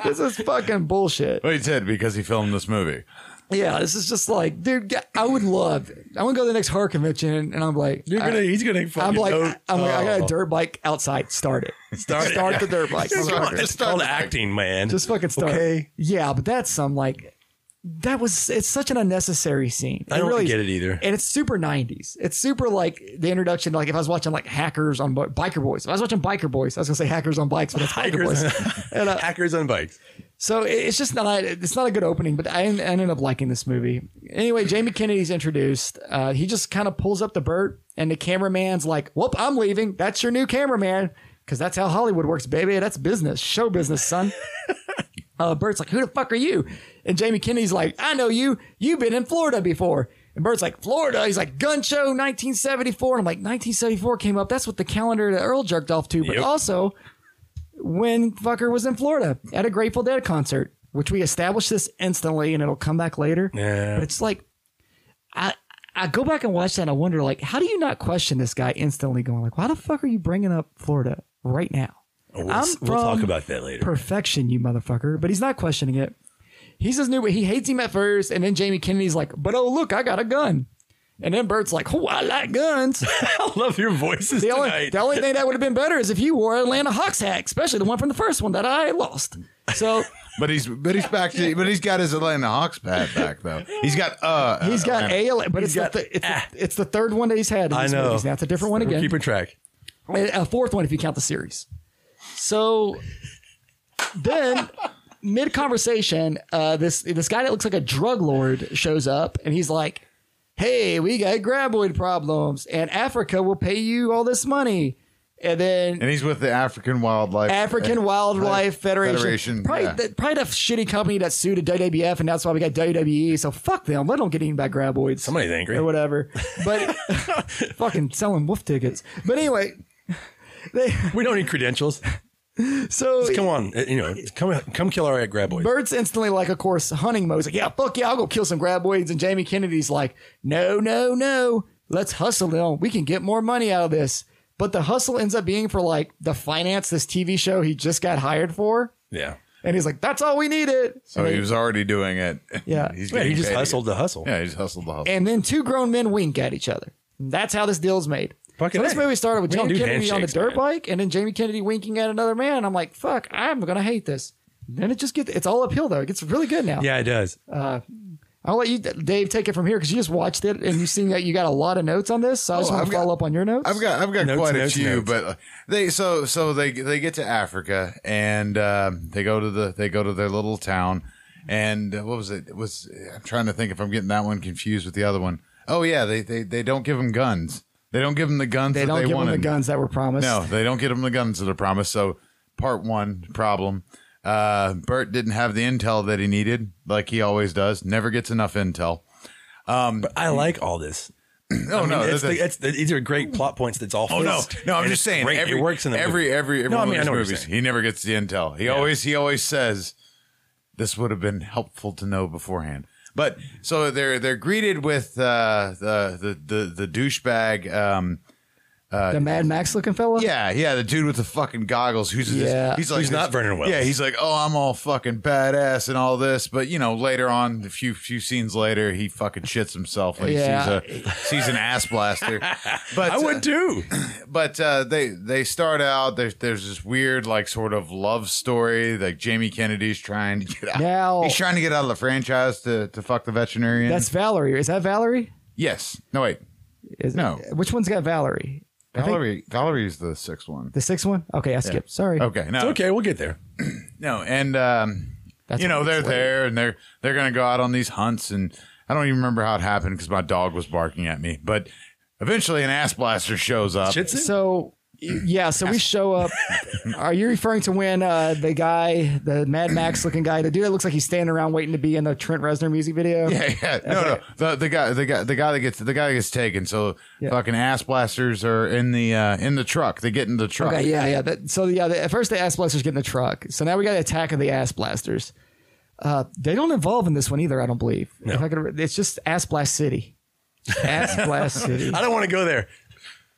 S2: this is fucking bullshit.
S4: Well, he did because he filmed this movie.
S2: Yeah, this is just like, dude, g- I would love. I want to go to the next horror convention, and I'm like,
S3: You're gonna,
S2: I,
S3: he's gonna.
S2: am
S3: fucking
S2: like,
S3: know-
S2: I'm like, I got
S3: Oh.
S2: a dirt bike outside. Start it. Start,
S3: it.
S2: the dirt
S3: (laughs)
S2: bike.
S3: Come on,
S2: Motherfucker.
S3: it's called acting, man.
S2: Just fucking start.
S3: Okay.
S2: Yeah, but that's some like that was it's such an unnecessary scene.
S3: I don't get it either.
S2: And it's super nineties. It's super like the introduction. Like if I was watching like hackers on Bi- biker boys. If I was watching biker boys, I was gonna say hackers on bikes, but it's biker
S3: Hackers,
S2: boys. (laughs) and, uh,
S3: hackers on bikes.
S2: so it- it's just not it's not a good opening. But I en- I ended up liking this movie anyway. Jamie Kennedy's introduced. Uh, he just kind of pulls up to Bert, and the cameraman's like, "Whoop, I'm leaving. That's your new cameraman." Because that's how Hollywood works, baby. That's business, show business, son. Uh, Bert's like, "Who the fuck are you?" And Jamie Kennedy's like, "I know you. You've been in Florida before." And Bert's like, "Florida." He's like, "Gun show 1974." And I'm like, "1974 came up. That's what the calendar that Earl jerked off to." But
S3: Yep.
S2: also, when fucker was in Florida at a Grateful Dead concert, which we established this instantly, and it'll come back later.
S3: Yeah.
S2: But it's like, I I go back and watch that, and I wonder, like, how do you not question this guy instantly? Going like, why the fuck are you bringing up Florida right now?
S3: Oh, We'll,
S2: I'm
S3: we'll talk
S2: from
S3: about that later.
S2: perfection, you motherfucker. But he's not questioning it. He's his new. He hates him at first, and then Jamie Kennedy's like, "But oh look, I got a gun." And then Bert's like, "Oh, I like guns."
S3: (laughs) I love your voices
S2: The only,
S3: tonight.
S2: the only thing that would have been better is if you wore Atlanta Hawks hat, especially the one from the first one that I lost. So
S4: But he's but he's back to but he's got his Atlanta Hawks bat back though. He's got uh
S2: he's
S3: (laughs)
S2: got
S4: Atlanta-
S2: ALA, but it's,
S3: got-
S2: the, th- it's, the, it's the third one that he's had. In
S3: I
S2: these
S3: know.
S2: Movies now. It's a different one
S3: We're
S2: again.
S3: keeping track.
S2: a fourth one if you count the series. So then, mid conversation, uh, this this guy that looks like a drug lord shows up, and he's like, "Hey, we got graboid problems, and Africa will pay you all this money." And then
S4: and he's with the African Wildlife
S2: African Wildlife Federation,
S4: Federation,
S2: probably
S4: yeah.
S2: the, probably the shitty company that sued the WWF, E and that's why we got WWE. So fuck them. Let them get eaten by graboids.
S3: Somebody's angry.
S2: or whatever.
S3: (laughs)
S2: But fucking selling wolf tickets. But anyway. They,
S3: We don't need credentials.
S2: so
S3: Come on, uh, you know, come come kill our graboids.
S2: Bird's instantly like, of course, hunting mode. He's like, yeah, fuck yeah, I'll go kill some graboids. And Jamie Kennedy's like, no, no, no, let's hustle them. We can get more money out of this. But the hustle ends up being for like the finance this TV show he just got hired for.
S3: Yeah.
S2: And he's like, that's all we needed.
S3: Oh,
S4: So he was already doing it.
S2: Yeah.
S4: (laughs) he's
S3: Yeah, he
S4: getting
S3: just
S4: paid.
S3: hustled the hustle.
S4: Yeah, he just hustled the hustle.
S2: And then two grown men wink at each other. That's how this deal's made.
S3: Fucking
S2: so this
S3: A.
S2: movie started with
S3: We don't
S2: Jamie
S3: do
S2: Kennedy on the
S3: handshakes,
S2: dirt
S3: man.
S2: bike and then Jamie Kennedy winking at another man. I'm like, fuck, I'm going to hate this. Then it just gets, it's all uphill though. It gets really good now.
S3: Yeah, it does.
S2: I'll let you, Dave, take it from here because you just watched it and you seen that you got a lot of notes on this. So I just
S4: Oh,
S2: want
S4: I've
S2: to
S4: got-
S2: follow up on your notes.
S4: I've got I've got
S3: Notes,
S4: quite
S3: notes,
S4: a few,
S3: notes.
S4: but uh, they so so they they get to Africa and um, they go to the they go to their little town and uh, what was it? it was I'm trying to think if I'm getting that one confused with the other one. Oh yeah, they they, they don't give them guns. They don't give them the guns.
S2: they
S4: that
S2: don't
S4: they
S2: give them
S4: wanted.
S2: the guns that were promised.
S4: No, they don't get them the guns that are promised. So part one problem. Uh, Bert didn't have the intel that he needed, like he always does. Never gets enough intel.
S3: But I like all this.
S4: No, no,
S3: it's
S4: that's-
S3: the, it's the, these are great plot points. That's all.
S4: Oh no,
S3: fixed,
S4: no! I'm
S3: and
S4: just
S3: it's
S4: saying.
S3: great.
S4: Every,
S3: it works in the
S4: every
S3: movie.
S4: every every
S3: No, I
S4: one
S3: mean,
S4: of
S3: I
S4: his
S3: know what you're
S4: movies.
S3: saying.
S4: He never gets the intel. He always he always says, "This would have been helpful to know beforehand." But so they're they're greeted with uh, the the the the douchebag. Um,
S2: the Mad Max looking fella.
S4: yeah, yeah, the dude with the fucking goggles who's this-
S2: Yeah.
S4: he's like
S3: Who's not
S4: this-
S3: Vernon Wells.
S4: Yeah, he's like, "Oh, I'm all fucking badass and all this," but you know, later on, a few few scenes later, he fucking shits himself like
S2: Yeah.
S4: he sees a sees an
S3: (laughs)
S4: ass blaster. But
S3: I would too.
S4: but uh, they they start out there's there's this weird like sort of love story like Jamie Kennedy's trying to get out.
S2: Now-
S4: he's trying to get out of the franchise to to fuck the veterinarian.
S2: That's Valerie. Is that Valerie?
S4: yes. No wait.
S2: Is,
S4: No.
S2: Which one's got Valerie?
S4: Valerie Valerie's the sixth one.
S2: The sixth one? Okay, I skipped. Sorry.
S4: Okay. No.
S3: It's okay, we'll get there.
S4: No. And um,
S2: That's
S4: you know
S2: what
S4: they're
S2: it's like.
S4: there and they're they're gonna go out on these hunts and I don't even remember how it happened because my dog was barking at me. But eventually an ass blaster shows up.
S3: Shit's
S2: So Yeah, so we show
S4: (laughs)
S2: up. Are you referring to when uh, the guy, the Mad Max looking guy, the dude that looks like he's standing around waiting to be in the Trent Reznor music video?
S4: (laughs) Yeah, yeah. No, no. The the guy the guy the guy that gets the guy that gets taken. So fucking ass blasters are in the uh in the truck. They get in the truck.
S2: Okay, yeah, yeah. That, so yeah, the, at first the ass blasters get in the truck. So now we got the attack of the ass blasters. Uh, they don't involve in this one either. I don't believe. If I could, it's just ass blast city. Ass blast city.
S3: I don't want to go there.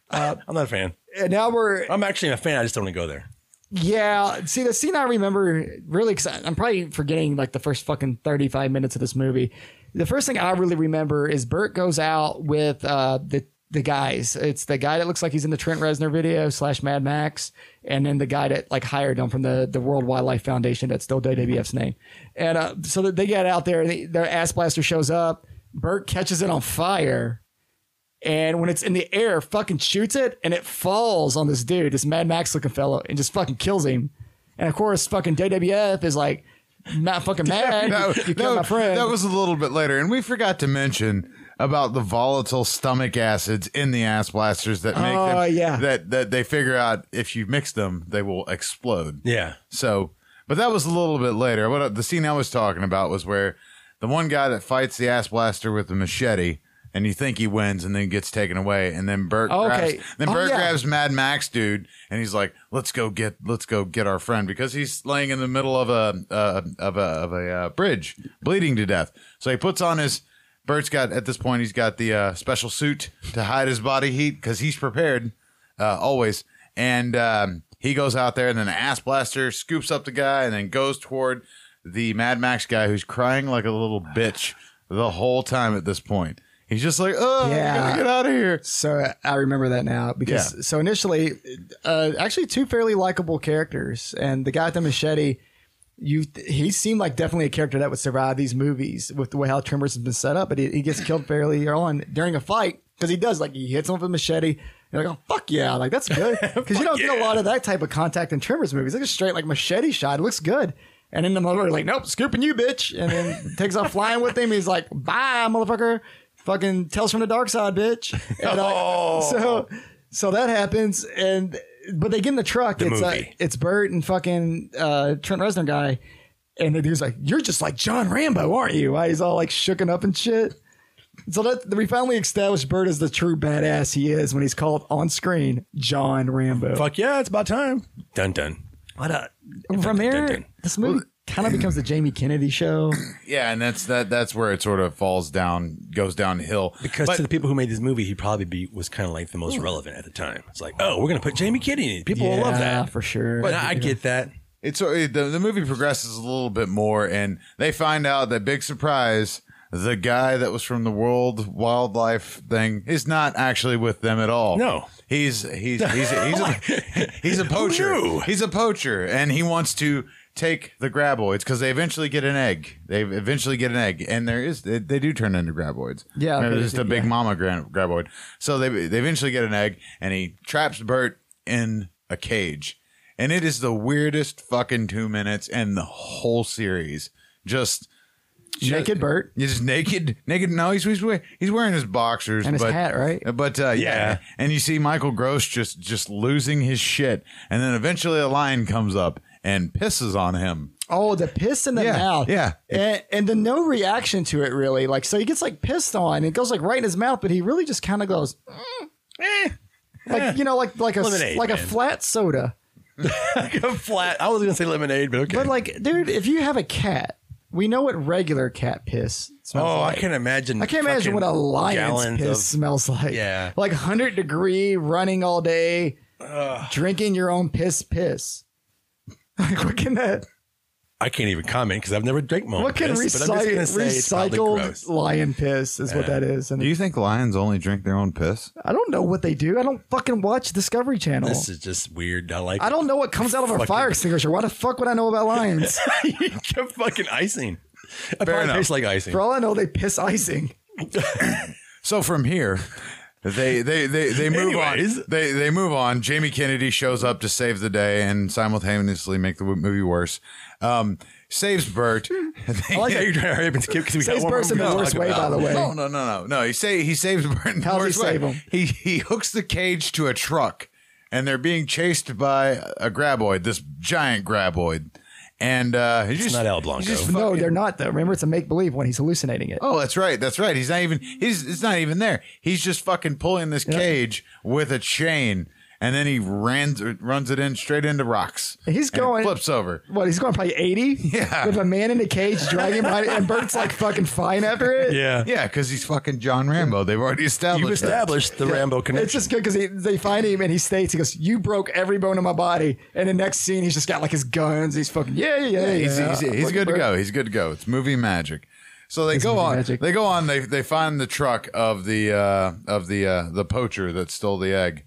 S3: I'm not a fan.
S2: And now we're
S3: I'm actually a fan. I just don't want to go there.
S2: yeah. See the scene I remember really because I'm probably forgetting like the first fucking 35 minutes of this movie. The first thing I really remember is Bert goes out with uh, the the guys. It's the guy that looks like he's in the Trent Reznor video slash Mad Max, and then the guy that like hired him from the the World Wildlife Foundation. That's still WWF's name. And uh, so that they get out there, and they, their ass blaster shows up. Bert catches it on fire and when it's in the air, fucking shoots it, and it falls on this dude, this Mad Max looking fellow, and just fucking kills him. And of course, fucking JWF is like, not
S4: (laughs)
S2: fucking mad.
S4: (laughs) That,
S2: (laughs) you killed
S4: that-
S2: my friend.
S4: that was a little bit later, and we forgot to mention about the volatile stomach acids in the ass blasters that make
S2: Oh,
S4: them
S2: yeah.
S4: that that they figure out if you mix them they will explode.
S3: Yeah.
S4: So, but that was a little bit later. What I- the scene I was talking about was where the one guy that fights the ass blaster with the machete, and you think he wins, and then gets taken away, and then Bert
S2: Oh,
S4: grabs,
S2: okay.
S4: then
S2: Oh,
S4: Bert
S2: yeah.
S4: grabs Mad Max dude, and he's like, "Let's go get, let's go get our friend," because he's laying in the middle of a uh, of a of a uh, bridge, bleeding to death. So he puts on his. Bert's got at this point he's got the uh, special suit to hide his body heat because he's prepared uh, always. And um, he goes out there, and then the ass blaster scoops up the guy, and then goes toward the Mad Max guy who's crying like a little bitch the whole time at this point. He's just like, "Oh,
S2: Yeah.
S4: we gotta get out of here."
S2: so I remember that now because
S4: Yeah.
S2: so initially, uh, actually two fairly likable characters, and the guy with the machete, you he seemed like definitely a character that would survive these movies with the way how Tremors has been set up, but he, he gets killed fairly (laughs) early on during a fight because he does like he hits him with a machete. You're like, oh fuck yeah, like that's good because you don't get a lot of that type of contact in Tremors movies. Like a straight like machete shot, it looks good. And then the motherfucker like, nope, scooping you, bitch, and then takes off flying with him. He's like, bye, motherfucker. Fucking tells from the dark side, bitch. And, uh, (laughs) So, so that happens, and but they get in the truck. it's uh,
S3: movie.
S2: it's Bert and fucking uh, Trent Reznor guy, and the dude's like, "You're just like John Rambo, aren't you?" Why he's all like shooken up and shit. So that we finally established Bert as the true badass he is when he's called on screen John Rambo.
S3: Fuck yeah, it's about time. Dun dun. What a Dun,
S2: From there,
S3: dun.
S2: this movie kind of becomes the Jamie Kennedy show.
S4: Yeah, and that's that. That's where it sort of falls down, goes downhill.
S3: Because
S4: But-
S3: to the people who made this movie, he probably be, was kind of like the most relevant at the time. It's like, oh, we're gonna put Jamie Kennedy in. it. People will love
S2: Yeah,
S3: that.
S2: for sure.
S3: But I, I get that.
S4: it's so- it- the, the movie progresses a little bit more and they find out that big surprise the guy that was from the world wildlife thing is not actually with them at all
S3: No.
S4: he's he's he's he's
S3: (laughs)
S4: a, he's a poacher
S3: knew?
S4: he's a poacher and he wants to take the graboids because they eventually get an egg they eventually get an egg and there is they, they do turn into graboids
S2: Yeah,
S4: Remember,
S2: okay,
S4: just a big mama gra- graboid so they they eventually get an egg and he traps bert in a cage and it is the weirdest fucking two minutes and the whole series. Just
S2: naked Bert.
S4: He's just naked, naked. No, he's he's, wear- he's wearing his boxers
S2: And his
S4: but-
S2: hat, right?
S4: But uh, yeah.
S3: Yeah.
S4: and you see Michael Gross just just losing his shit, and then eventually a lion comes up and pisses on him.
S2: Oh, the piss in the
S4: Yeah,
S2: mouth.
S4: yeah.
S2: And, and the no reaction to it, really. Like, so he gets like pissed on. It goes like right in his mouth, but he really just kind of goes, "Mm,
S3: (laughs)
S2: eh." like, you know, like, like a,
S3: Lemonade,
S2: like a
S3: man.
S2: flat soda.
S3: Flat. I was gonna say lemonade, but okay.
S2: But like, dude, if you have a cat, we know what regular cat piss smells
S3: oh,
S2: like.
S3: I can imagine.
S2: I can't
S3: fucking
S2: imagine what a lion's
S3: gallons
S2: piss
S3: Of,
S2: smells like.
S3: Yeah.
S2: Like 100 degree, running all day, drinking your own piss piss. (laughs) Like, what can that,
S3: I can't even comment because I've never drank my own
S2: what can
S3: piss, but I'm just gonna
S2: recycled,
S3: say it's probably
S2: recycled
S3: gross.
S2: lion piss is what that is. And
S4: Do you think lions only drink their own piss?
S2: I don't know what they do. I don't fucking watch Discovery Channel.
S3: This is just weird. I like. (laughs)
S2: I don't know what comes out of a
S3: Fucking-
S2: fire extinguisher. Why the fuck would I know about
S4: (laughs)
S2: lions?
S3: You're fucking icing. It probably
S4: enough.
S3: tastes like icing.
S2: For all I know, they piss icing.
S4: (laughs) So from here, they they they they move
S3: Anyways.
S4: on. They they move on. Jamie Kennedy shows up to save the day and simultaneously make the w- movie worse. Um, saves
S2: (laughs)
S4: Bert.
S3: I
S4: (laughs)
S3: like how you're trying to hurry up and skip because we got
S2: Says
S3: one more
S2: person
S3: movie
S2: the
S3: to
S2: worst
S3: talk
S2: way, by
S3: about.
S2: the way.
S4: No, no, no, no, no. He say he saves (laughs) Bert. in the
S2: How's he
S4: worst way.
S2: save him?
S4: He he hooks the cage to a truck and they're being chased by a graboid, this giant graboid. And uh, he's just
S3: not El
S4: he's
S3: Blanco.
S4: just
S2: No,
S4: fucking-
S2: they're not though. Remember, it's a make believe when he's hallucinating it.
S4: Oh, that's right. That's right. He's not even. He's. It's not even there. He's just fucking pulling this cage with a chain, and then he runs runs it in straight into rocks.
S2: He's
S4: And it
S2: going-
S4: flips over.
S2: What he's going probably eighty?
S4: Yeah.
S2: With a man in a cage dragging him, right, and Bert's like fucking fine after it.
S3: Yeah.
S4: Yeah, because he's fucking John Rambo. They've already established.
S3: You've established the Rambo
S2: It's
S3: connection.
S2: just good because they find him and he states, he goes, You broke every bone in my body. And the next scene, he's just got like his guns. He's fucking, yeah, yeah, yeah.
S4: that. He's,
S2: yeah.
S4: he's, he's
S2: Fucking
S4: good to
S2: Bert.
S4: go. He's good to go. It's movie magic. So they go
S2: movie
S4: on.
S2: magic.
S4: They go on. They they find the truck of the uh, of the uh, the poacher that stole the egg,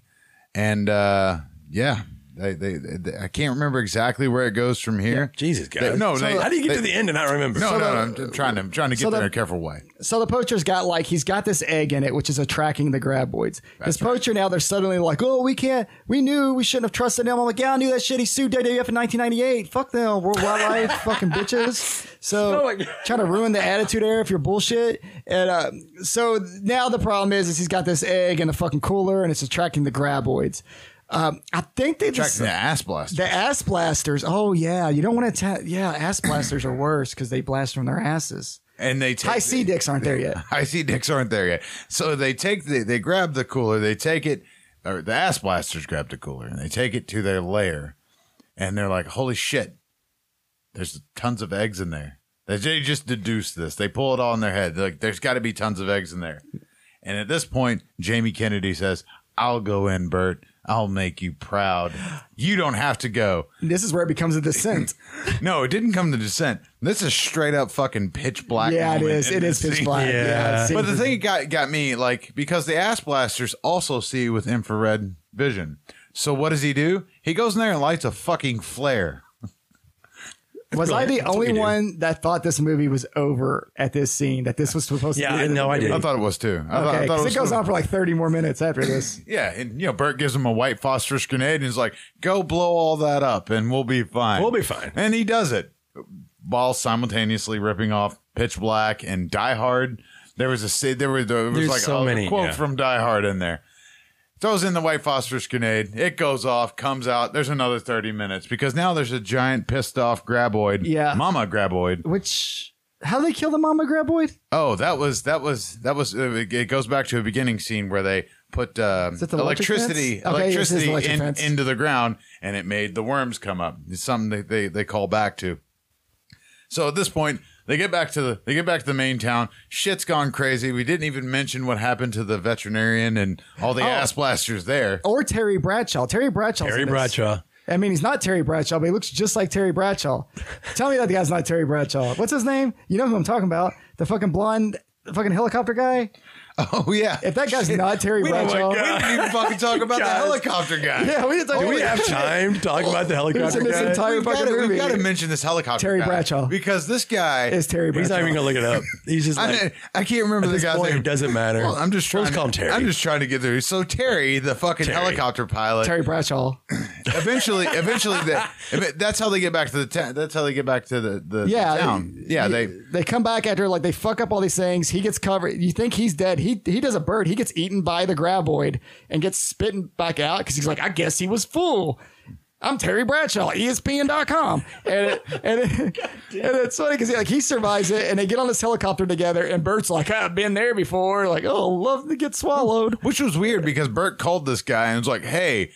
S4: and uh, yeah. They, they, they, I can't remember exactly where it goes from here.
S3: Jesus, guys.
S4: They- no, they,
S3: how do you get
S4: they-
S3: to the end and not remember?
S4: No,
S3: So-
S4: no, no. I'm trying to I'm trying to get
S2: so
S4: there
S2: the-
S4: in a careful way.
S2: So the poacher's got like, he's got this egg in it, which is attracting the graboids. this poacher now, they're suddenly like, Oh, we can't, we knew we shouldn't have trusted him. I'm like, Yeah, I knew that shit. He sued WWF in 1998. Fuck them, World Wildlife, fucking bitches. So trying to ruin the attitude era if you're bullshit. And uh, so now the problem is, is he's got this egg in a fucking cooler and it's attracting the graboids. Um, I think they
S4: Tracking
S2: just
S4: the ass blast.
S2: The ass blasters. Oh yeah, you don't want to. Ta- yeah, ass blasters are worse because they blast from their asses.
S4: and they take
S2: High C dicks aren't there yet.
S4: (laughs) High C dicks aren't there yet. So they take the they grab the cooler, they take it or the ass blasters grab the cooler and they take it to their lair and they're like, Holy shit, there's tons of eggs in there. They they just deduce this. They pull it all in their head. They're like, there's gotta be tons of eggs in there. And at this point, Jamie Kennedy says, I'll go in, Bert. I'll make you proud. You don't have to go.
S2: This is where it becomes a descent.
S4: No, it didn't come to descent. This is straight up fucking pitch (laughs) black.
S2: yeah, it
S4: moment
S2: is.
S4: in
S2: It
S4: this
S2: is pitch
S4: scene.
S2: black. Yeah.
S3: Yeah.
S2: it
S4: But the
S2: seems-
S4: thing that got got me like because the ass blasters also see with infrared vision. So what does he do? He goes in there and lights a fucking flare.
S2: was I the
S3: That's what
S2: only
S3: we do.
S2: one that thought this movie was over at this scene? That this was supposed to
S3: Yeah,
S2: be the
S3: I
S2: end of
S3: know
S2: the
S3: I
S2: movie?
S3: did.
S4: I thought it was too. I thought, I
S2: Okay,
S4: thought
S2: 'cause it goes
S4: was-
S2: on for like thirty more minutes after
S4: (laughs)
S2: this.
S4: Yeah, and you know Bert gives him a white phosphorus grenade and he's like, "Go blow all that up and we'll be fine.
S3: We'll be fine.
S4: And he does it, while simultaneously ripping off Pitch Black and Die Hard. There was a si- there was there was
S3: There's
S4: like
S3: so
S4: a
S3: many,
S4: quote
S3: yeah.
S4: from Die Hard in there. Throws in the white phosphorus grenade. It goes off, comes out. There's another 30 minutes because now there's a giant pissed off graboid.
S2: Yeah.
S4: Mama graboid.
S2: Which how they kill the mama graboid?
S4: Oh, that was that was that was. uh, It it goes back to a beginning scene where they put um,
S2: that the electric
S4: electricity
S2: fence? Okay, it is the
S4: electricity
S2: electric
S4: in,
S2: fence.
S4: into the ground, and it made the worms come up. It's something that they they call back to. So at this point, they get back to the they get back to the main town. Shit's gone crazy. We didn't even mention what happened to the veterinarian and all
S2: Oh.
S4: the ass blasters there.
S2: Or Terry Bradshaw? Terry Bradshaw.
S3: Harry Bradshaw.
S2: I mean, he's not Terry Bradshaw, but he looks just like
S3: (laughs)
S2: Terry Bradshaw. Tell me that the guy's not Terry Bradshaw. What's his name? You know who I'm talking about? The fucking blonde, the fucking helicopter guy.
S4: (laughs) Oh yeah,
S2: If that guy's not Terry
S4: we didn't,
S2: Bradshaw,
S4: we didn't even fucking talk
S2: (laughs)
S4: about the
S3: Guys.
S4: helicopter guy.
S2: yeah, we didn't talk
S3: Do
S2: about
S3: we have time to talk about the
S2: Who's
S3: helicopter
S2: in this
S3: guy?
S2: entire
S4: We've
S2: fucking
S4: got, to,
S2: movie.
S4: we've got to mention this helicopter
S2: Terry
S4: guy.
S2: Bradshaw.
S4: because this guy
S2: It's Terry Bradshaw.
S3: He's not even gonna look it up. He's just
S4: I,
S3: like,
S4: mean, I can't
S3: at
S4: remember the
S3: this
S4: guy's
S3: point,
S4: name.
S3: it doesn't matter.
S4: Well, I'm just
S3: We'll just
S4: trying. to,
S3: call him Terry.
S4: I'm just trying to get through. So Terry, the fucking
S3: Terry.
S4: helicopter pilot,
S2: Terry Bradshaw.
S4: eventually, eventually, that that's how they get back to the town. That's how they get back to the the, the
S2: Yeah,
S4: town. Yeah, they.
S2: They come back after like they fuck up all these things. He gets covered. You think he's dead. He he does a bird. He gets eaten by the graboid and gets spitting back out because he's like, I guess he was fool. I'm Terry Bradshaw, E ESPN.com, and it, and, it, and it's funny because like he survives it, and they get on this helicopter together, and Bert's like, I've been there before, like, oh, love to get swallowed.
S4: Which was weird because Bert called this guy and was like, "Hey,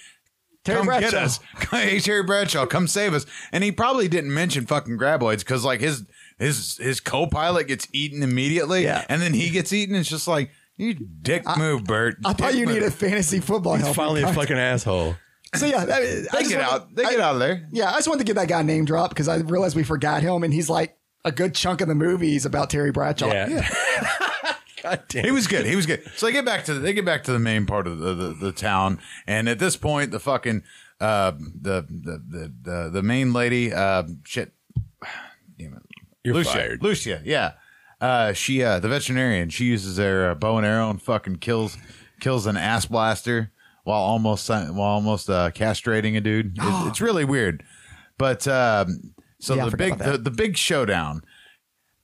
S2: Terry
S4: come
S2: Bradshaw.
S4: get us. (laughs) hey, Terry Bradshaw, come save us. And he probably didn't mention fucking graboids because like his his his co-pilot gets eaten immediately,
S2: Yeah.
S4: and then he gets eaten. It's just like you dick move, Bert.
S2: I thought
S4: Dick
S2: you
S4: move.
S2: needed fantasy football
S3: He's
S2: help.
S3: "Oh, finally a fucking asshole.
S2: So yeah, that, I
S4: They
S2: just
S4: get
S2: wanted-
S4: out. They
S2: I-
S4: get out of there.
S2: Yeah, I just wanted to get that guy name drop because I realized we forgot him, and he's like a good chunk of the movie is about Terry Bradshaw.
S3: Yeah.
S4: (laughs)
S3: God damn.
S4: He was good. He was good. So they get back to the, they get back to the main part of the, the, the town, and at this point, the fucking uh, the, the the the the main lady, uh, shit, (sighs) damn it,
S3: You're
S4: Lucia,
S3: fired.
S4: Lucia, yeah, uh, she uh, the veterinarian, she uses her uh, bow and arrow and fucking kills kills an ass blaster while almost while almost uh, castrating a dude. It's, (gasps) it's really weird, but um, so
S2: Yeah, I
S4: the
S2: forgot
S4: big
S2: about
S4: the, the big showdown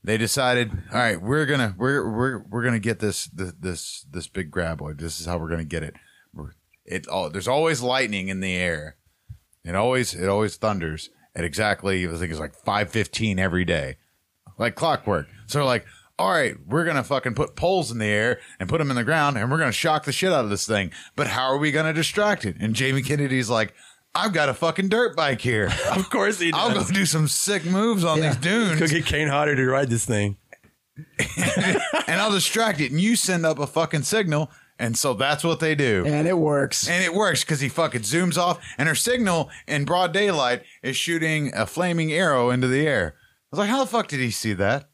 S4: they decided, all right, we're gonna we're we're we're gonna get this this this, this big graboid. This is how we're gonna get it. We're, It all there's always lightning in the air. It always it always thunders at exactly I think it's like five fifteen every day, like clockwork. So like, all right, we're gonna fucking put poles in the air and put them in the ground, and we're gonna shock the shit out of this thing. But how are we gonna distract it? And Jamie Kennedy's like. I've got a fucking dirt bike here.
S3: Of course he
S4: I'll go
S3: does.
S4: do some sick moves on these dunes.
S3: Go get Kane Hodder to ride this thing.
S4: and I'll distract it, and you send up a fucking signal. And so that's what they do.
S2: and it works.
S4: And it works because he fucking zooms off, and her signal in broad daylight is shooting a flaming arrow into the air. I was like, how the fuck did he see that?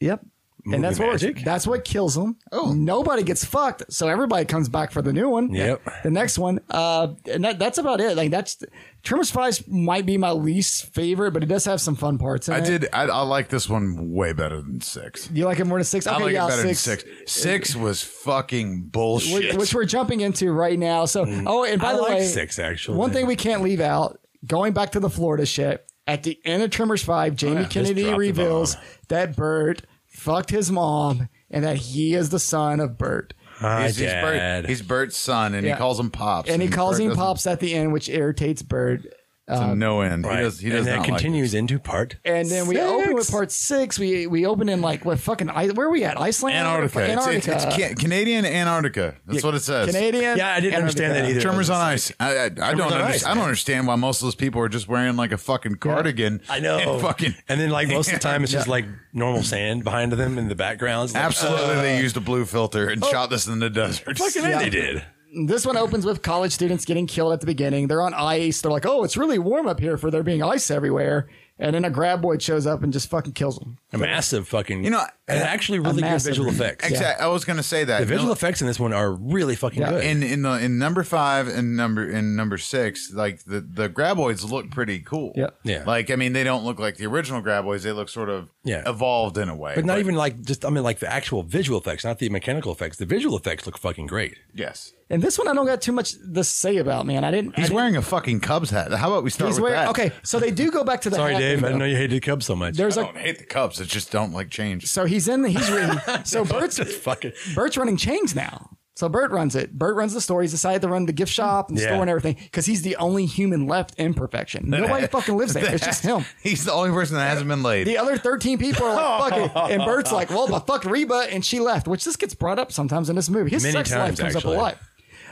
S2: Yep. And that's what works.
S3: magic?
S2: that's what kills them.
S4: Oh.
S2: nobody gets fucked, so everybody comes back for the new one.
S3: Yep.
S2: The next one, uh, and that, that's about it. Like that's Tremors Five might be my least favorite, but it does have some fun parts. In
S4: I
S2: it.
S4: did. I, I like this one way better than six.
S2: You like it more than six? Okay,
S4: I like
S2: yeah,
S4: it better
S2: six.
S4: than six. Six was fucking
S2: which,
S4: bullshit.
S2: which we're jumping into right now. So, oh, and by
S3: Mm. I
S2: the
S3: like
S2: way,
S3: six, actually.
S2: One thing we can't leave out: going back to the Florida shit. At the end of Tremors Five, Jamie Kennedy
S3: Oh, dropped the
S2: reveals
S3: bomb.
S2: that Bert fucked his mom and that he is the son of Bert.
S3: Hi,
S4: he's, he's, Bert,
S3: Dad.
S4: he's Bert's son, and
S2: Yeah.
S4: he calls him pops,
S2: and he calls
S4: Bert
S2: him
S4: doesn't-
S2: pops at the end, which irritates Bird.
S4: to no end.
S3: Right.
S4: He does. He does
S3: and that
S4: not
S3: continues into part.
S2: And then we
S3: six.
S2: open with part six. We we open in like what fucking I- where are we at? Iceland,
S4: Like it. Antarctica.
S2: Fuck,
S4: It's- It's,
S2: Antarctica,
S4: it's, Can- Canadian Antarctica. That's what it says.
S2: Canadian.
S3: Yeah, I didn't understand that
S2: Antarctica.
S3: either.
S4: Trimmers on ice. I, I, I don't.
S3: on
S4: Under,
S3: ice,
S4: I don't understand why most of those people are just wearing like a fucking cardigan.
S3: I know.
S4: And fucking.
S3: (laughs) And then, like, most of the time,
S4: (laughs)
S3: it's just like normal sand behind them in the background. It's like,
S4: Absolutely, they used a blue filter and shot this in the desert.
S3: oh, uh, fucking A, they did.
S2: This one opens with college students getting killed at the beginning. They're on ice. They're like, oh, it's really warm up here for there being ice everywhere. And then a graboid shows up and just fucking kills them.
S3: A massive fucking.
S4: You know,
S3: and actually really good
S2: massive-
S3: visual effects.
S4: Exactly. I was going to say that
S3: The visual effects in this one are really fucking
S2: Yeah.
S3: good.
S4: in in the in number five and number in number six, like the the graboids look pretty cool.
S2: Yep.
S3: Yeah.
S4: Like I mean, they don't look like the original graboids. They look sort of
S3: Yeah.
S4: evolved in a way.
S3: but not even like just, I mean, like the actual visual effects, not the mechanical effects. The visual effects look fucking great.
S4: Yes.
S2: And this one I don't got too much to say about, man. I didn't. I
S4: He's
S2: didn't-
S4: wearing a fucking Cubs hat. How about we start
S2: He's
S4: with
S2: wearing.
S4: that?
S2: Okay, so they do go back to the.
S3: Sorry,
S2: hat
S3: Dave.
S2: thing,
S3: I didn't know
S2: though.
S3: you hated the Cubs so much. (laughs)
S2: There's
S4: I
S2: like
S4: don't hate the Cubs. I just don't like change.
S2: so he's in. He's reading.
S3: (laughs)
S2: so Bert's
S3: fucking.
S2: Bert's running chains now. So Bert runs it. Bert runs the store. He's decided to run the gift shop and the
S3: Yeah.
S2: store and everything because he's the only human left in perfection.
S3: (laughs)
S2: Nobody fucking lives there. It's just him.
S4: (laughs) He's the only person that hasn't been laid.
S2: The other 13 people are
S3: (laughs)
S2: like, fuck it. And Bert's like, well, but fuck Reba. And she left, which this gets brought up sometimes in this movie. His
S3: Many
S2: sex
S3: times,
S2: life comes
S3: actually.
S2: up a lot.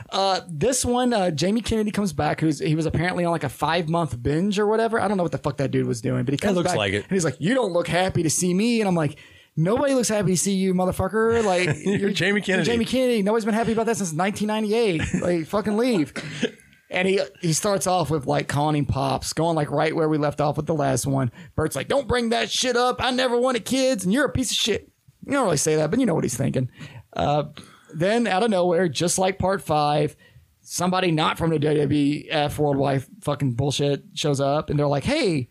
S2: Uh, this one, uh, Jamie Kennedy comes back. Who's he was apparently on like a five month binge or whatever. I don't know what the fuck that dude was doing, but he comes
S3: looks
S2: back
S3: like it.
S2: and he's like, "You don't look happy to see me," and I'm like, "Nobody looks happy to see you, motherfucker." Like
S3: (laughs) You're Jamie Kennedy.
S2: Jamie Kennedy. Nobody's been happy about that since 1998. Like fucking leave. And he he starts off with like calling him pops, going like right where we left off with the last one. Bert's like, "Don't bring that shit up. I never wanted kids, and you're a piece of shit." You don't really say that, but you know what he's thinking. Uh, then out of nowhere, just like part five, somebody not from the WWF worldwide fucking bullshit shows up, and they're like, "Hey,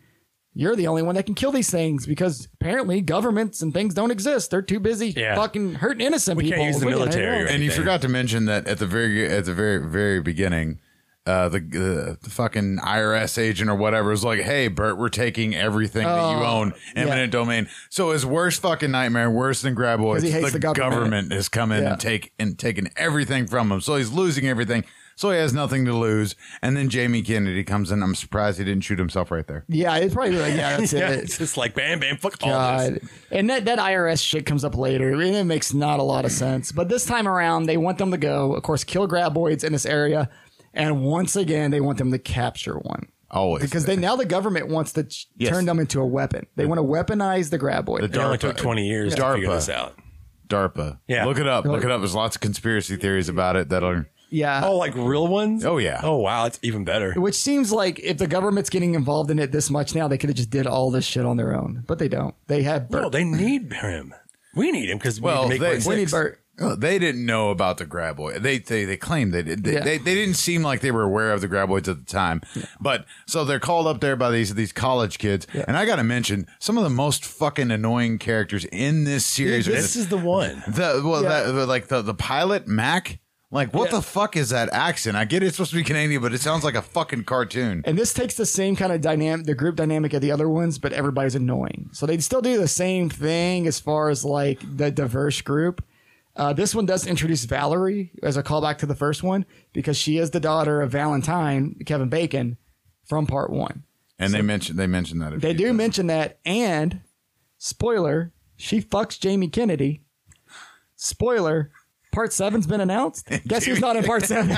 S2: you're the only one that can kill these things because apparently governments and things don't exist. They're too busy
S3: Yeah.
S2: fucking hurting innocent
S3: We
S2: people.
S3: can't use the
S2: We can't-
S3: military, right?
S4: and you
S3: anything.
S4: forgot to mention that at the very at the very very beginning, uh, the uh, the fucking IRS agent or whatever was like, "Hey, Bert, we're taking everything that
S2: Oh,
S4: you own, eminent domain." So his worst fucking nightmare, worse than graboids,
S2: 'Cause he hates the government.
S4: has come in
S2: Yeah.
S4: and take and taken everything from him. So he's losing everything. So he has nothing to lose. And then Jamie Kennedy comes in. I'm surprised he didn't shoot himself right there.
S2: Yeah, it's probably like,
S3: (laughs)
S2: yeah, that's
S3: Yeah,
S2: it.
S3: it's just like bam, bam, fuck all this.
S2: God. And that, that IRS shit comes up later, and it makes not a lot of sense. But this time around, they want them to go, of course, kill graboids in this area. And once again, they want them to capture one.
S4: Always
S2: Because they now the government wants to ch-
S4: Yes.
S2: turn them into a weapon. They want to weaponize the graboid.
S3: It only took 20 years to figure
S4: DARPA.
S3: this out.
S4: DARPA.
S3: Yeah.
S4: Look it up. Look it up. There's lots of conspiracy theories about it that are.
S2: yeah.
S3: Oh, like real ones?
S4: Oh, yeah.
S3: Oh wow, it's even better.
S2: Which seems like if the government's getting involved in it this much now, they could have just did all this shit on their own. But they don't. They have Bert.
S3: No, they need him. We need him because we
S4: Well,
S3: need to
S4: they-
S3: make they,
S2: we need Bert.
S4: Oh, they didn't know about the graboid. They they, they claimed they did. They,
S2: Yeah.
S4: they they didn't seem like they were aware of the graboids at the time. But so they're called up there by these these college kids. And I got to mention some of the most fucking annoying characters in this series. are
S3: This is the one.
S4: the well,
S2: Yeah.
S4: that, like the the pilot Mac. Like what the fuck is that accent? I get it's supposed to be Canadian, but it sounds like a fucking cartoon.
S2: And this takes the same kind of dynamic, the group dynamic of the other ones, but everybody's annoying. So they still do the same thing as far as like the diverse group. Uh, this one does introduce Valerie as a callback to the first one because she is the daughter of Valentine Kevin Bacon from part one.
S4: And they mentioned they mentioned that a
S2: They
S4: few
S2: do
S4: times.
S2: mention that, and spoiler, she fucks Jamie Kennedy. Spoiler, part seven's been
S4: (laughs)
S2: announced. Guess who's not in part seven?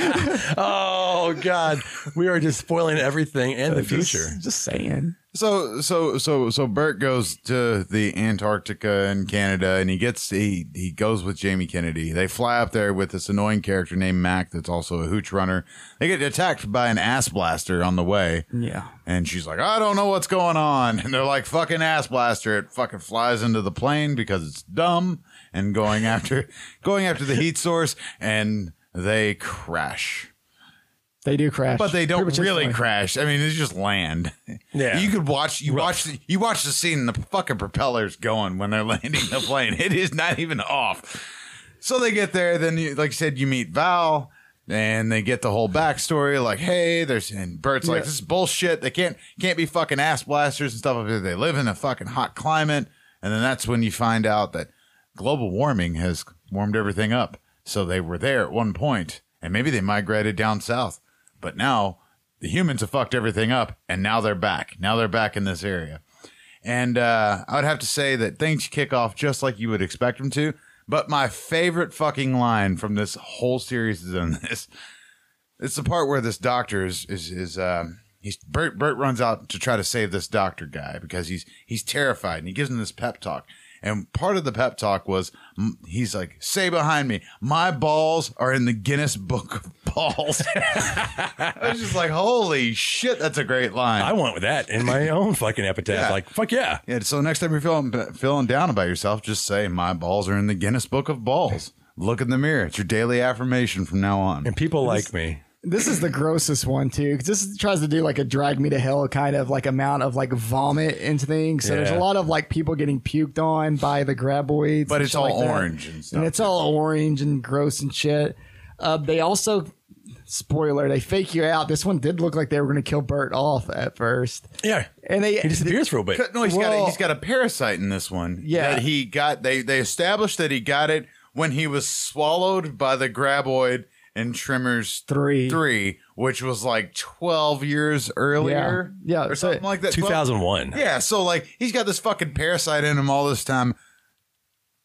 S3: Oh God, we are just spoiling everything and the future.
S2: (laughs) Just, just saying.
S4: So so so so Bert goes to the Antarctica and Canada and he gets he he goes with Jamie Kennedy. They fly up there with this annoying character named Mac that's also a hooch runner. They get attacked by an ass blaster on the way.
S2: Yeah.
S4: And she's like, I don't know what's going on. (laughs) And they're like, fucking ass blaster. It fucking flies into the plane because it's dumb and going after (laughs) going after the heat source and they crash.
S2: They do crash.
S4: But
S2: Pretty
S4: they don't
S2: much just
S4: really
S2: fine.
S4: crash. I mean, they just land.
S3: Yeah.
S4: You could watch you watch the, you watch the scene and the fucking propellers going when they're (laughs) landing the plane. It is not even off. So they get there, then you, like you said, you meet Val and they get the whole backstory, like, hey, there's and Bert's like,
S2: Yeah.
S4: this is bullshit. They can't can't be fucking ass blasters and stuff up here. They live in a fucking hot climate. And then that's when you find out that global warming has warmed everything up. So they were there at one point, and maybe they migrated down south. But now the humans have fucked everything up, and now they're back. Now they're back in this area. And uh, I would have to say that things kick off just like you would expect them to. But my favorite fucking line from this whole series is in (laughs) this. It's the part where this doctor is is is um, he's Bert Bert runs out to try to save this doctor guy because he's he's terrified and he gives him this pep talk. And part of the pep talk was mm, he's like, "Say behind me, my balls are in the Guinness Book of Balls." (laughs) I was just like, "Holy shit, that's a great line."
S3: I want that in my own fucking epitaph.
S4: Yeah.
S3: Like fuck yeah.
S4: Yeah, so next time you're feeling feeling down about yourself, just say, "My balls are in the Guinness Book of Balls." Look in the mirror. It's your daily affirmation from now on.
S3: And people like me.
S2: This is the grossest one too, because this is- tries to do like a drag me to hell kind of like amount of like vomit into things. So there's a
S3: Yeah.
S2: lot of like people getting puked on by the graboids,
S4: But
S2: and
S4: it's
S2: shit
S4: all
S2: like that.
S4: orange and stuff.
S2: and it's all orange and gross and shit. Uh, they also, spoiler, they fake you out. This one did look like they were going to kill Bert off at first,
S3: Yeah.
S2: and they
S3: He disappears for a bit.
S4: no, he's got a,
S2: Well-
S4: he's got a parasite in this one.
S2: Yeah.
S4: that he got. They they established that he got it when he was swallowed by the graboid in Tremors
S2: Three.
S4: three, which was like twelve years earlier.
S2: Yeah.
S4: or
S2: So-
S4: something like that. 12
S3: 2001.
S4: Yeah, so like he's got this fucking parasite in him all this time.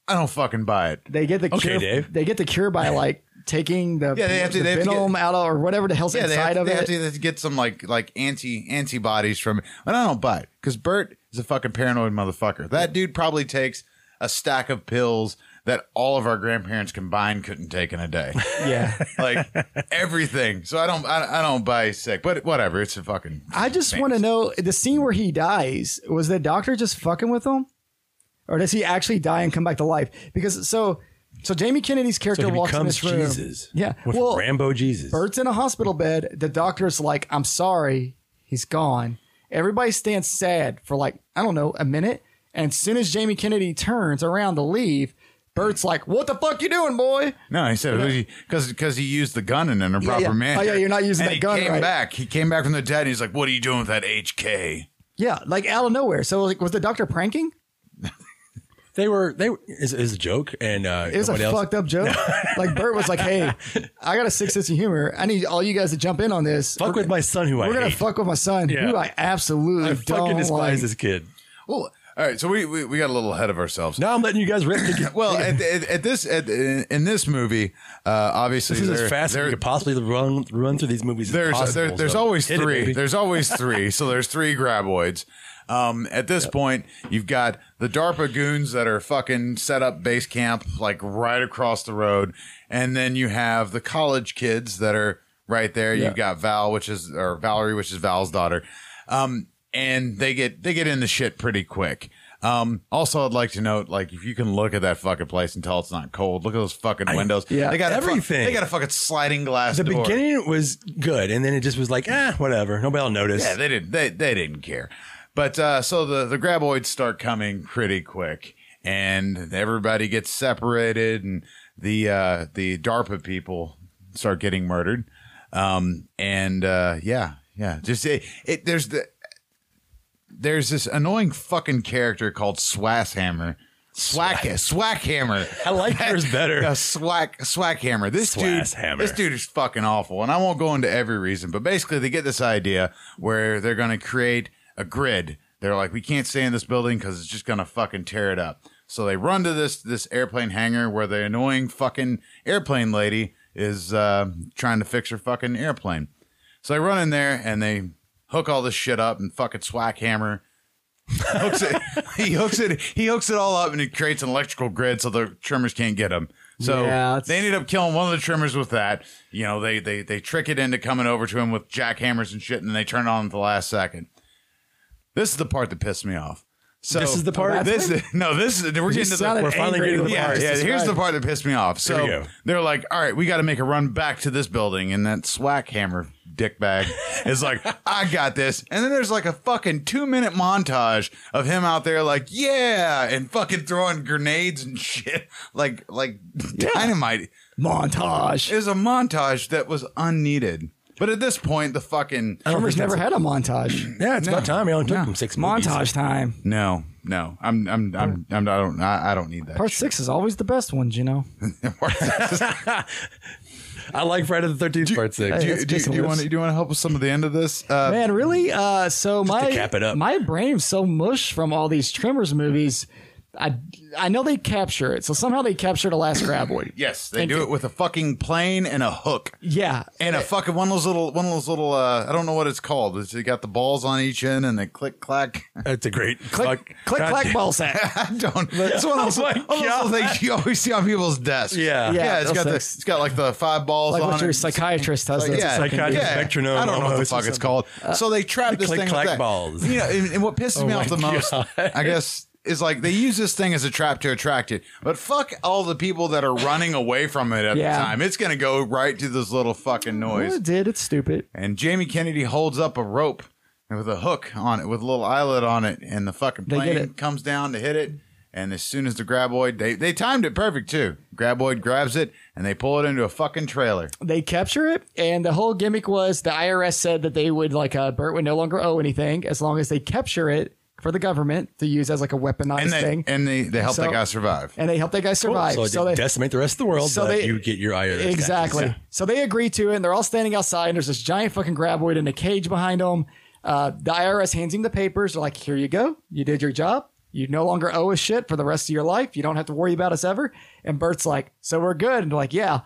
S4: I don't fucking buy it.
S2: they get the
S3: Okay,
S2: cure,
S3: Dave.
S2: They get the cure by like taking the
S4: Yeah, they have to-
S2: the
S4: they have to get-
S2: venom out of, or whatever the hell's
S4: Yeah, they,
S2: inside
S4: have,
S2: of
S4: they
S2: it.
S4: have to just get some like like anti antibodies from it. And I don't buy it because Bert is a fucking paranoid motherfucker. That dude probably takes a stack of pills that all of our grandparents combined couldn't take in
S2: (laughs)
S4: a day,
S2: yeah.
S4: like everything. So I don't I, I don't buy he's sick, but whatever. It's a fucking.
S2: I just want to know the scene where he dies. Was the doctor just fucking with him, or does he actually die and come back to life? Because so, so Jamie Kennedy's character
S3: So he
S2: walks in
S3: becomes
S2: this room.
S3: Jesus.
S2: Yeah.
S3: With
S2: Well,
S3: Rambo Jesus.
S2: Bert's in a hospital bed. The doctor's like, "I'm sorry, he's gone." Everybody stands sad for like I don't know a minute, and as soon as Jamie Kennedy turns around to leave, Bert's like, "What the fuck you doing, boy?"
S4: No, he said because because he used the gun in an improper
S2: yeah.
S4: manner.
S2: Oh, yeah, you're not using
S4: and
S2: that
S4: he
S2: gun
S4: Came
S2: right.
S4: back. He came back from the dead. and He's like, "What are you doing with that HK?"
S2: Yeah, like out of nowhere. So like, was the doctor pranking?
S3: They were they were, is is a joke and uh
S2: It was a
S3: nobody else-
S2: fucked up joke. (laughs) like Bert was like, "Hey, I got a sick sense of humor. I need all you guys to jump in on this.
S3: Fuck
S2: We're-
S3: with my son who I
S2: We're gonna
S3: hate.
S2: fuck with my son,
S3: Yeah.
S2: who I absolutely
S3: I
S2: don't
S3: fucking despise
S2: like.
S3: this kid.
S4: Well, all right. So we we, we got a little ahead of ourselves.
S3: Now I'm letting you guys rip. the-
S4: Well, at, at, at this at, in, in this movie, uh, obviously
S3: This is as
S4: there-
S3: fast as
S4: there-
S3: we could possibly run run through these movies. as
S4: there's
S3: possible,
S4: there- there's
S3: so
S4: always
S3: hit it,
S4: three.
S3: baby.
S4: there's always three. So there's three graboids. Um, at this point, you've got the DARPA goons that are fucking set up base camp like right across the road, and then you have the college kids that are right there. You've got Val, which is or Valerie, which is Val's daughter, um, and they get they get in the shit pretty quick. Um, also, I'd like to note, like, if you can look at that fucking place and tell it's not cold, look at those fucking windows.
S2: yeah,
S4: they got a fu-
S3: everything.
S4: they got a fucking sliding glass.
S3: the
S4: door.
S3: beginning was good, and then it just was like, ah, whatever. Nobody will notice.
S4: Yeah, they didn't. They, they didn't care. But uh, so the the graboids start coming pretty quick, and everybody gets separated, and the uh, the DARPA people start getting murdered. Um, and uh, yeah, yeah, just it, it. There's the there's this annoying fucking character called Swasshammer Swack, swack hammer.
S3: I like yours better.
S4: A swack swack hammer. This
S3: Swass
S4: dude,
S3: hammer.
S4: this dude is fucking awful, and I won't go into every reason, but basically they get this idea where they're going to create a grid. They're like, we can't stay in this building because it's just going to fucking tear it up. So they run to this this airplane hangar where the annoying fucking airplane lady is uh, trying to fix her fucking airplane. So they run in there and they hook all this shit up and fucking swack hammer hooks it. (laughs) He hooks it. He hooks it all up, and it creates an electrical grid so the trimmers can't get him. So
S2: Yeah, it's-
S4: they ended up killing one of the trimmers with that. You know, they they they trick it into coming over to him with jackhammers and shit, and they turn it on at the last second. This is the part that pissed me off. So
S3: This is the part-
S4: This is- no, this is we're getting to the
S3: we're finally
S2: angry
S3: getting to the
S4: yeah,
S3: part.
S4: yeah. Here's the part that pissed me off.
S3: we
S4: So
S3: go.
S4: they're like, all right, we got to make a run back to this building. And that swack hammer dickbag is like, I got this. And then there's like a fucking two minute montage of him out there, like, yeah, and fucking throwing grenades and (laughs) shit, like, like dynamite. It
S2: montage.
S4: was a montage that was unneeded. But at this point, the fucking
S2: Tremors never had a
S3: (clears throat)
S2: montage.
S3: Yeah, it's about time. It only took them six movies.
S2: montage time.
S4: no, no, I'm, I'm, I'm, I'm I don't, I, I don't need that.
S2: Part six is always the best ones, you know.
S3: I like Friday the Thirteenth Part Six. (laughs)
S4: (laughs) Do, you-
S2: that's
S4: do, you-
S2: Jason
S4: do you
S2: Lives.
S4: want to, do you want to help with some of the end of this? Uh,
S2: Man, really? Uh, so my
S3: cap it up.
S2: my brain's so mush from all these Tremors movies. I I know they capture it, so somehow they capture the last
S3: (laughs)
S2: graboid.
S4: Yes, they
S2: And-
S4: do it with a fucking plane and a hook
S2: Yeah,
S4: and a fucking one of those little one of those little uh, I don't know what it's called. It's, you got the balls on each end and they click clack. (laughs)
S3: That's a great
S2: click
S3: fuck.
S2: click
S3: God
S2: clack
S3: damn.
S2: ball sack.
S4: I don't. It's one of those,
S3: (laughs) Oh my
S4: one of those little
S3: God.
S4: things you always see on people's desks.
S3: Yeah.
S4: yeah.
S2: Yeah,
S4: it's
S2: those
S4: got the,
S2: things.
S4: it's got like the five balls
S2: Like
S4: on
S2: what your
S4: it.
S2: psychiatrist has.
S4: Like,
S2: that's
S4: yeah,
S3: psychiatric metronome
S4: I don't know what the
S3: almost or
S4: fuck it's called. so they trap this
S3: click
S4: thing
S3: clack
S4: with that.
S3: balls. Oh
S4: You know, and, and what pisses
S3: (laughs)
S4: me
S3: my
S4: off the most,
S3: God.
S4: I guess, is like they use this thing as a trap to attract it. But fuck all the people that are running away from it at
S2: Yeah.
S4: the time. It's gonna go right to this little fucking
S2: Well,
S4: noise.
S2: it did. It's stupid.
S4: And Jamie Kennedy holds up a rope with a hook on it, with a little eyelid on it, and the fucking
S2: They get
S4: plane
S2: it.
S4: comes down to hit it. And as soon as the graboid, they, they timed it perfect too. Graboid grabs it and they pull it into a fucking trailer.
S2: They capture it, and the whole gimmick was the IRS said that they would like uh, Bert would no longer owe anything as long as they capture it for the government to use as like a weaponized
S4: And they,
S2: thing,
S4: and they, they help
S2: So-
S4: that guy survive.
S2: and they help that guy survive.
S3: So,
S2: so
S3: they
S2: they
S3: decimate the rest of the world,
S2: so
S3: but
S2: they-
S3: you get your eye out of their
S2: Exactly.
S3: taxes.
S2: So they agree to it, and they're all standing outside, and there's this giant fucking graboid in a cage behind them. Uh, the IRS hands him the papers. They're like, here you go. You did your job. You no longer owe us shit for the rest of your life. You don't have to worry about us ever. And Bert's like, so we're good. And they're like, yeah.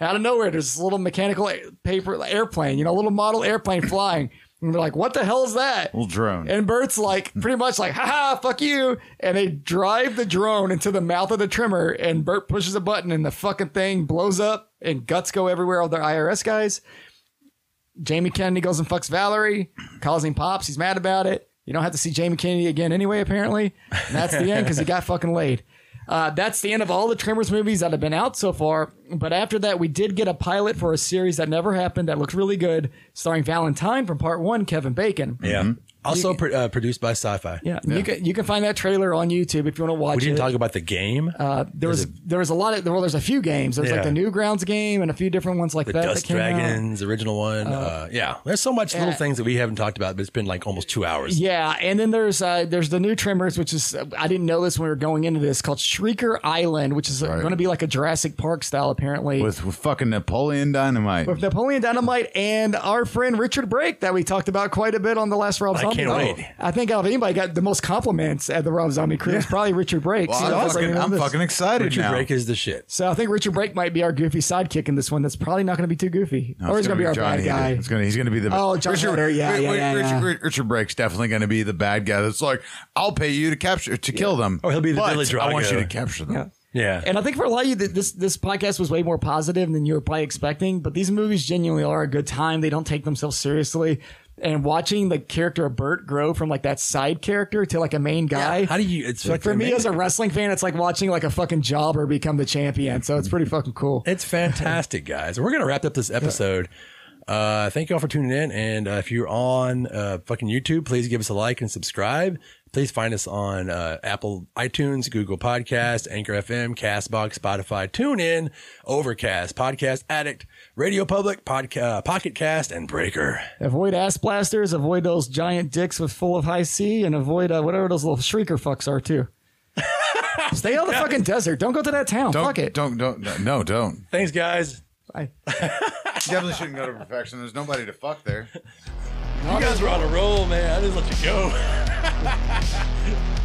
S2: Out of nowhere, there's this little mechanical a- paper airplane, you know, a little model airplane (laughs) flying. And they're like, what the hell is that?
S4: Little drone.
S2: And Bert's like, pretty much like, haha, fuck you. And they drive the drone into the mouth of the trimmer, and Bert pushes a button, and the fucking thing blows up, and guts go everywhere, all their IRS guys. Jamie Kennedy goes and fucks Valerie, calls him Pops. He's mad about it. You don't have to see Jamie Kennedy again anyway, apparently. And that's the end because he got fucking laid. Uh, that's the end of all the Tremors movies that have been out so far. But after that, we did get a pilot for a series that never happened that looked really good, starring Valentine from part one, Kevin Bacon.
S3: Yeah. Also pro- uh, produced by Sci-Fi.
S2: Mm-hmm. Yeah, you can you can find that trailer on YouTube if you want to watch
S3: We didn't
S2: it.
S3: talk about the game.
S2: uh, there was there was a lot of well, there's a few games. There's like
S3: Yeah.
S2: the Newgrounds game and a few different ones like
S3: the
S2: that. that
S3: Dust
S2: came out.
S3: Dragons, original one. Uh, yeah, there's so much little
S2: yeah.
S3: things that we haven't talked about, but it's been like almost two hours.
S2: Yeah, and then there's uh, there's the new Tremors, which is I didn't know this when we were going into this called Shrieker Island, which is going to be like a Jurassic Park style apparently.
S4: with, with fucking Napoleon Dynamite.
S2: with Napoleon Dynamite and our friend Richard Brake that we talked about quite a bit on the last Rob
S3: I
S2: Zombie.
S3: can't
S2: crew.
S3: wait.
S2: I think out of anybody got the most compliments at the Rob Zombie crew. It's probably Richard Brake.
S4: Well,
S2: So
S4: I'm,
S2: that's
S4: fucking,
S2: bringing
S4: I'm
S2: this.
S4: fucking excited
S3: Richard
S4: now.
S3: Brake is the shit.
S2: So I think Richard Brake might be our goofy sidekick in this one. That's probably not going to be too goofy, or he's going to be our
S4: John
S2: bad
S4: Heder.
S2: guy.
S4: It's gonna, he's going to be the
S2: Oh, John Heder. Yeah,
S4: Ri-
S2: yeah,
S4: Ri-
S2: yeah, yeah.
S4: Richard, Ri- Richard Brake's definitely going to be the bad guy. That's like, I'll pay you to capture to kill them.
S2: Oh,
S3: Or he'll be the
S4: but
S3: Billy
S4: I want
S3: Drago.
S4: you to capture them.
S3: Yeah,
S2: And I think for a lot of you, that this this podcast was way more positive than you were probably expecting. But these movies genuinely are a good time. They don't take themselves seriously, and watching the character of Bert grow from like that side character to like a main guy.
S3: how do you? It's like
S2: for me, as a wrestling fan, it's like watching like a fucking jobber become the champion. So it's pretty fucking cool.
S3: It's fantastic, guys. We're gonna wrap up this episode. Uh, thank you all for tuning in, and uh, if you're on uh, fucking YouTube, please give us a like and subscribe. Please find us on uh, Apple iTunes, Google Podcast, Anchor FM, Castbox, Spotify, TuneIn, Overcast, Podcast Addict, Radio Public, Podca- uh, Pocket Cast, and Breaker.
S2: Avoid ass blasters. Avoid those giant dicks with full of high C, and avoid uh, whatever those little shrieker fucks are too. Stay out of the fucking desert. Don't go to that town.
S4: Don't,
S2: Fuck it.
S4: Don't, don't, no, no, don't.
S3: Thanks, guys.
S2: I-
S4: Definitely shouldn't go to perfection. There's nobody to fuck there.
S3: (laughs) You guys were on a roll, man. I just let you go.